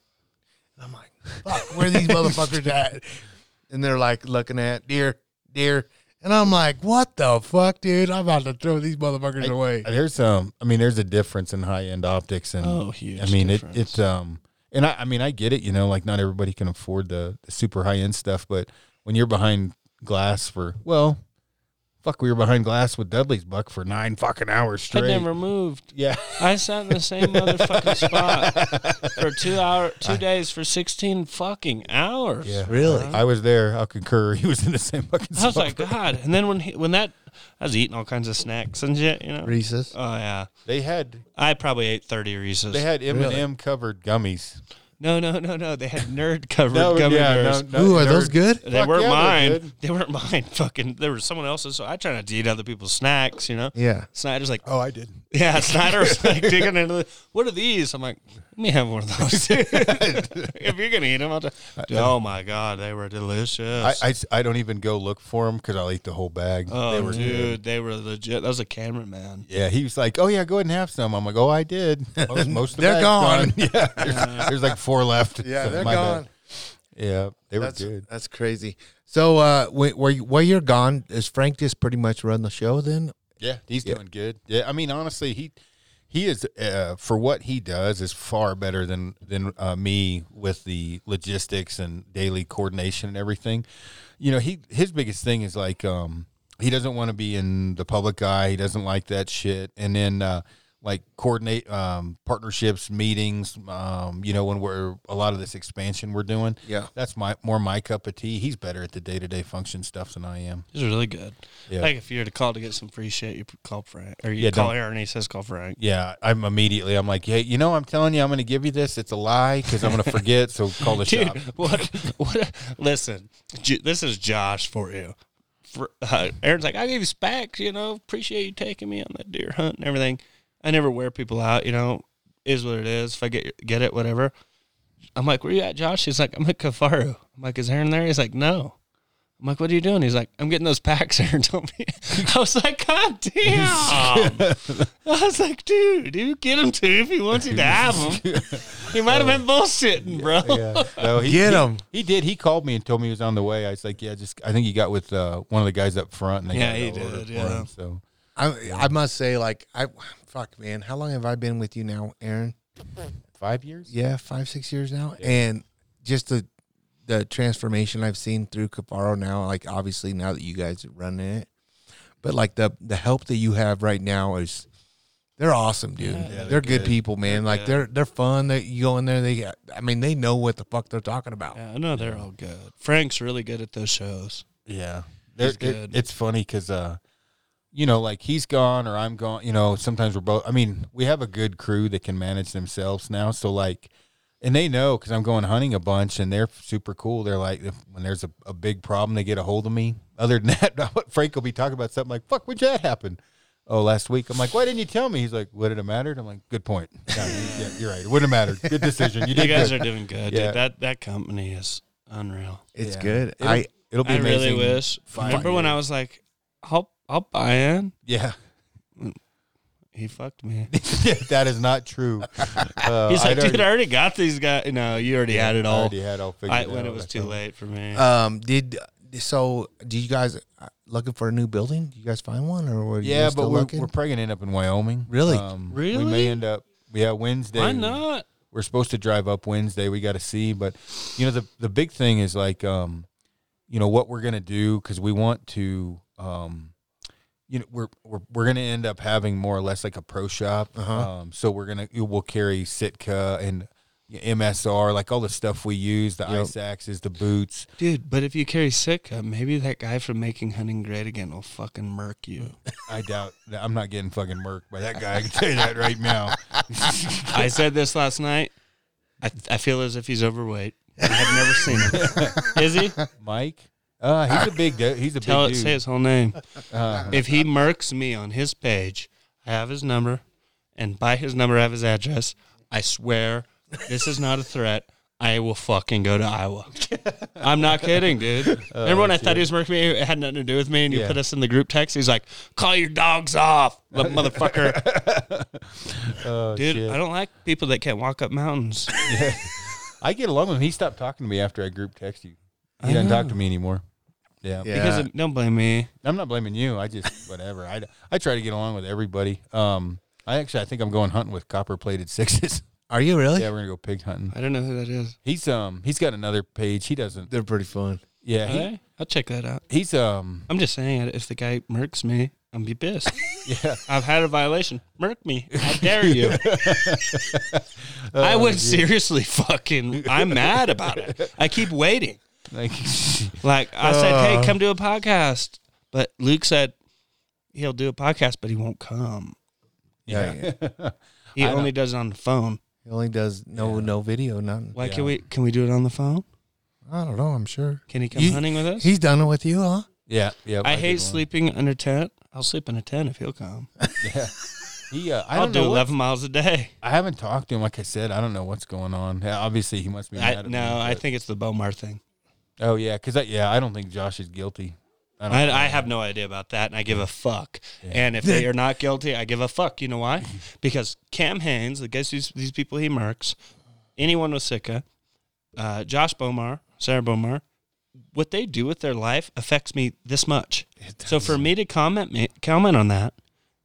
S1: And I'm like, fuck, where these motherfuckers at? And they're like looking at deer, deer, and I'm like, what the fuck, dude? I'm about to throw these motherfuckers away.
S2: There's um. I mean, there's a difference in high end optics and.
S3: Oh, huge.
S2: I mean,
S3: difference.
S2: it it's um. And I, I mean, I get it. You know, like not everybody can afford the, the super high end stuff, but when you're behind glass for well, fuck, we were behind glass with Dudley's buck for nine fucking hours
S3: I
S2: straight.
S3: never moved.
S2: yeah.
S3: I sat in the same motherfucking spot for two hour, two days for sixteen fucking hours.
S2: Yeah.
S1: Really?
S2: I was there. I'll concur. He was in the same fucking.
S3: I was
S2: spot.
S3: like, God. And then when he, when that, I was eating all kinds of snacks and shit. You know.
S2: Uh,
S1: Reese's.
S3: Oh yeah.
S2: they had
S3: I probably ate thirty Reese's.
S2: They had M and
S1: Really?
S2: M covered gummies.
S3: no, no, no, no. They had nerd covered
S2: No,
S3: gummy
S2: yeah,
S3: bears.
S2: no, no,
S1: Ooh, are
S2: they're-
S1: those good?
S3: They
S2: Fuck
S3: weren't
S2: yeah, they're
S3: mine.
S2: good.
S3: They weren't mine. Fucking, they were someone else's. So I try not to eat other people's snacks. You know.
S1: Yeah.
S3: Snyder's like,
S2: Oh, I did.
S3: yeah. Snyder's like digging into. The, what are these? I'm like, let me have one of those. dude. if you're gonna eat them, I'll just, Dude, oh my god, they were delicious.
S2: I, I, I don't even go look for them because I'll eat the whole bag.
S3: oh,
S2: they were
S3: dude,
S2: good.
S3: they were legit. That was a cameraman.
S2: Yeah, he was like, "Oh yeah, go ahead and have some." I'm like, "Oh, I did." Most, most of the
S1: They're
S2: bag's
S1: gone.
S2: Yeah, there's, there's like four left. So my bad. Yeah, they were
S1: That's
S2: good.
S1: That's crazy. So, uh, wait, where you- while you're gone, is Frank just pretty much run the show then?
S2: Yeah, he's doing good. Yeah, I mean, honestly, he he is uh, for what he does is far better than than uh, me with the logistics and daily coordination and everything. You know, he his biggest thing is like um, he doesn't want to be in the public eye. He doesn't like that shit. And then uh, like coordinate um, partnerships, meetings. Um, you know, when we're a lot of this expansion we're doing.
S1: Yeah.
S2: that's my more my cup of tea. He's better at the day to day function stuff than I am.
S3: These are really good.
S2: Yeah.
S3: Like if you're to call to get some free shit, you call Frank or you
S2: Yeah,
S3: call
S2: don't-
S3: Aaron. He says call Frank.
S2: Yeah, I'm immediately. I'm like, hey, you know, I'm telling you, I'm going to give you this. It's a lie because I'm going to forget. so call the
S3: Dude,
S2: shop.
S3: what? What? Listen, J- this is Josh for you. For, uh, Aaron's like, I gave you specs, you know. Appreciate you taking me on that deer hunt and everything. I never wear people out, you know. Is what it is. If I get get it, whatever. I'm like, where you at, Josh? He's like, I'm at Kafaru. I'm like, is Aaron there? He's like, no. I'm like, what are you doing? He's like, I'm getting those packs, Aaron. Don't be. I was like, God damn. I was like, dude, you get him too if he wants you to have him. He might have been bullshitting, bro.
S2: Yeah. No, he,
S1: Get
S2: he-
S1: 'em.
S2: He, did. He called me and told me he was on the way. I was like, yeah, just. I think he got with uh, one of the guys up front. And they
S3: Yeah,
S2: got
S3: he
S2: it over
S3: did,
S2: for
S3: yeah.
S2: him, so
S1: I I must say, like, I fuck, man, how long have I been with you now, Aaron?
S2: five years.
S1: Yeah, five, six years now, and just the the transformation I've seen through Caparo now, like obviously now that you guys are running it, but like the the help that you have right now is they're awesome, dude. they're,
S2: they're
S1: good,
S2: good.
S1: people, man. like they're they're fun. That you go in there, they I mean they know what the fuck they're talking about.
S3: Yeah, I know they're all good. Frank's really good at those shows.
S2: Yeah, There-
S3: He's
S2: it-
S3: good.
S2: it's funny because, uh, you know, like he's gone or I'm gone. You know, sometimes we're both. I mean, we have a good crew that can manage themselves now. So like, and they know because I'm going hunting a bunch, and they're super cool. They're like, if, when there's a, a big problem, they get a hold of me. Other than that, Frank will be talking about something like, "Fuck, when'd that happen?" Oh, last week. I'm like, why didn't you tell me? He's like, would it have mattered? I'm like, good point. Yeah, yeah, you're right. It wouldn't have mattered. Good decision. You
S3: You
S2: did
S3: guys
S2: good.
S3: are doing good.
S2: Yeah.
S3: Dude. That that company is unreal.
S1: It's
S2: Yeah.
S1: good.
S2: It'll,
S1: I
S2: it'll be
S3: I
S2: amazing.
S3: really wish.
S2: five
S3: Remember when I was like, I'll I'll buy in.
S2: Yeah.
S3: He fucked me.
S2: that is not true. Uh,
S3: He's like,
S2: I'd
S3: dude, I already got these guys. No, you already had it
S2: I
S3: all.
S2: already had all figured
S3: I, when
S2: out,
S3: it was
S2: I
S3: too
S2: think.
S3: late for me.
S1: um did so. Do you guys uh, looking for a new building? Do you guys find one or were you
S2: Yeah,
S1: still
S2: but we're,
S1: looking?
S2: we're probably gonna end up in Wyoming. Um,
S1: Really?
S2: We may
S3: Really?
S2: end up. Yeah, Wednesday.
S3: Why not?
S2: We're supposed to drive up Wednesday. We got to see, but you know the the big thing is like, um, you know what we're gonna do because we want to um, you know, we're we're we're gonna end up having more or less like a pro shop.
S1: Uh-huh.
S2: Um, so we're gonna we'll carry Sitka and MSR, like all the stuff we use, the ice axes, the boots.
S3: Dude, but if you carry Sitka, maybe that guy from Making Hunting Great Again will fucking murk you.
S2: I doubt that I'm not getting fucking murked by that guy. I can tell you that right now.
S3: I said this last night. I, I feel as if he's overweight. I have never seen him. Is he?
S2: Mike, uh, he's a big dude. He's a
S3: Tell it,
S2: big
S3: say
S2: dude.
S3: his whole name.
S2: Uh,
S3: If he murks me on his page, I have his number, and by his number, I have his address. I swear, this is not a threat. I will fucking go to Iowa. I'm not kidding, dude. Remember when I thought he was murking me? It had nothing to do with me, and you
S2: Oh, Yeah.
S3: put us in the group text. He's like, "Call your dogs off, li- motherfucker,
S2: oh,
S3: dude."
S2: shit.
S3: I don't like people that can't walk up mountains.
S2: I get along with him. He stopped talking to me after I group text you. He doesn't talk to me anymore. Yeah.
S3: Because of, don't blame me.
S2: I'm not blaming you. I just whatever. I, I try to get along with everybody. Um, I actually I think I'm going hunting with copper plated sixes.
S1: Are you really?
S2: yeah, we're gonna go pig hunting.
S3: I don't know who that is.
S2: He's um he's got another page. He doesn't.
S1: They're pretty fun.
S2: Yeah. He,
S3: Okay, I'll check that out.
S2: He's um
S3: I'm just saying, if the guy murks me, I'm be pissed.
S2: yeah.
S3: I've had a violation. Murk me. How dare you?
S2: Oh,
S3: I would seriously fucking. I'm mad about it. I keep waiting.
S2: Like
S3: Like I said,
S2: Uh.
S3: hey, come do a podcast. But Luke said he'll do a podcast, but he won't come.
S1: Yeah. yeah.
S3: He only does it on the phone.
S1: He only does no no video, nothing.
S3: Why can we? Can we do it on the phone?
S1: I don't know. I'm sure.
S3: Can he come
S1: You-
S3: hunting with us?
S1: He's done it with you, huh?
S2: yeah yeah.
S3: I
S2: did
S3: hate
S2: one.
S3: sleeping under tent. I'll sleep in a tent if he'll come.
S2: Yeah. He uh, I
S3: I'll
S2: don't
S3: do
S2: know. what-
S3: 11 miles a day.
S2: I haven't talked to him. Like I said, I don't know what's going on. Yeah, obviously, he must be mad
S3: I,
S2: at me,
S3: no, I
S2: but-
S3: think it's the Bomar thing.
S2: Oh yeah, because yeah, I don't think Josh is guilty. I don't.
S3: I, I have no idea about that, and I give a fuck. And if they are not guilty, I give a fuck. You know why? Because Cam Haynes, the guess these these people he marks, anyone with Sitka, uh, Josh Bomar, Sarah Bomar, what they do with their life affects me this much. So for me to comment me, comment on that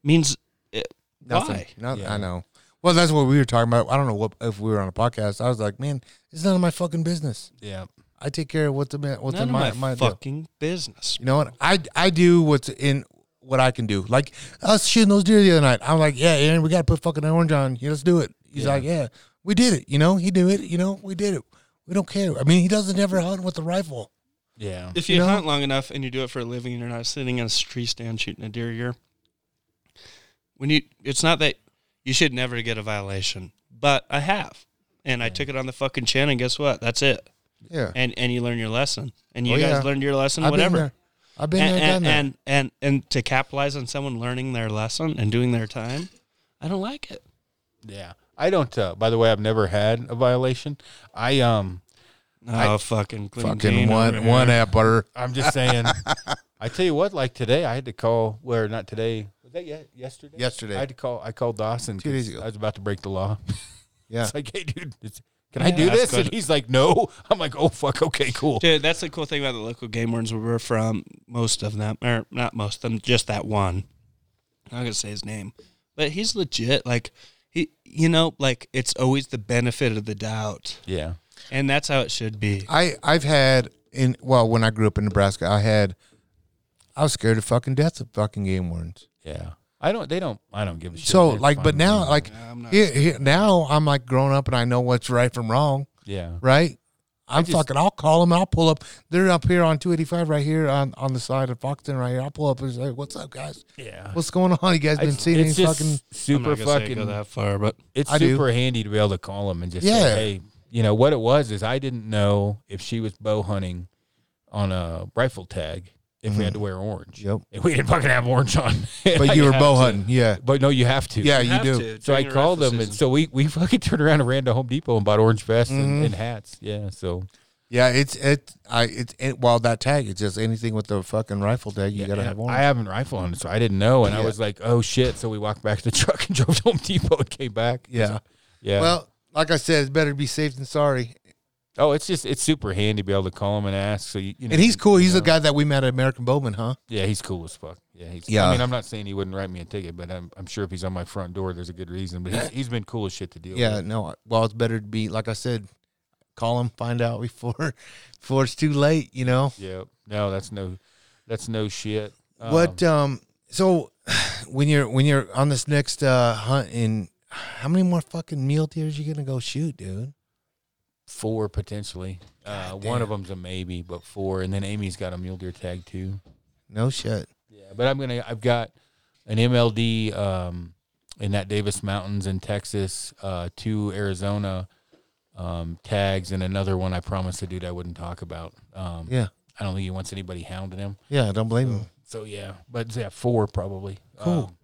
S3: means it, why?
S1: Nothing.
S2: Yeah.
S1: I know. Well, that's what we were talking about. I don't know what if we were on a podcast. I was like, man, it's none of my fucking business.
S2: yeah,
S1: I take care of what's in my, what's
S3: None
S1: in
S3: of
S1: my,
S3: my,
S1: my deal.
S3: fucking business.
S1: You know what? I I do what's in what I can do. Like us shooting those deer the other night. I'm like, yeah, Aaron, we got to put fucking orange on. Yeah, let's do it. He's like, yeah, we did it. You know, he do it. You know, we did it. We don't care. I mean, he doesn't ever hunt with a rifle.
S2: yeah,
S3: If you,
S1: You know?
S3: hunt long enough and you do it for a living, and you're not sitting in a tree stand shooting a deer. You're when you, it's not that you should never get a violation, but I have, and I took it on the fucking chin. And guess what? That's it.
S1: Yeah,
S3: And and you learn your lesson, and you
S1: Oh,
S3: guys
S1: yeah.
S3: learned your lesson.
S1: I've
S3: whatever.
S1: Been there. I've been
S3: And,
S1: there, done
S3: and,
S1: that.
S3: and and and to capitalize on someone learning their lesson and doing their time, I don't like it.
S2: yeah. I don't. Uh, by the way, I've never had a violation. I um,
S3: Oh fucking Clinton
S1: fucking
S3: Dean
S1: one
S3: over here.
S1: one app butter.
S2: I'm just saying. I tell you what, like today, I had to call. Where not today? Was that ye- yesterday?
S1: Yesterday.
S2: I had to call. I called Dawson.
S1: Two days
S2: 'cause
S1: ago.
S2: I was about to break the law.
S1: Yeah.
S2: It's like, hey, dude, it's, can I do
S3: that's
S2: this? And
S3: good.
S2: he's like, no. I'm like, oh fuck, okay, cool.
S3: Dude, that's the cool thing about the local game wardens where we're from. Most of them, or not most of them, just that one. I'm not gonna say his name, but he's legit. Like he, you know, like it's always the benefit of the doubt,
S2: Yeah,
S3: and that's how it should be.
S1: I I've had in well when I grew up in Nebraska, I had I was scared to fucking death of fucking game wardens.
S2: yeah. I don't. They don't. I don't give a shit.
S1: So
S2: They're
S1: like, but
S2: fine with
S1: now
S2: me.
S1: like
S3: I'm not-
S1: here, here- now I'm like grown up and I know what's right from wrong,
S2: yeah.
S1: right? I'm
S2: just-
S1: fucking. I'll call them. I'll pull up. They're up here on 285 right here on, on the side of Foxton right here. I'll pull up and say, "What's up, guys?
S2: Yeah.
S1: What's going on? You guys been
S2: It's,
S1: seeing any
S2: it's just
S1: fucking?"
S3: I'm not
S2: super
S3: gonna say
S2: fucking.
S3: go that far, but
S2: it's
S1: I do.
S2: super handy to be able to call them and just
S1: Yeah.
S2: say, hey, you know, what it was is I didn't know if she was bow hunting on a rifle tag if we had to wear orange.
S1: Mm-hmm. Yep.
S2: And we didn't fucking have orange on.
S1: But you were bow hunting, yeah,
S2: But no, you have to.
S1: yeah, you, do.
S2: So I called them, and so we, we fucking turned around and ran to Home Depot and bought orange vests
S1: Mm-hmm.
S2: and, and hats. Yeah, so
S1: Yeah, it's it. I it's it, well that tag. It's just anything with the fucking rifle tag. You gotta
S2: and
S1: have one.
S2: I haven't rifle on, so I didn't know, and I
S1: Yeah.
S2: was like, "Oh shit!" So we walked back to the truck and drove to Home Depot and came back.
S1: Yeah.
S2: yeah.
S1: Well, like I said, it's better to be safe than sorry.
S2: oh, it's just it's super handy to be able to call him and ask. So you, you know,
S1: And he's cool. He's
S2: a
S1: the guy that we met at American Bowman, huh?
S2: Yeah, he's cool as fuck. Yeah, he's. I
S1: Yeah.
S2: mean, I'm not saying he wouldn't write me a ticket, but I'm, I'm sure if he's on my front door, there's a good reason. But he's, he's been cool as shit to deal
S1: Yeah.
S2: with.
S1: No. Well, it's better to be like I said. Call him, find out before before it's too late. You know.
S2: Yeah. No, that's no, that's no shit.
S1: what um so when you're when you're on this next uh hunt in how many more fucking mule deer are you gonna go shoot, dude?
S2: Four potentially.
S1: God
S2: Uh, one
S1: damn.
S2: of them's a maybe, but four. And then Amy's got a mule deer tag too.
S1: No shit.
S2: Yeah, but I'm gonna. I've got an MLD um, in that Davis Mountains in Texas, uh, two Arizona um, tags, and another one I promised the dude I wouldn't talk about. Um,
S1: Yeah.
S2: I don't think he wants anybody hounding him.
S1: Yeah, I don't blame him.
S2: So yeah, but yeah, four probably.
S1: Cool.
S2: Um,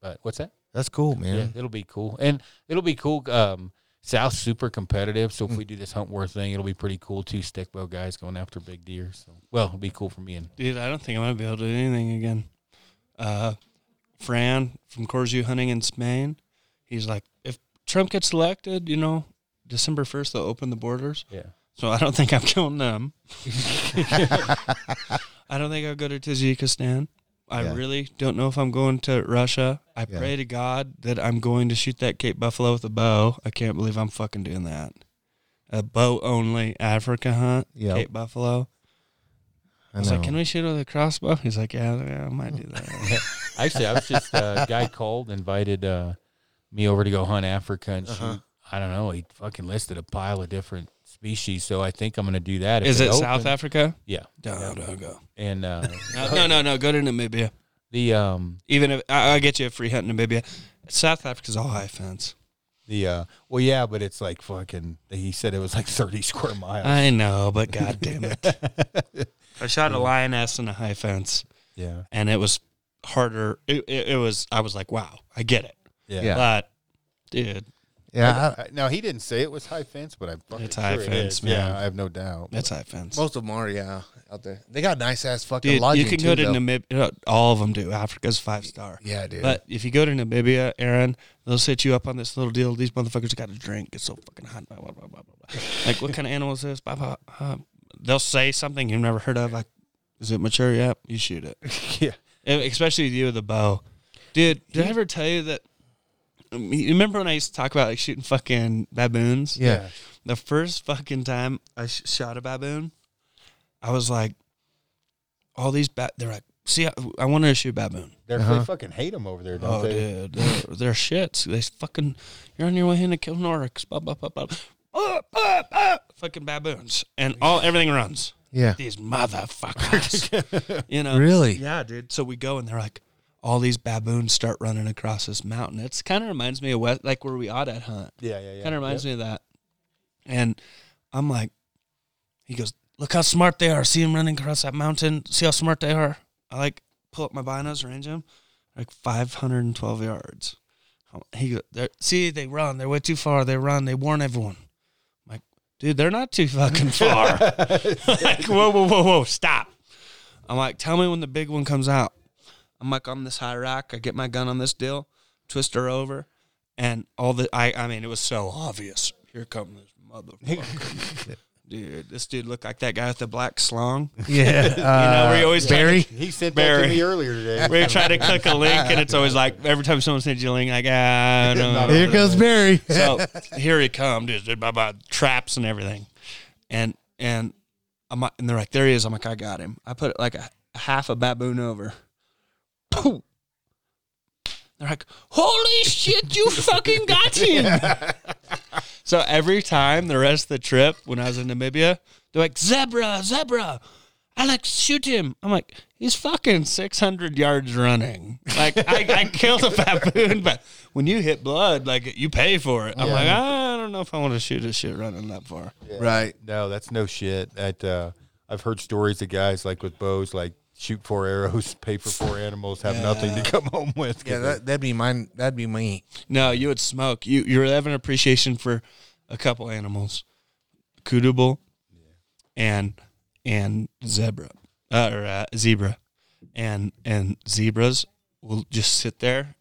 S2: but what's that?
S1: That's cool,
S2: Yeah.
S1: man.
S2: it'll be cool, and it'll be cool. Um, South's super competitive, so if we do this Huntworth thing, it'll be pretty cool. Two stickbow guys going after big deer. So well, it'll be cool for me and
S3: Dude, I don't think I'm gonna be able to do anything again. Uh, Fran from Corzu Hunting in Spain, he's like, if Trump gets elected, you know, December first they'll open the borders.
S2: yeah.
S3: So I don't think I'm killing them. I don't think I'll go to Tajikistan. I
S1: Yeah.
S3: really don't know if I'm going to Russia. I
S1: Yeah.
S3: pray to God that I'm going to shoot that Cape Buffalo with a bow. I can't believe I'm fucking doing that. A bow only Africa hunt,
S1: Yep.
S3: Cape Buffalo.
S1: I
S3: I was like,
S1: know.
S3: "Can we shoot with a crossbow?" He's like, "Yeah, yeah I might do that."
S2: Actually, I was just uh, guy called, invited uh, me over to go hunt Africa and
S1: Uh-huh.
S2: shoot. I don't know. He fucking listed a pile of different species, so I think I'm going to do that. if
S3: Is it
S2: opens.
S3: South Africa?
S2: Yeah,
S3: No, no, go.
S2: and uh,
S3: No, no, no, no. Go to Namibia.
S2: the um
S3: Even if I, I'll get you a free hunt in Namibia. South Africa's all high fence.
S2: the uh well yeah, but it's like fucking. He said it was like 30 square miles.
S3: I know, but god damn it. I shot a lioness in a high fence
S2: yeah,
S3: and it was harder. It, it, it was, I was like, wow, I get it.
S2: yeah.
S1: Yeah.
S3: But, dude,
S1: yeah, I,
S2: I- no, he didn't say it was high fence, but I'm fucking
S3: It's high
S2: sure it
S3: fence,
S2: is.
S3: man.
S2: Yeah, I have no doubt.
S3: that's high fence.
S1: most of them are, yeah, out there. They got nice ass fucking
S3: Dude,
S1: lodging.
S3: you can
S1: too,
S3: go to
S1: though.
S3: Namibia. All of them do. Africa's five star.
S1: Yeah, dude.
S3: But if you go to Namibia, Aaron, they'll set you up on this little deal. These motherfuckers got to drink. It's so fucking hot. Blah, blah, blah, blah, blah, blah. like, what kind of animal is this? Blah, blah, uh, they'll say something you've never heard of. Like, is it mature? Yep. You shoot it.
S2: yeah,
S3: And E, Especially with you with the bow. Dude, did I ever tell you that? um, You remember when I used to talk about like shooting fucking baboons?
S1: yeah.
S3: The first fucking time I sh- shot a baboon, I was like, all these bat. They're like, see, I, I wanted to shoot baboon.
S2: They're,
S1: Uh-huh.
S2: they fucking hate him over there, don't
S3: Oh,
S2: they?
S3: dude, they're, they're shits. They fucking, you're on your way in to kill Norix. Blah blah blah blah. Ah, ah, ah. Fucking baboons and all everything runs.
S1: Yeah.
S3: These motherfuckers, you know.
S1: Really?
S3: Yeah, dude. So we go and they're like, all these baboons start running across this mountain. It's kind of reminds me of West, like where we ought at hunt.
S2: Yeah, yeah, yeah.
S3: Kind of reminds me of that. And I'm like, he goes, look how smart they are. See them running across that mountain. See how smart they are. I like pull up my binos, range them, like 512 yards. He go- they're see they run. They're way too far. They run. They warn everyone. I'm like, dude, they're not too fucking far. like, whoa, whoa, whoa, whoa, stop. I'm like, tell me when the big one comes out. I'm like on this high rack. I get my gun on this deal, twist her over, and all the I I mean it was so obvious. Here comes this motherfucker. Dude, this dude looked like that guy with the black slong.
S1: Yeah.
S3: You know,
S1: uh,
S3: where you always
S1: Barry.
S2: He sent that
S3: Barry.
S2: to me earlier today.
S3: Try, where you try to click a link and it's always like every time someone sends you a link, like ah no.
S1: Here goes Barry.
S3: So here he comes, dude, by, by traps and everything, and and I'm like- and they're like, there he is. I'm like, I got him. I put like a, a half a baboon over. Poof. They're like, holy shit, you fucking got him. so every time the rest of the trip, when I was in Namibia, they're like, zebra, zebra. Alex, shoot him. I'm like, he's fucking 600 yards running. Like, I, I killed a baboon, but when you hit blood, like, you pay for it. I'm like, I don't know if I want to shoot a shit running that far.
S1: Right.
S2: No, that's no shit. That uh, I've heard stories of guys like with bows, like shoot four arrows, pay for four animals, have nothing to come home with. 'cause
S1: Yeah, that, that'd be mine. That'd be me.
S3: No, you would smoke. You you have an appreciation for a couple animals, kudu bull, and and zebra uh, or uh, zebra, and and zebras will just sit there,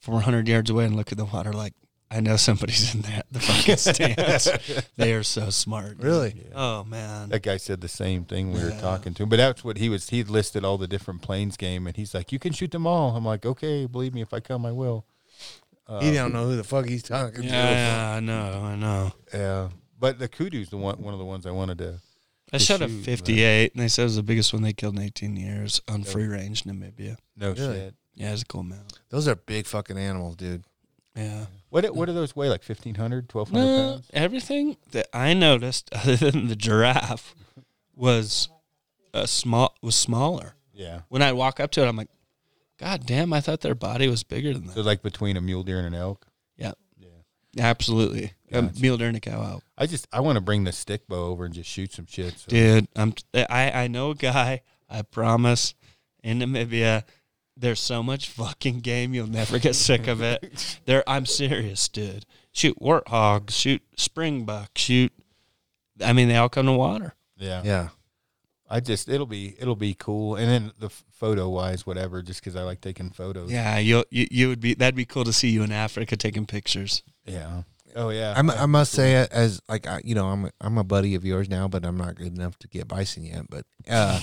S3: four hundred yards away and look at the water like I know somebody's in there. The fucking stands. they are so smart. dude.
S1: Really?
S3: Oh man.
S2: that guy said the same thing when we were talking to him. But that's what he was. He listed all the different planes game, and he's like, "You can shoot them all." I'm like, "Okay, believe me, if I come, I will."
S1: he don't know who the fuck he's talking
S3: Yeah, yeah, I know, I know.
S2: Yeah, but the kudu's the one, one of the ones I wanted to
S3: I shot a
S2: shoot, right?
S3: 58, and they said it was the biggest one they killed in 18 years on free range Namibia.
S2: No
S1: Really?
S2: shit.
S3: Yeah, it's a cool mount.
S1: Those are big fucking animals, dude.
S3: Yeah.
S2: What what do those weigh? Like 1,500, 1,200
S3: No,
S2: pounds?
S3: everything that I noticed, other than the giraffe, was a small was smaller.
S2: Yeah.
S3: When I walk up to it, I'm like, God damn! I thought their body was bigger than
S2: So
S3: that.
S2: like between a mule deer and an elk.
S3: Yeah,
S2: Yeah.
S3: absolutely. Um, mule during a cow out.
S2: I just I want to bring the stick bow over and just shoot some shit. So.
S3: Dude, I'm I I know a guy. I promise. In Namibia, there's so much fucking game you'll never get sick of it. There, I'm serious, dude. Shoot warthogs, shoot springbuck, shoot. I mean, they all come to water.
S2: Yeah.
S1: Yeah.
S2: I just it'll be it'll be cool. And then the photo wise, whatever, just because I like taking photos.
S3: Yeah, you'll, you you would be that'd be cool to see you in Africa taking pictures.
S2: Yeah. Oh yeah.
S1: I'm, I must say, as like I, you know, I'm a, I'm a buddy of yours now, but I'm not good enough to get bison yet. But uh,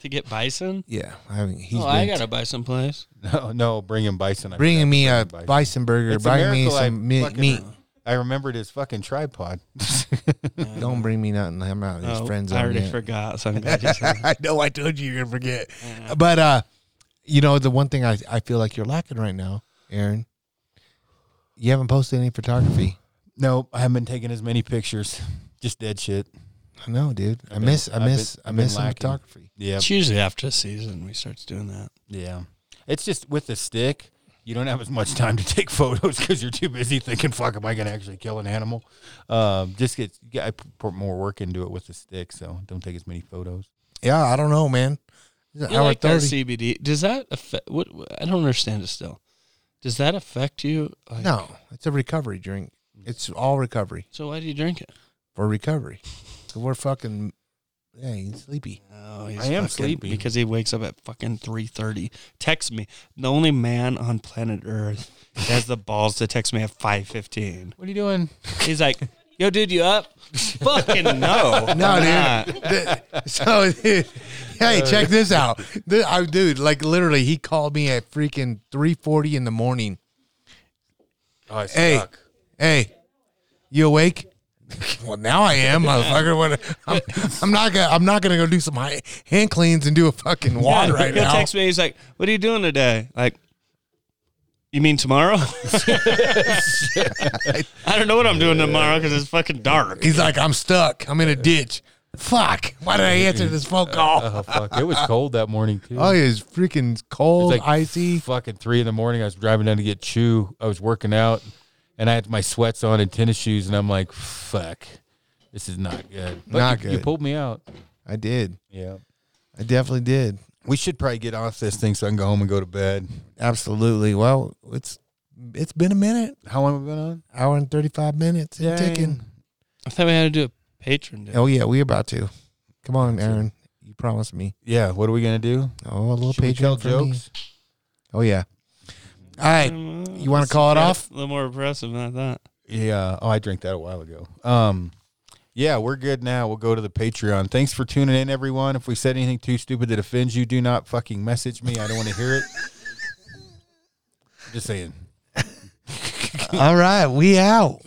S3: To get bison?
S1: yeah, I haven't. He's
S3: oh, I
S1: been
S3: got a bison place.
S2: no, no, bring him bison. I
S1: bringing me a
S2: bison.
S1: bison, burger,
S2: It's a
S1: bringing me
S2: miracle I
S1: some mi-
S2: fucking- uh,
S1: meat.
S2: I remembered his fucking tripod.
S1: Don't bring me nothing. I'm not his
S3: Oh,
S1: friends.
S3: I
S1: on
S3: already
S1: yet.
S3: forgot. So I'm glad you said
S1: I know I told you you're gonna forget. But uh, you know, the one thing I, I feel like you're lacking right now, Aaron. You haven't posted any photography.
S2: no, I haven't been taking as many pictures. Just dead shit.
S1: I know, dude. I
S2: I've
S1: miss
S2: been-
S1: I
S2: I've
S1: miss
S2: been-
S1: I
S2: I've been
S1: miss some
S2: lacking.
S1: photography.
S2: Yeah.
S3: It's usually after a season we starts doing that.
S2: Yeah. It's just with the stick, you don't have as much time to take photos because you're too busy thinking, fuck, am I going to actually kill an animal? Um, just get, yeah, I put more work into it with the stick, so don't take as many photos.
S1: Yeah, I don't know, man. It's an
S3: You
S1: hour
S3: like that
S1: thirty.
S3: CBD? Does that affect? What I don't understand it still. Does that affect you? Like,
S1: No, it's a recovery drink. It's all recovery
S3: So why do you drink it?
S1: for recovery. So we're fucking yeah, he's sleepy.
S3: Oh, he's
S2: I am
S3: fucking-
S2: sleepy.
S3: because he wakes up at fucking three thirty. Text me. The only man on planet Earth that has the balls to text me at five fifteen.
S2: What are you doing?
S3: He's like, "Yo, dude, you up?" Fucking no,
S1: No,
S3: I'm
S1: dude.
S3: not.
S1: The- so, dude,
S3: Uh,
S1: hey, check this out. The- I, dude, like literally, he called me at freaking three forty in the morning.
S2: Oh, I
S1: Hey,
S2: suck.
S1: hey, you awake? well, now I am, motherfucker. What- I'm, I'm not gonna. I'm not gonna go do some hi- hand cleans and do a fucking
S3: Yeah,
S1: water right
S3: he'll
S1: now.
S3: text me. He's like, "What are you doing today?" Like, you mean tomorrow? I don't know what I'm doing tomorrow because it's fucking dark.
S1: He's like, I'm stuck. I'm in a ditch. Fuck. Why did I answer this phone call?
S2: Oh, fuck. It was cold that morning, too.
S1: Oh, it's freaking cold,
S2: It's like
S1: icy.
S2: Fucking three in the morning. I was driving down to get chew. I was working out and I had my sweats on and tennis shoes, and I'm like, fuck, this is not good. But
S1: Not
S2: you- You
S1: good.
S2: pulled me out.
S1: I did.
S2: Yeah.
S1: I definitely did.
S2: We should probably get off this thing so I can go home and go to bed.
S1: Absolutely. Well, it's it's been a minute,
S2: How long have we been on?
S1: hour and thirty five minutes. and
S2: Dang.
S1: ticking.
S3: I thought we had to do a patron. Day.
S1: Oh yeah, we about to. Come on, Aaron. You promised me.
S2: Yeah, what are we gonna do?
S1: Oh, a little
S2: Should we tell
S1: Patreon for me. Oh yeah. All right. You want to call it
S3: Yeah,
S1: off?
S3: A little more impressive than I thought.
S2: Yeah. Oh, I drank that a while ago. Um, yeah, we're good now. We'll go to the Patreon. Thanks for tuning in, everyone. If we said anything too stupid that offends you, do not fucking message me. I don't want to hear it. Just saying.
S1: All right, we out.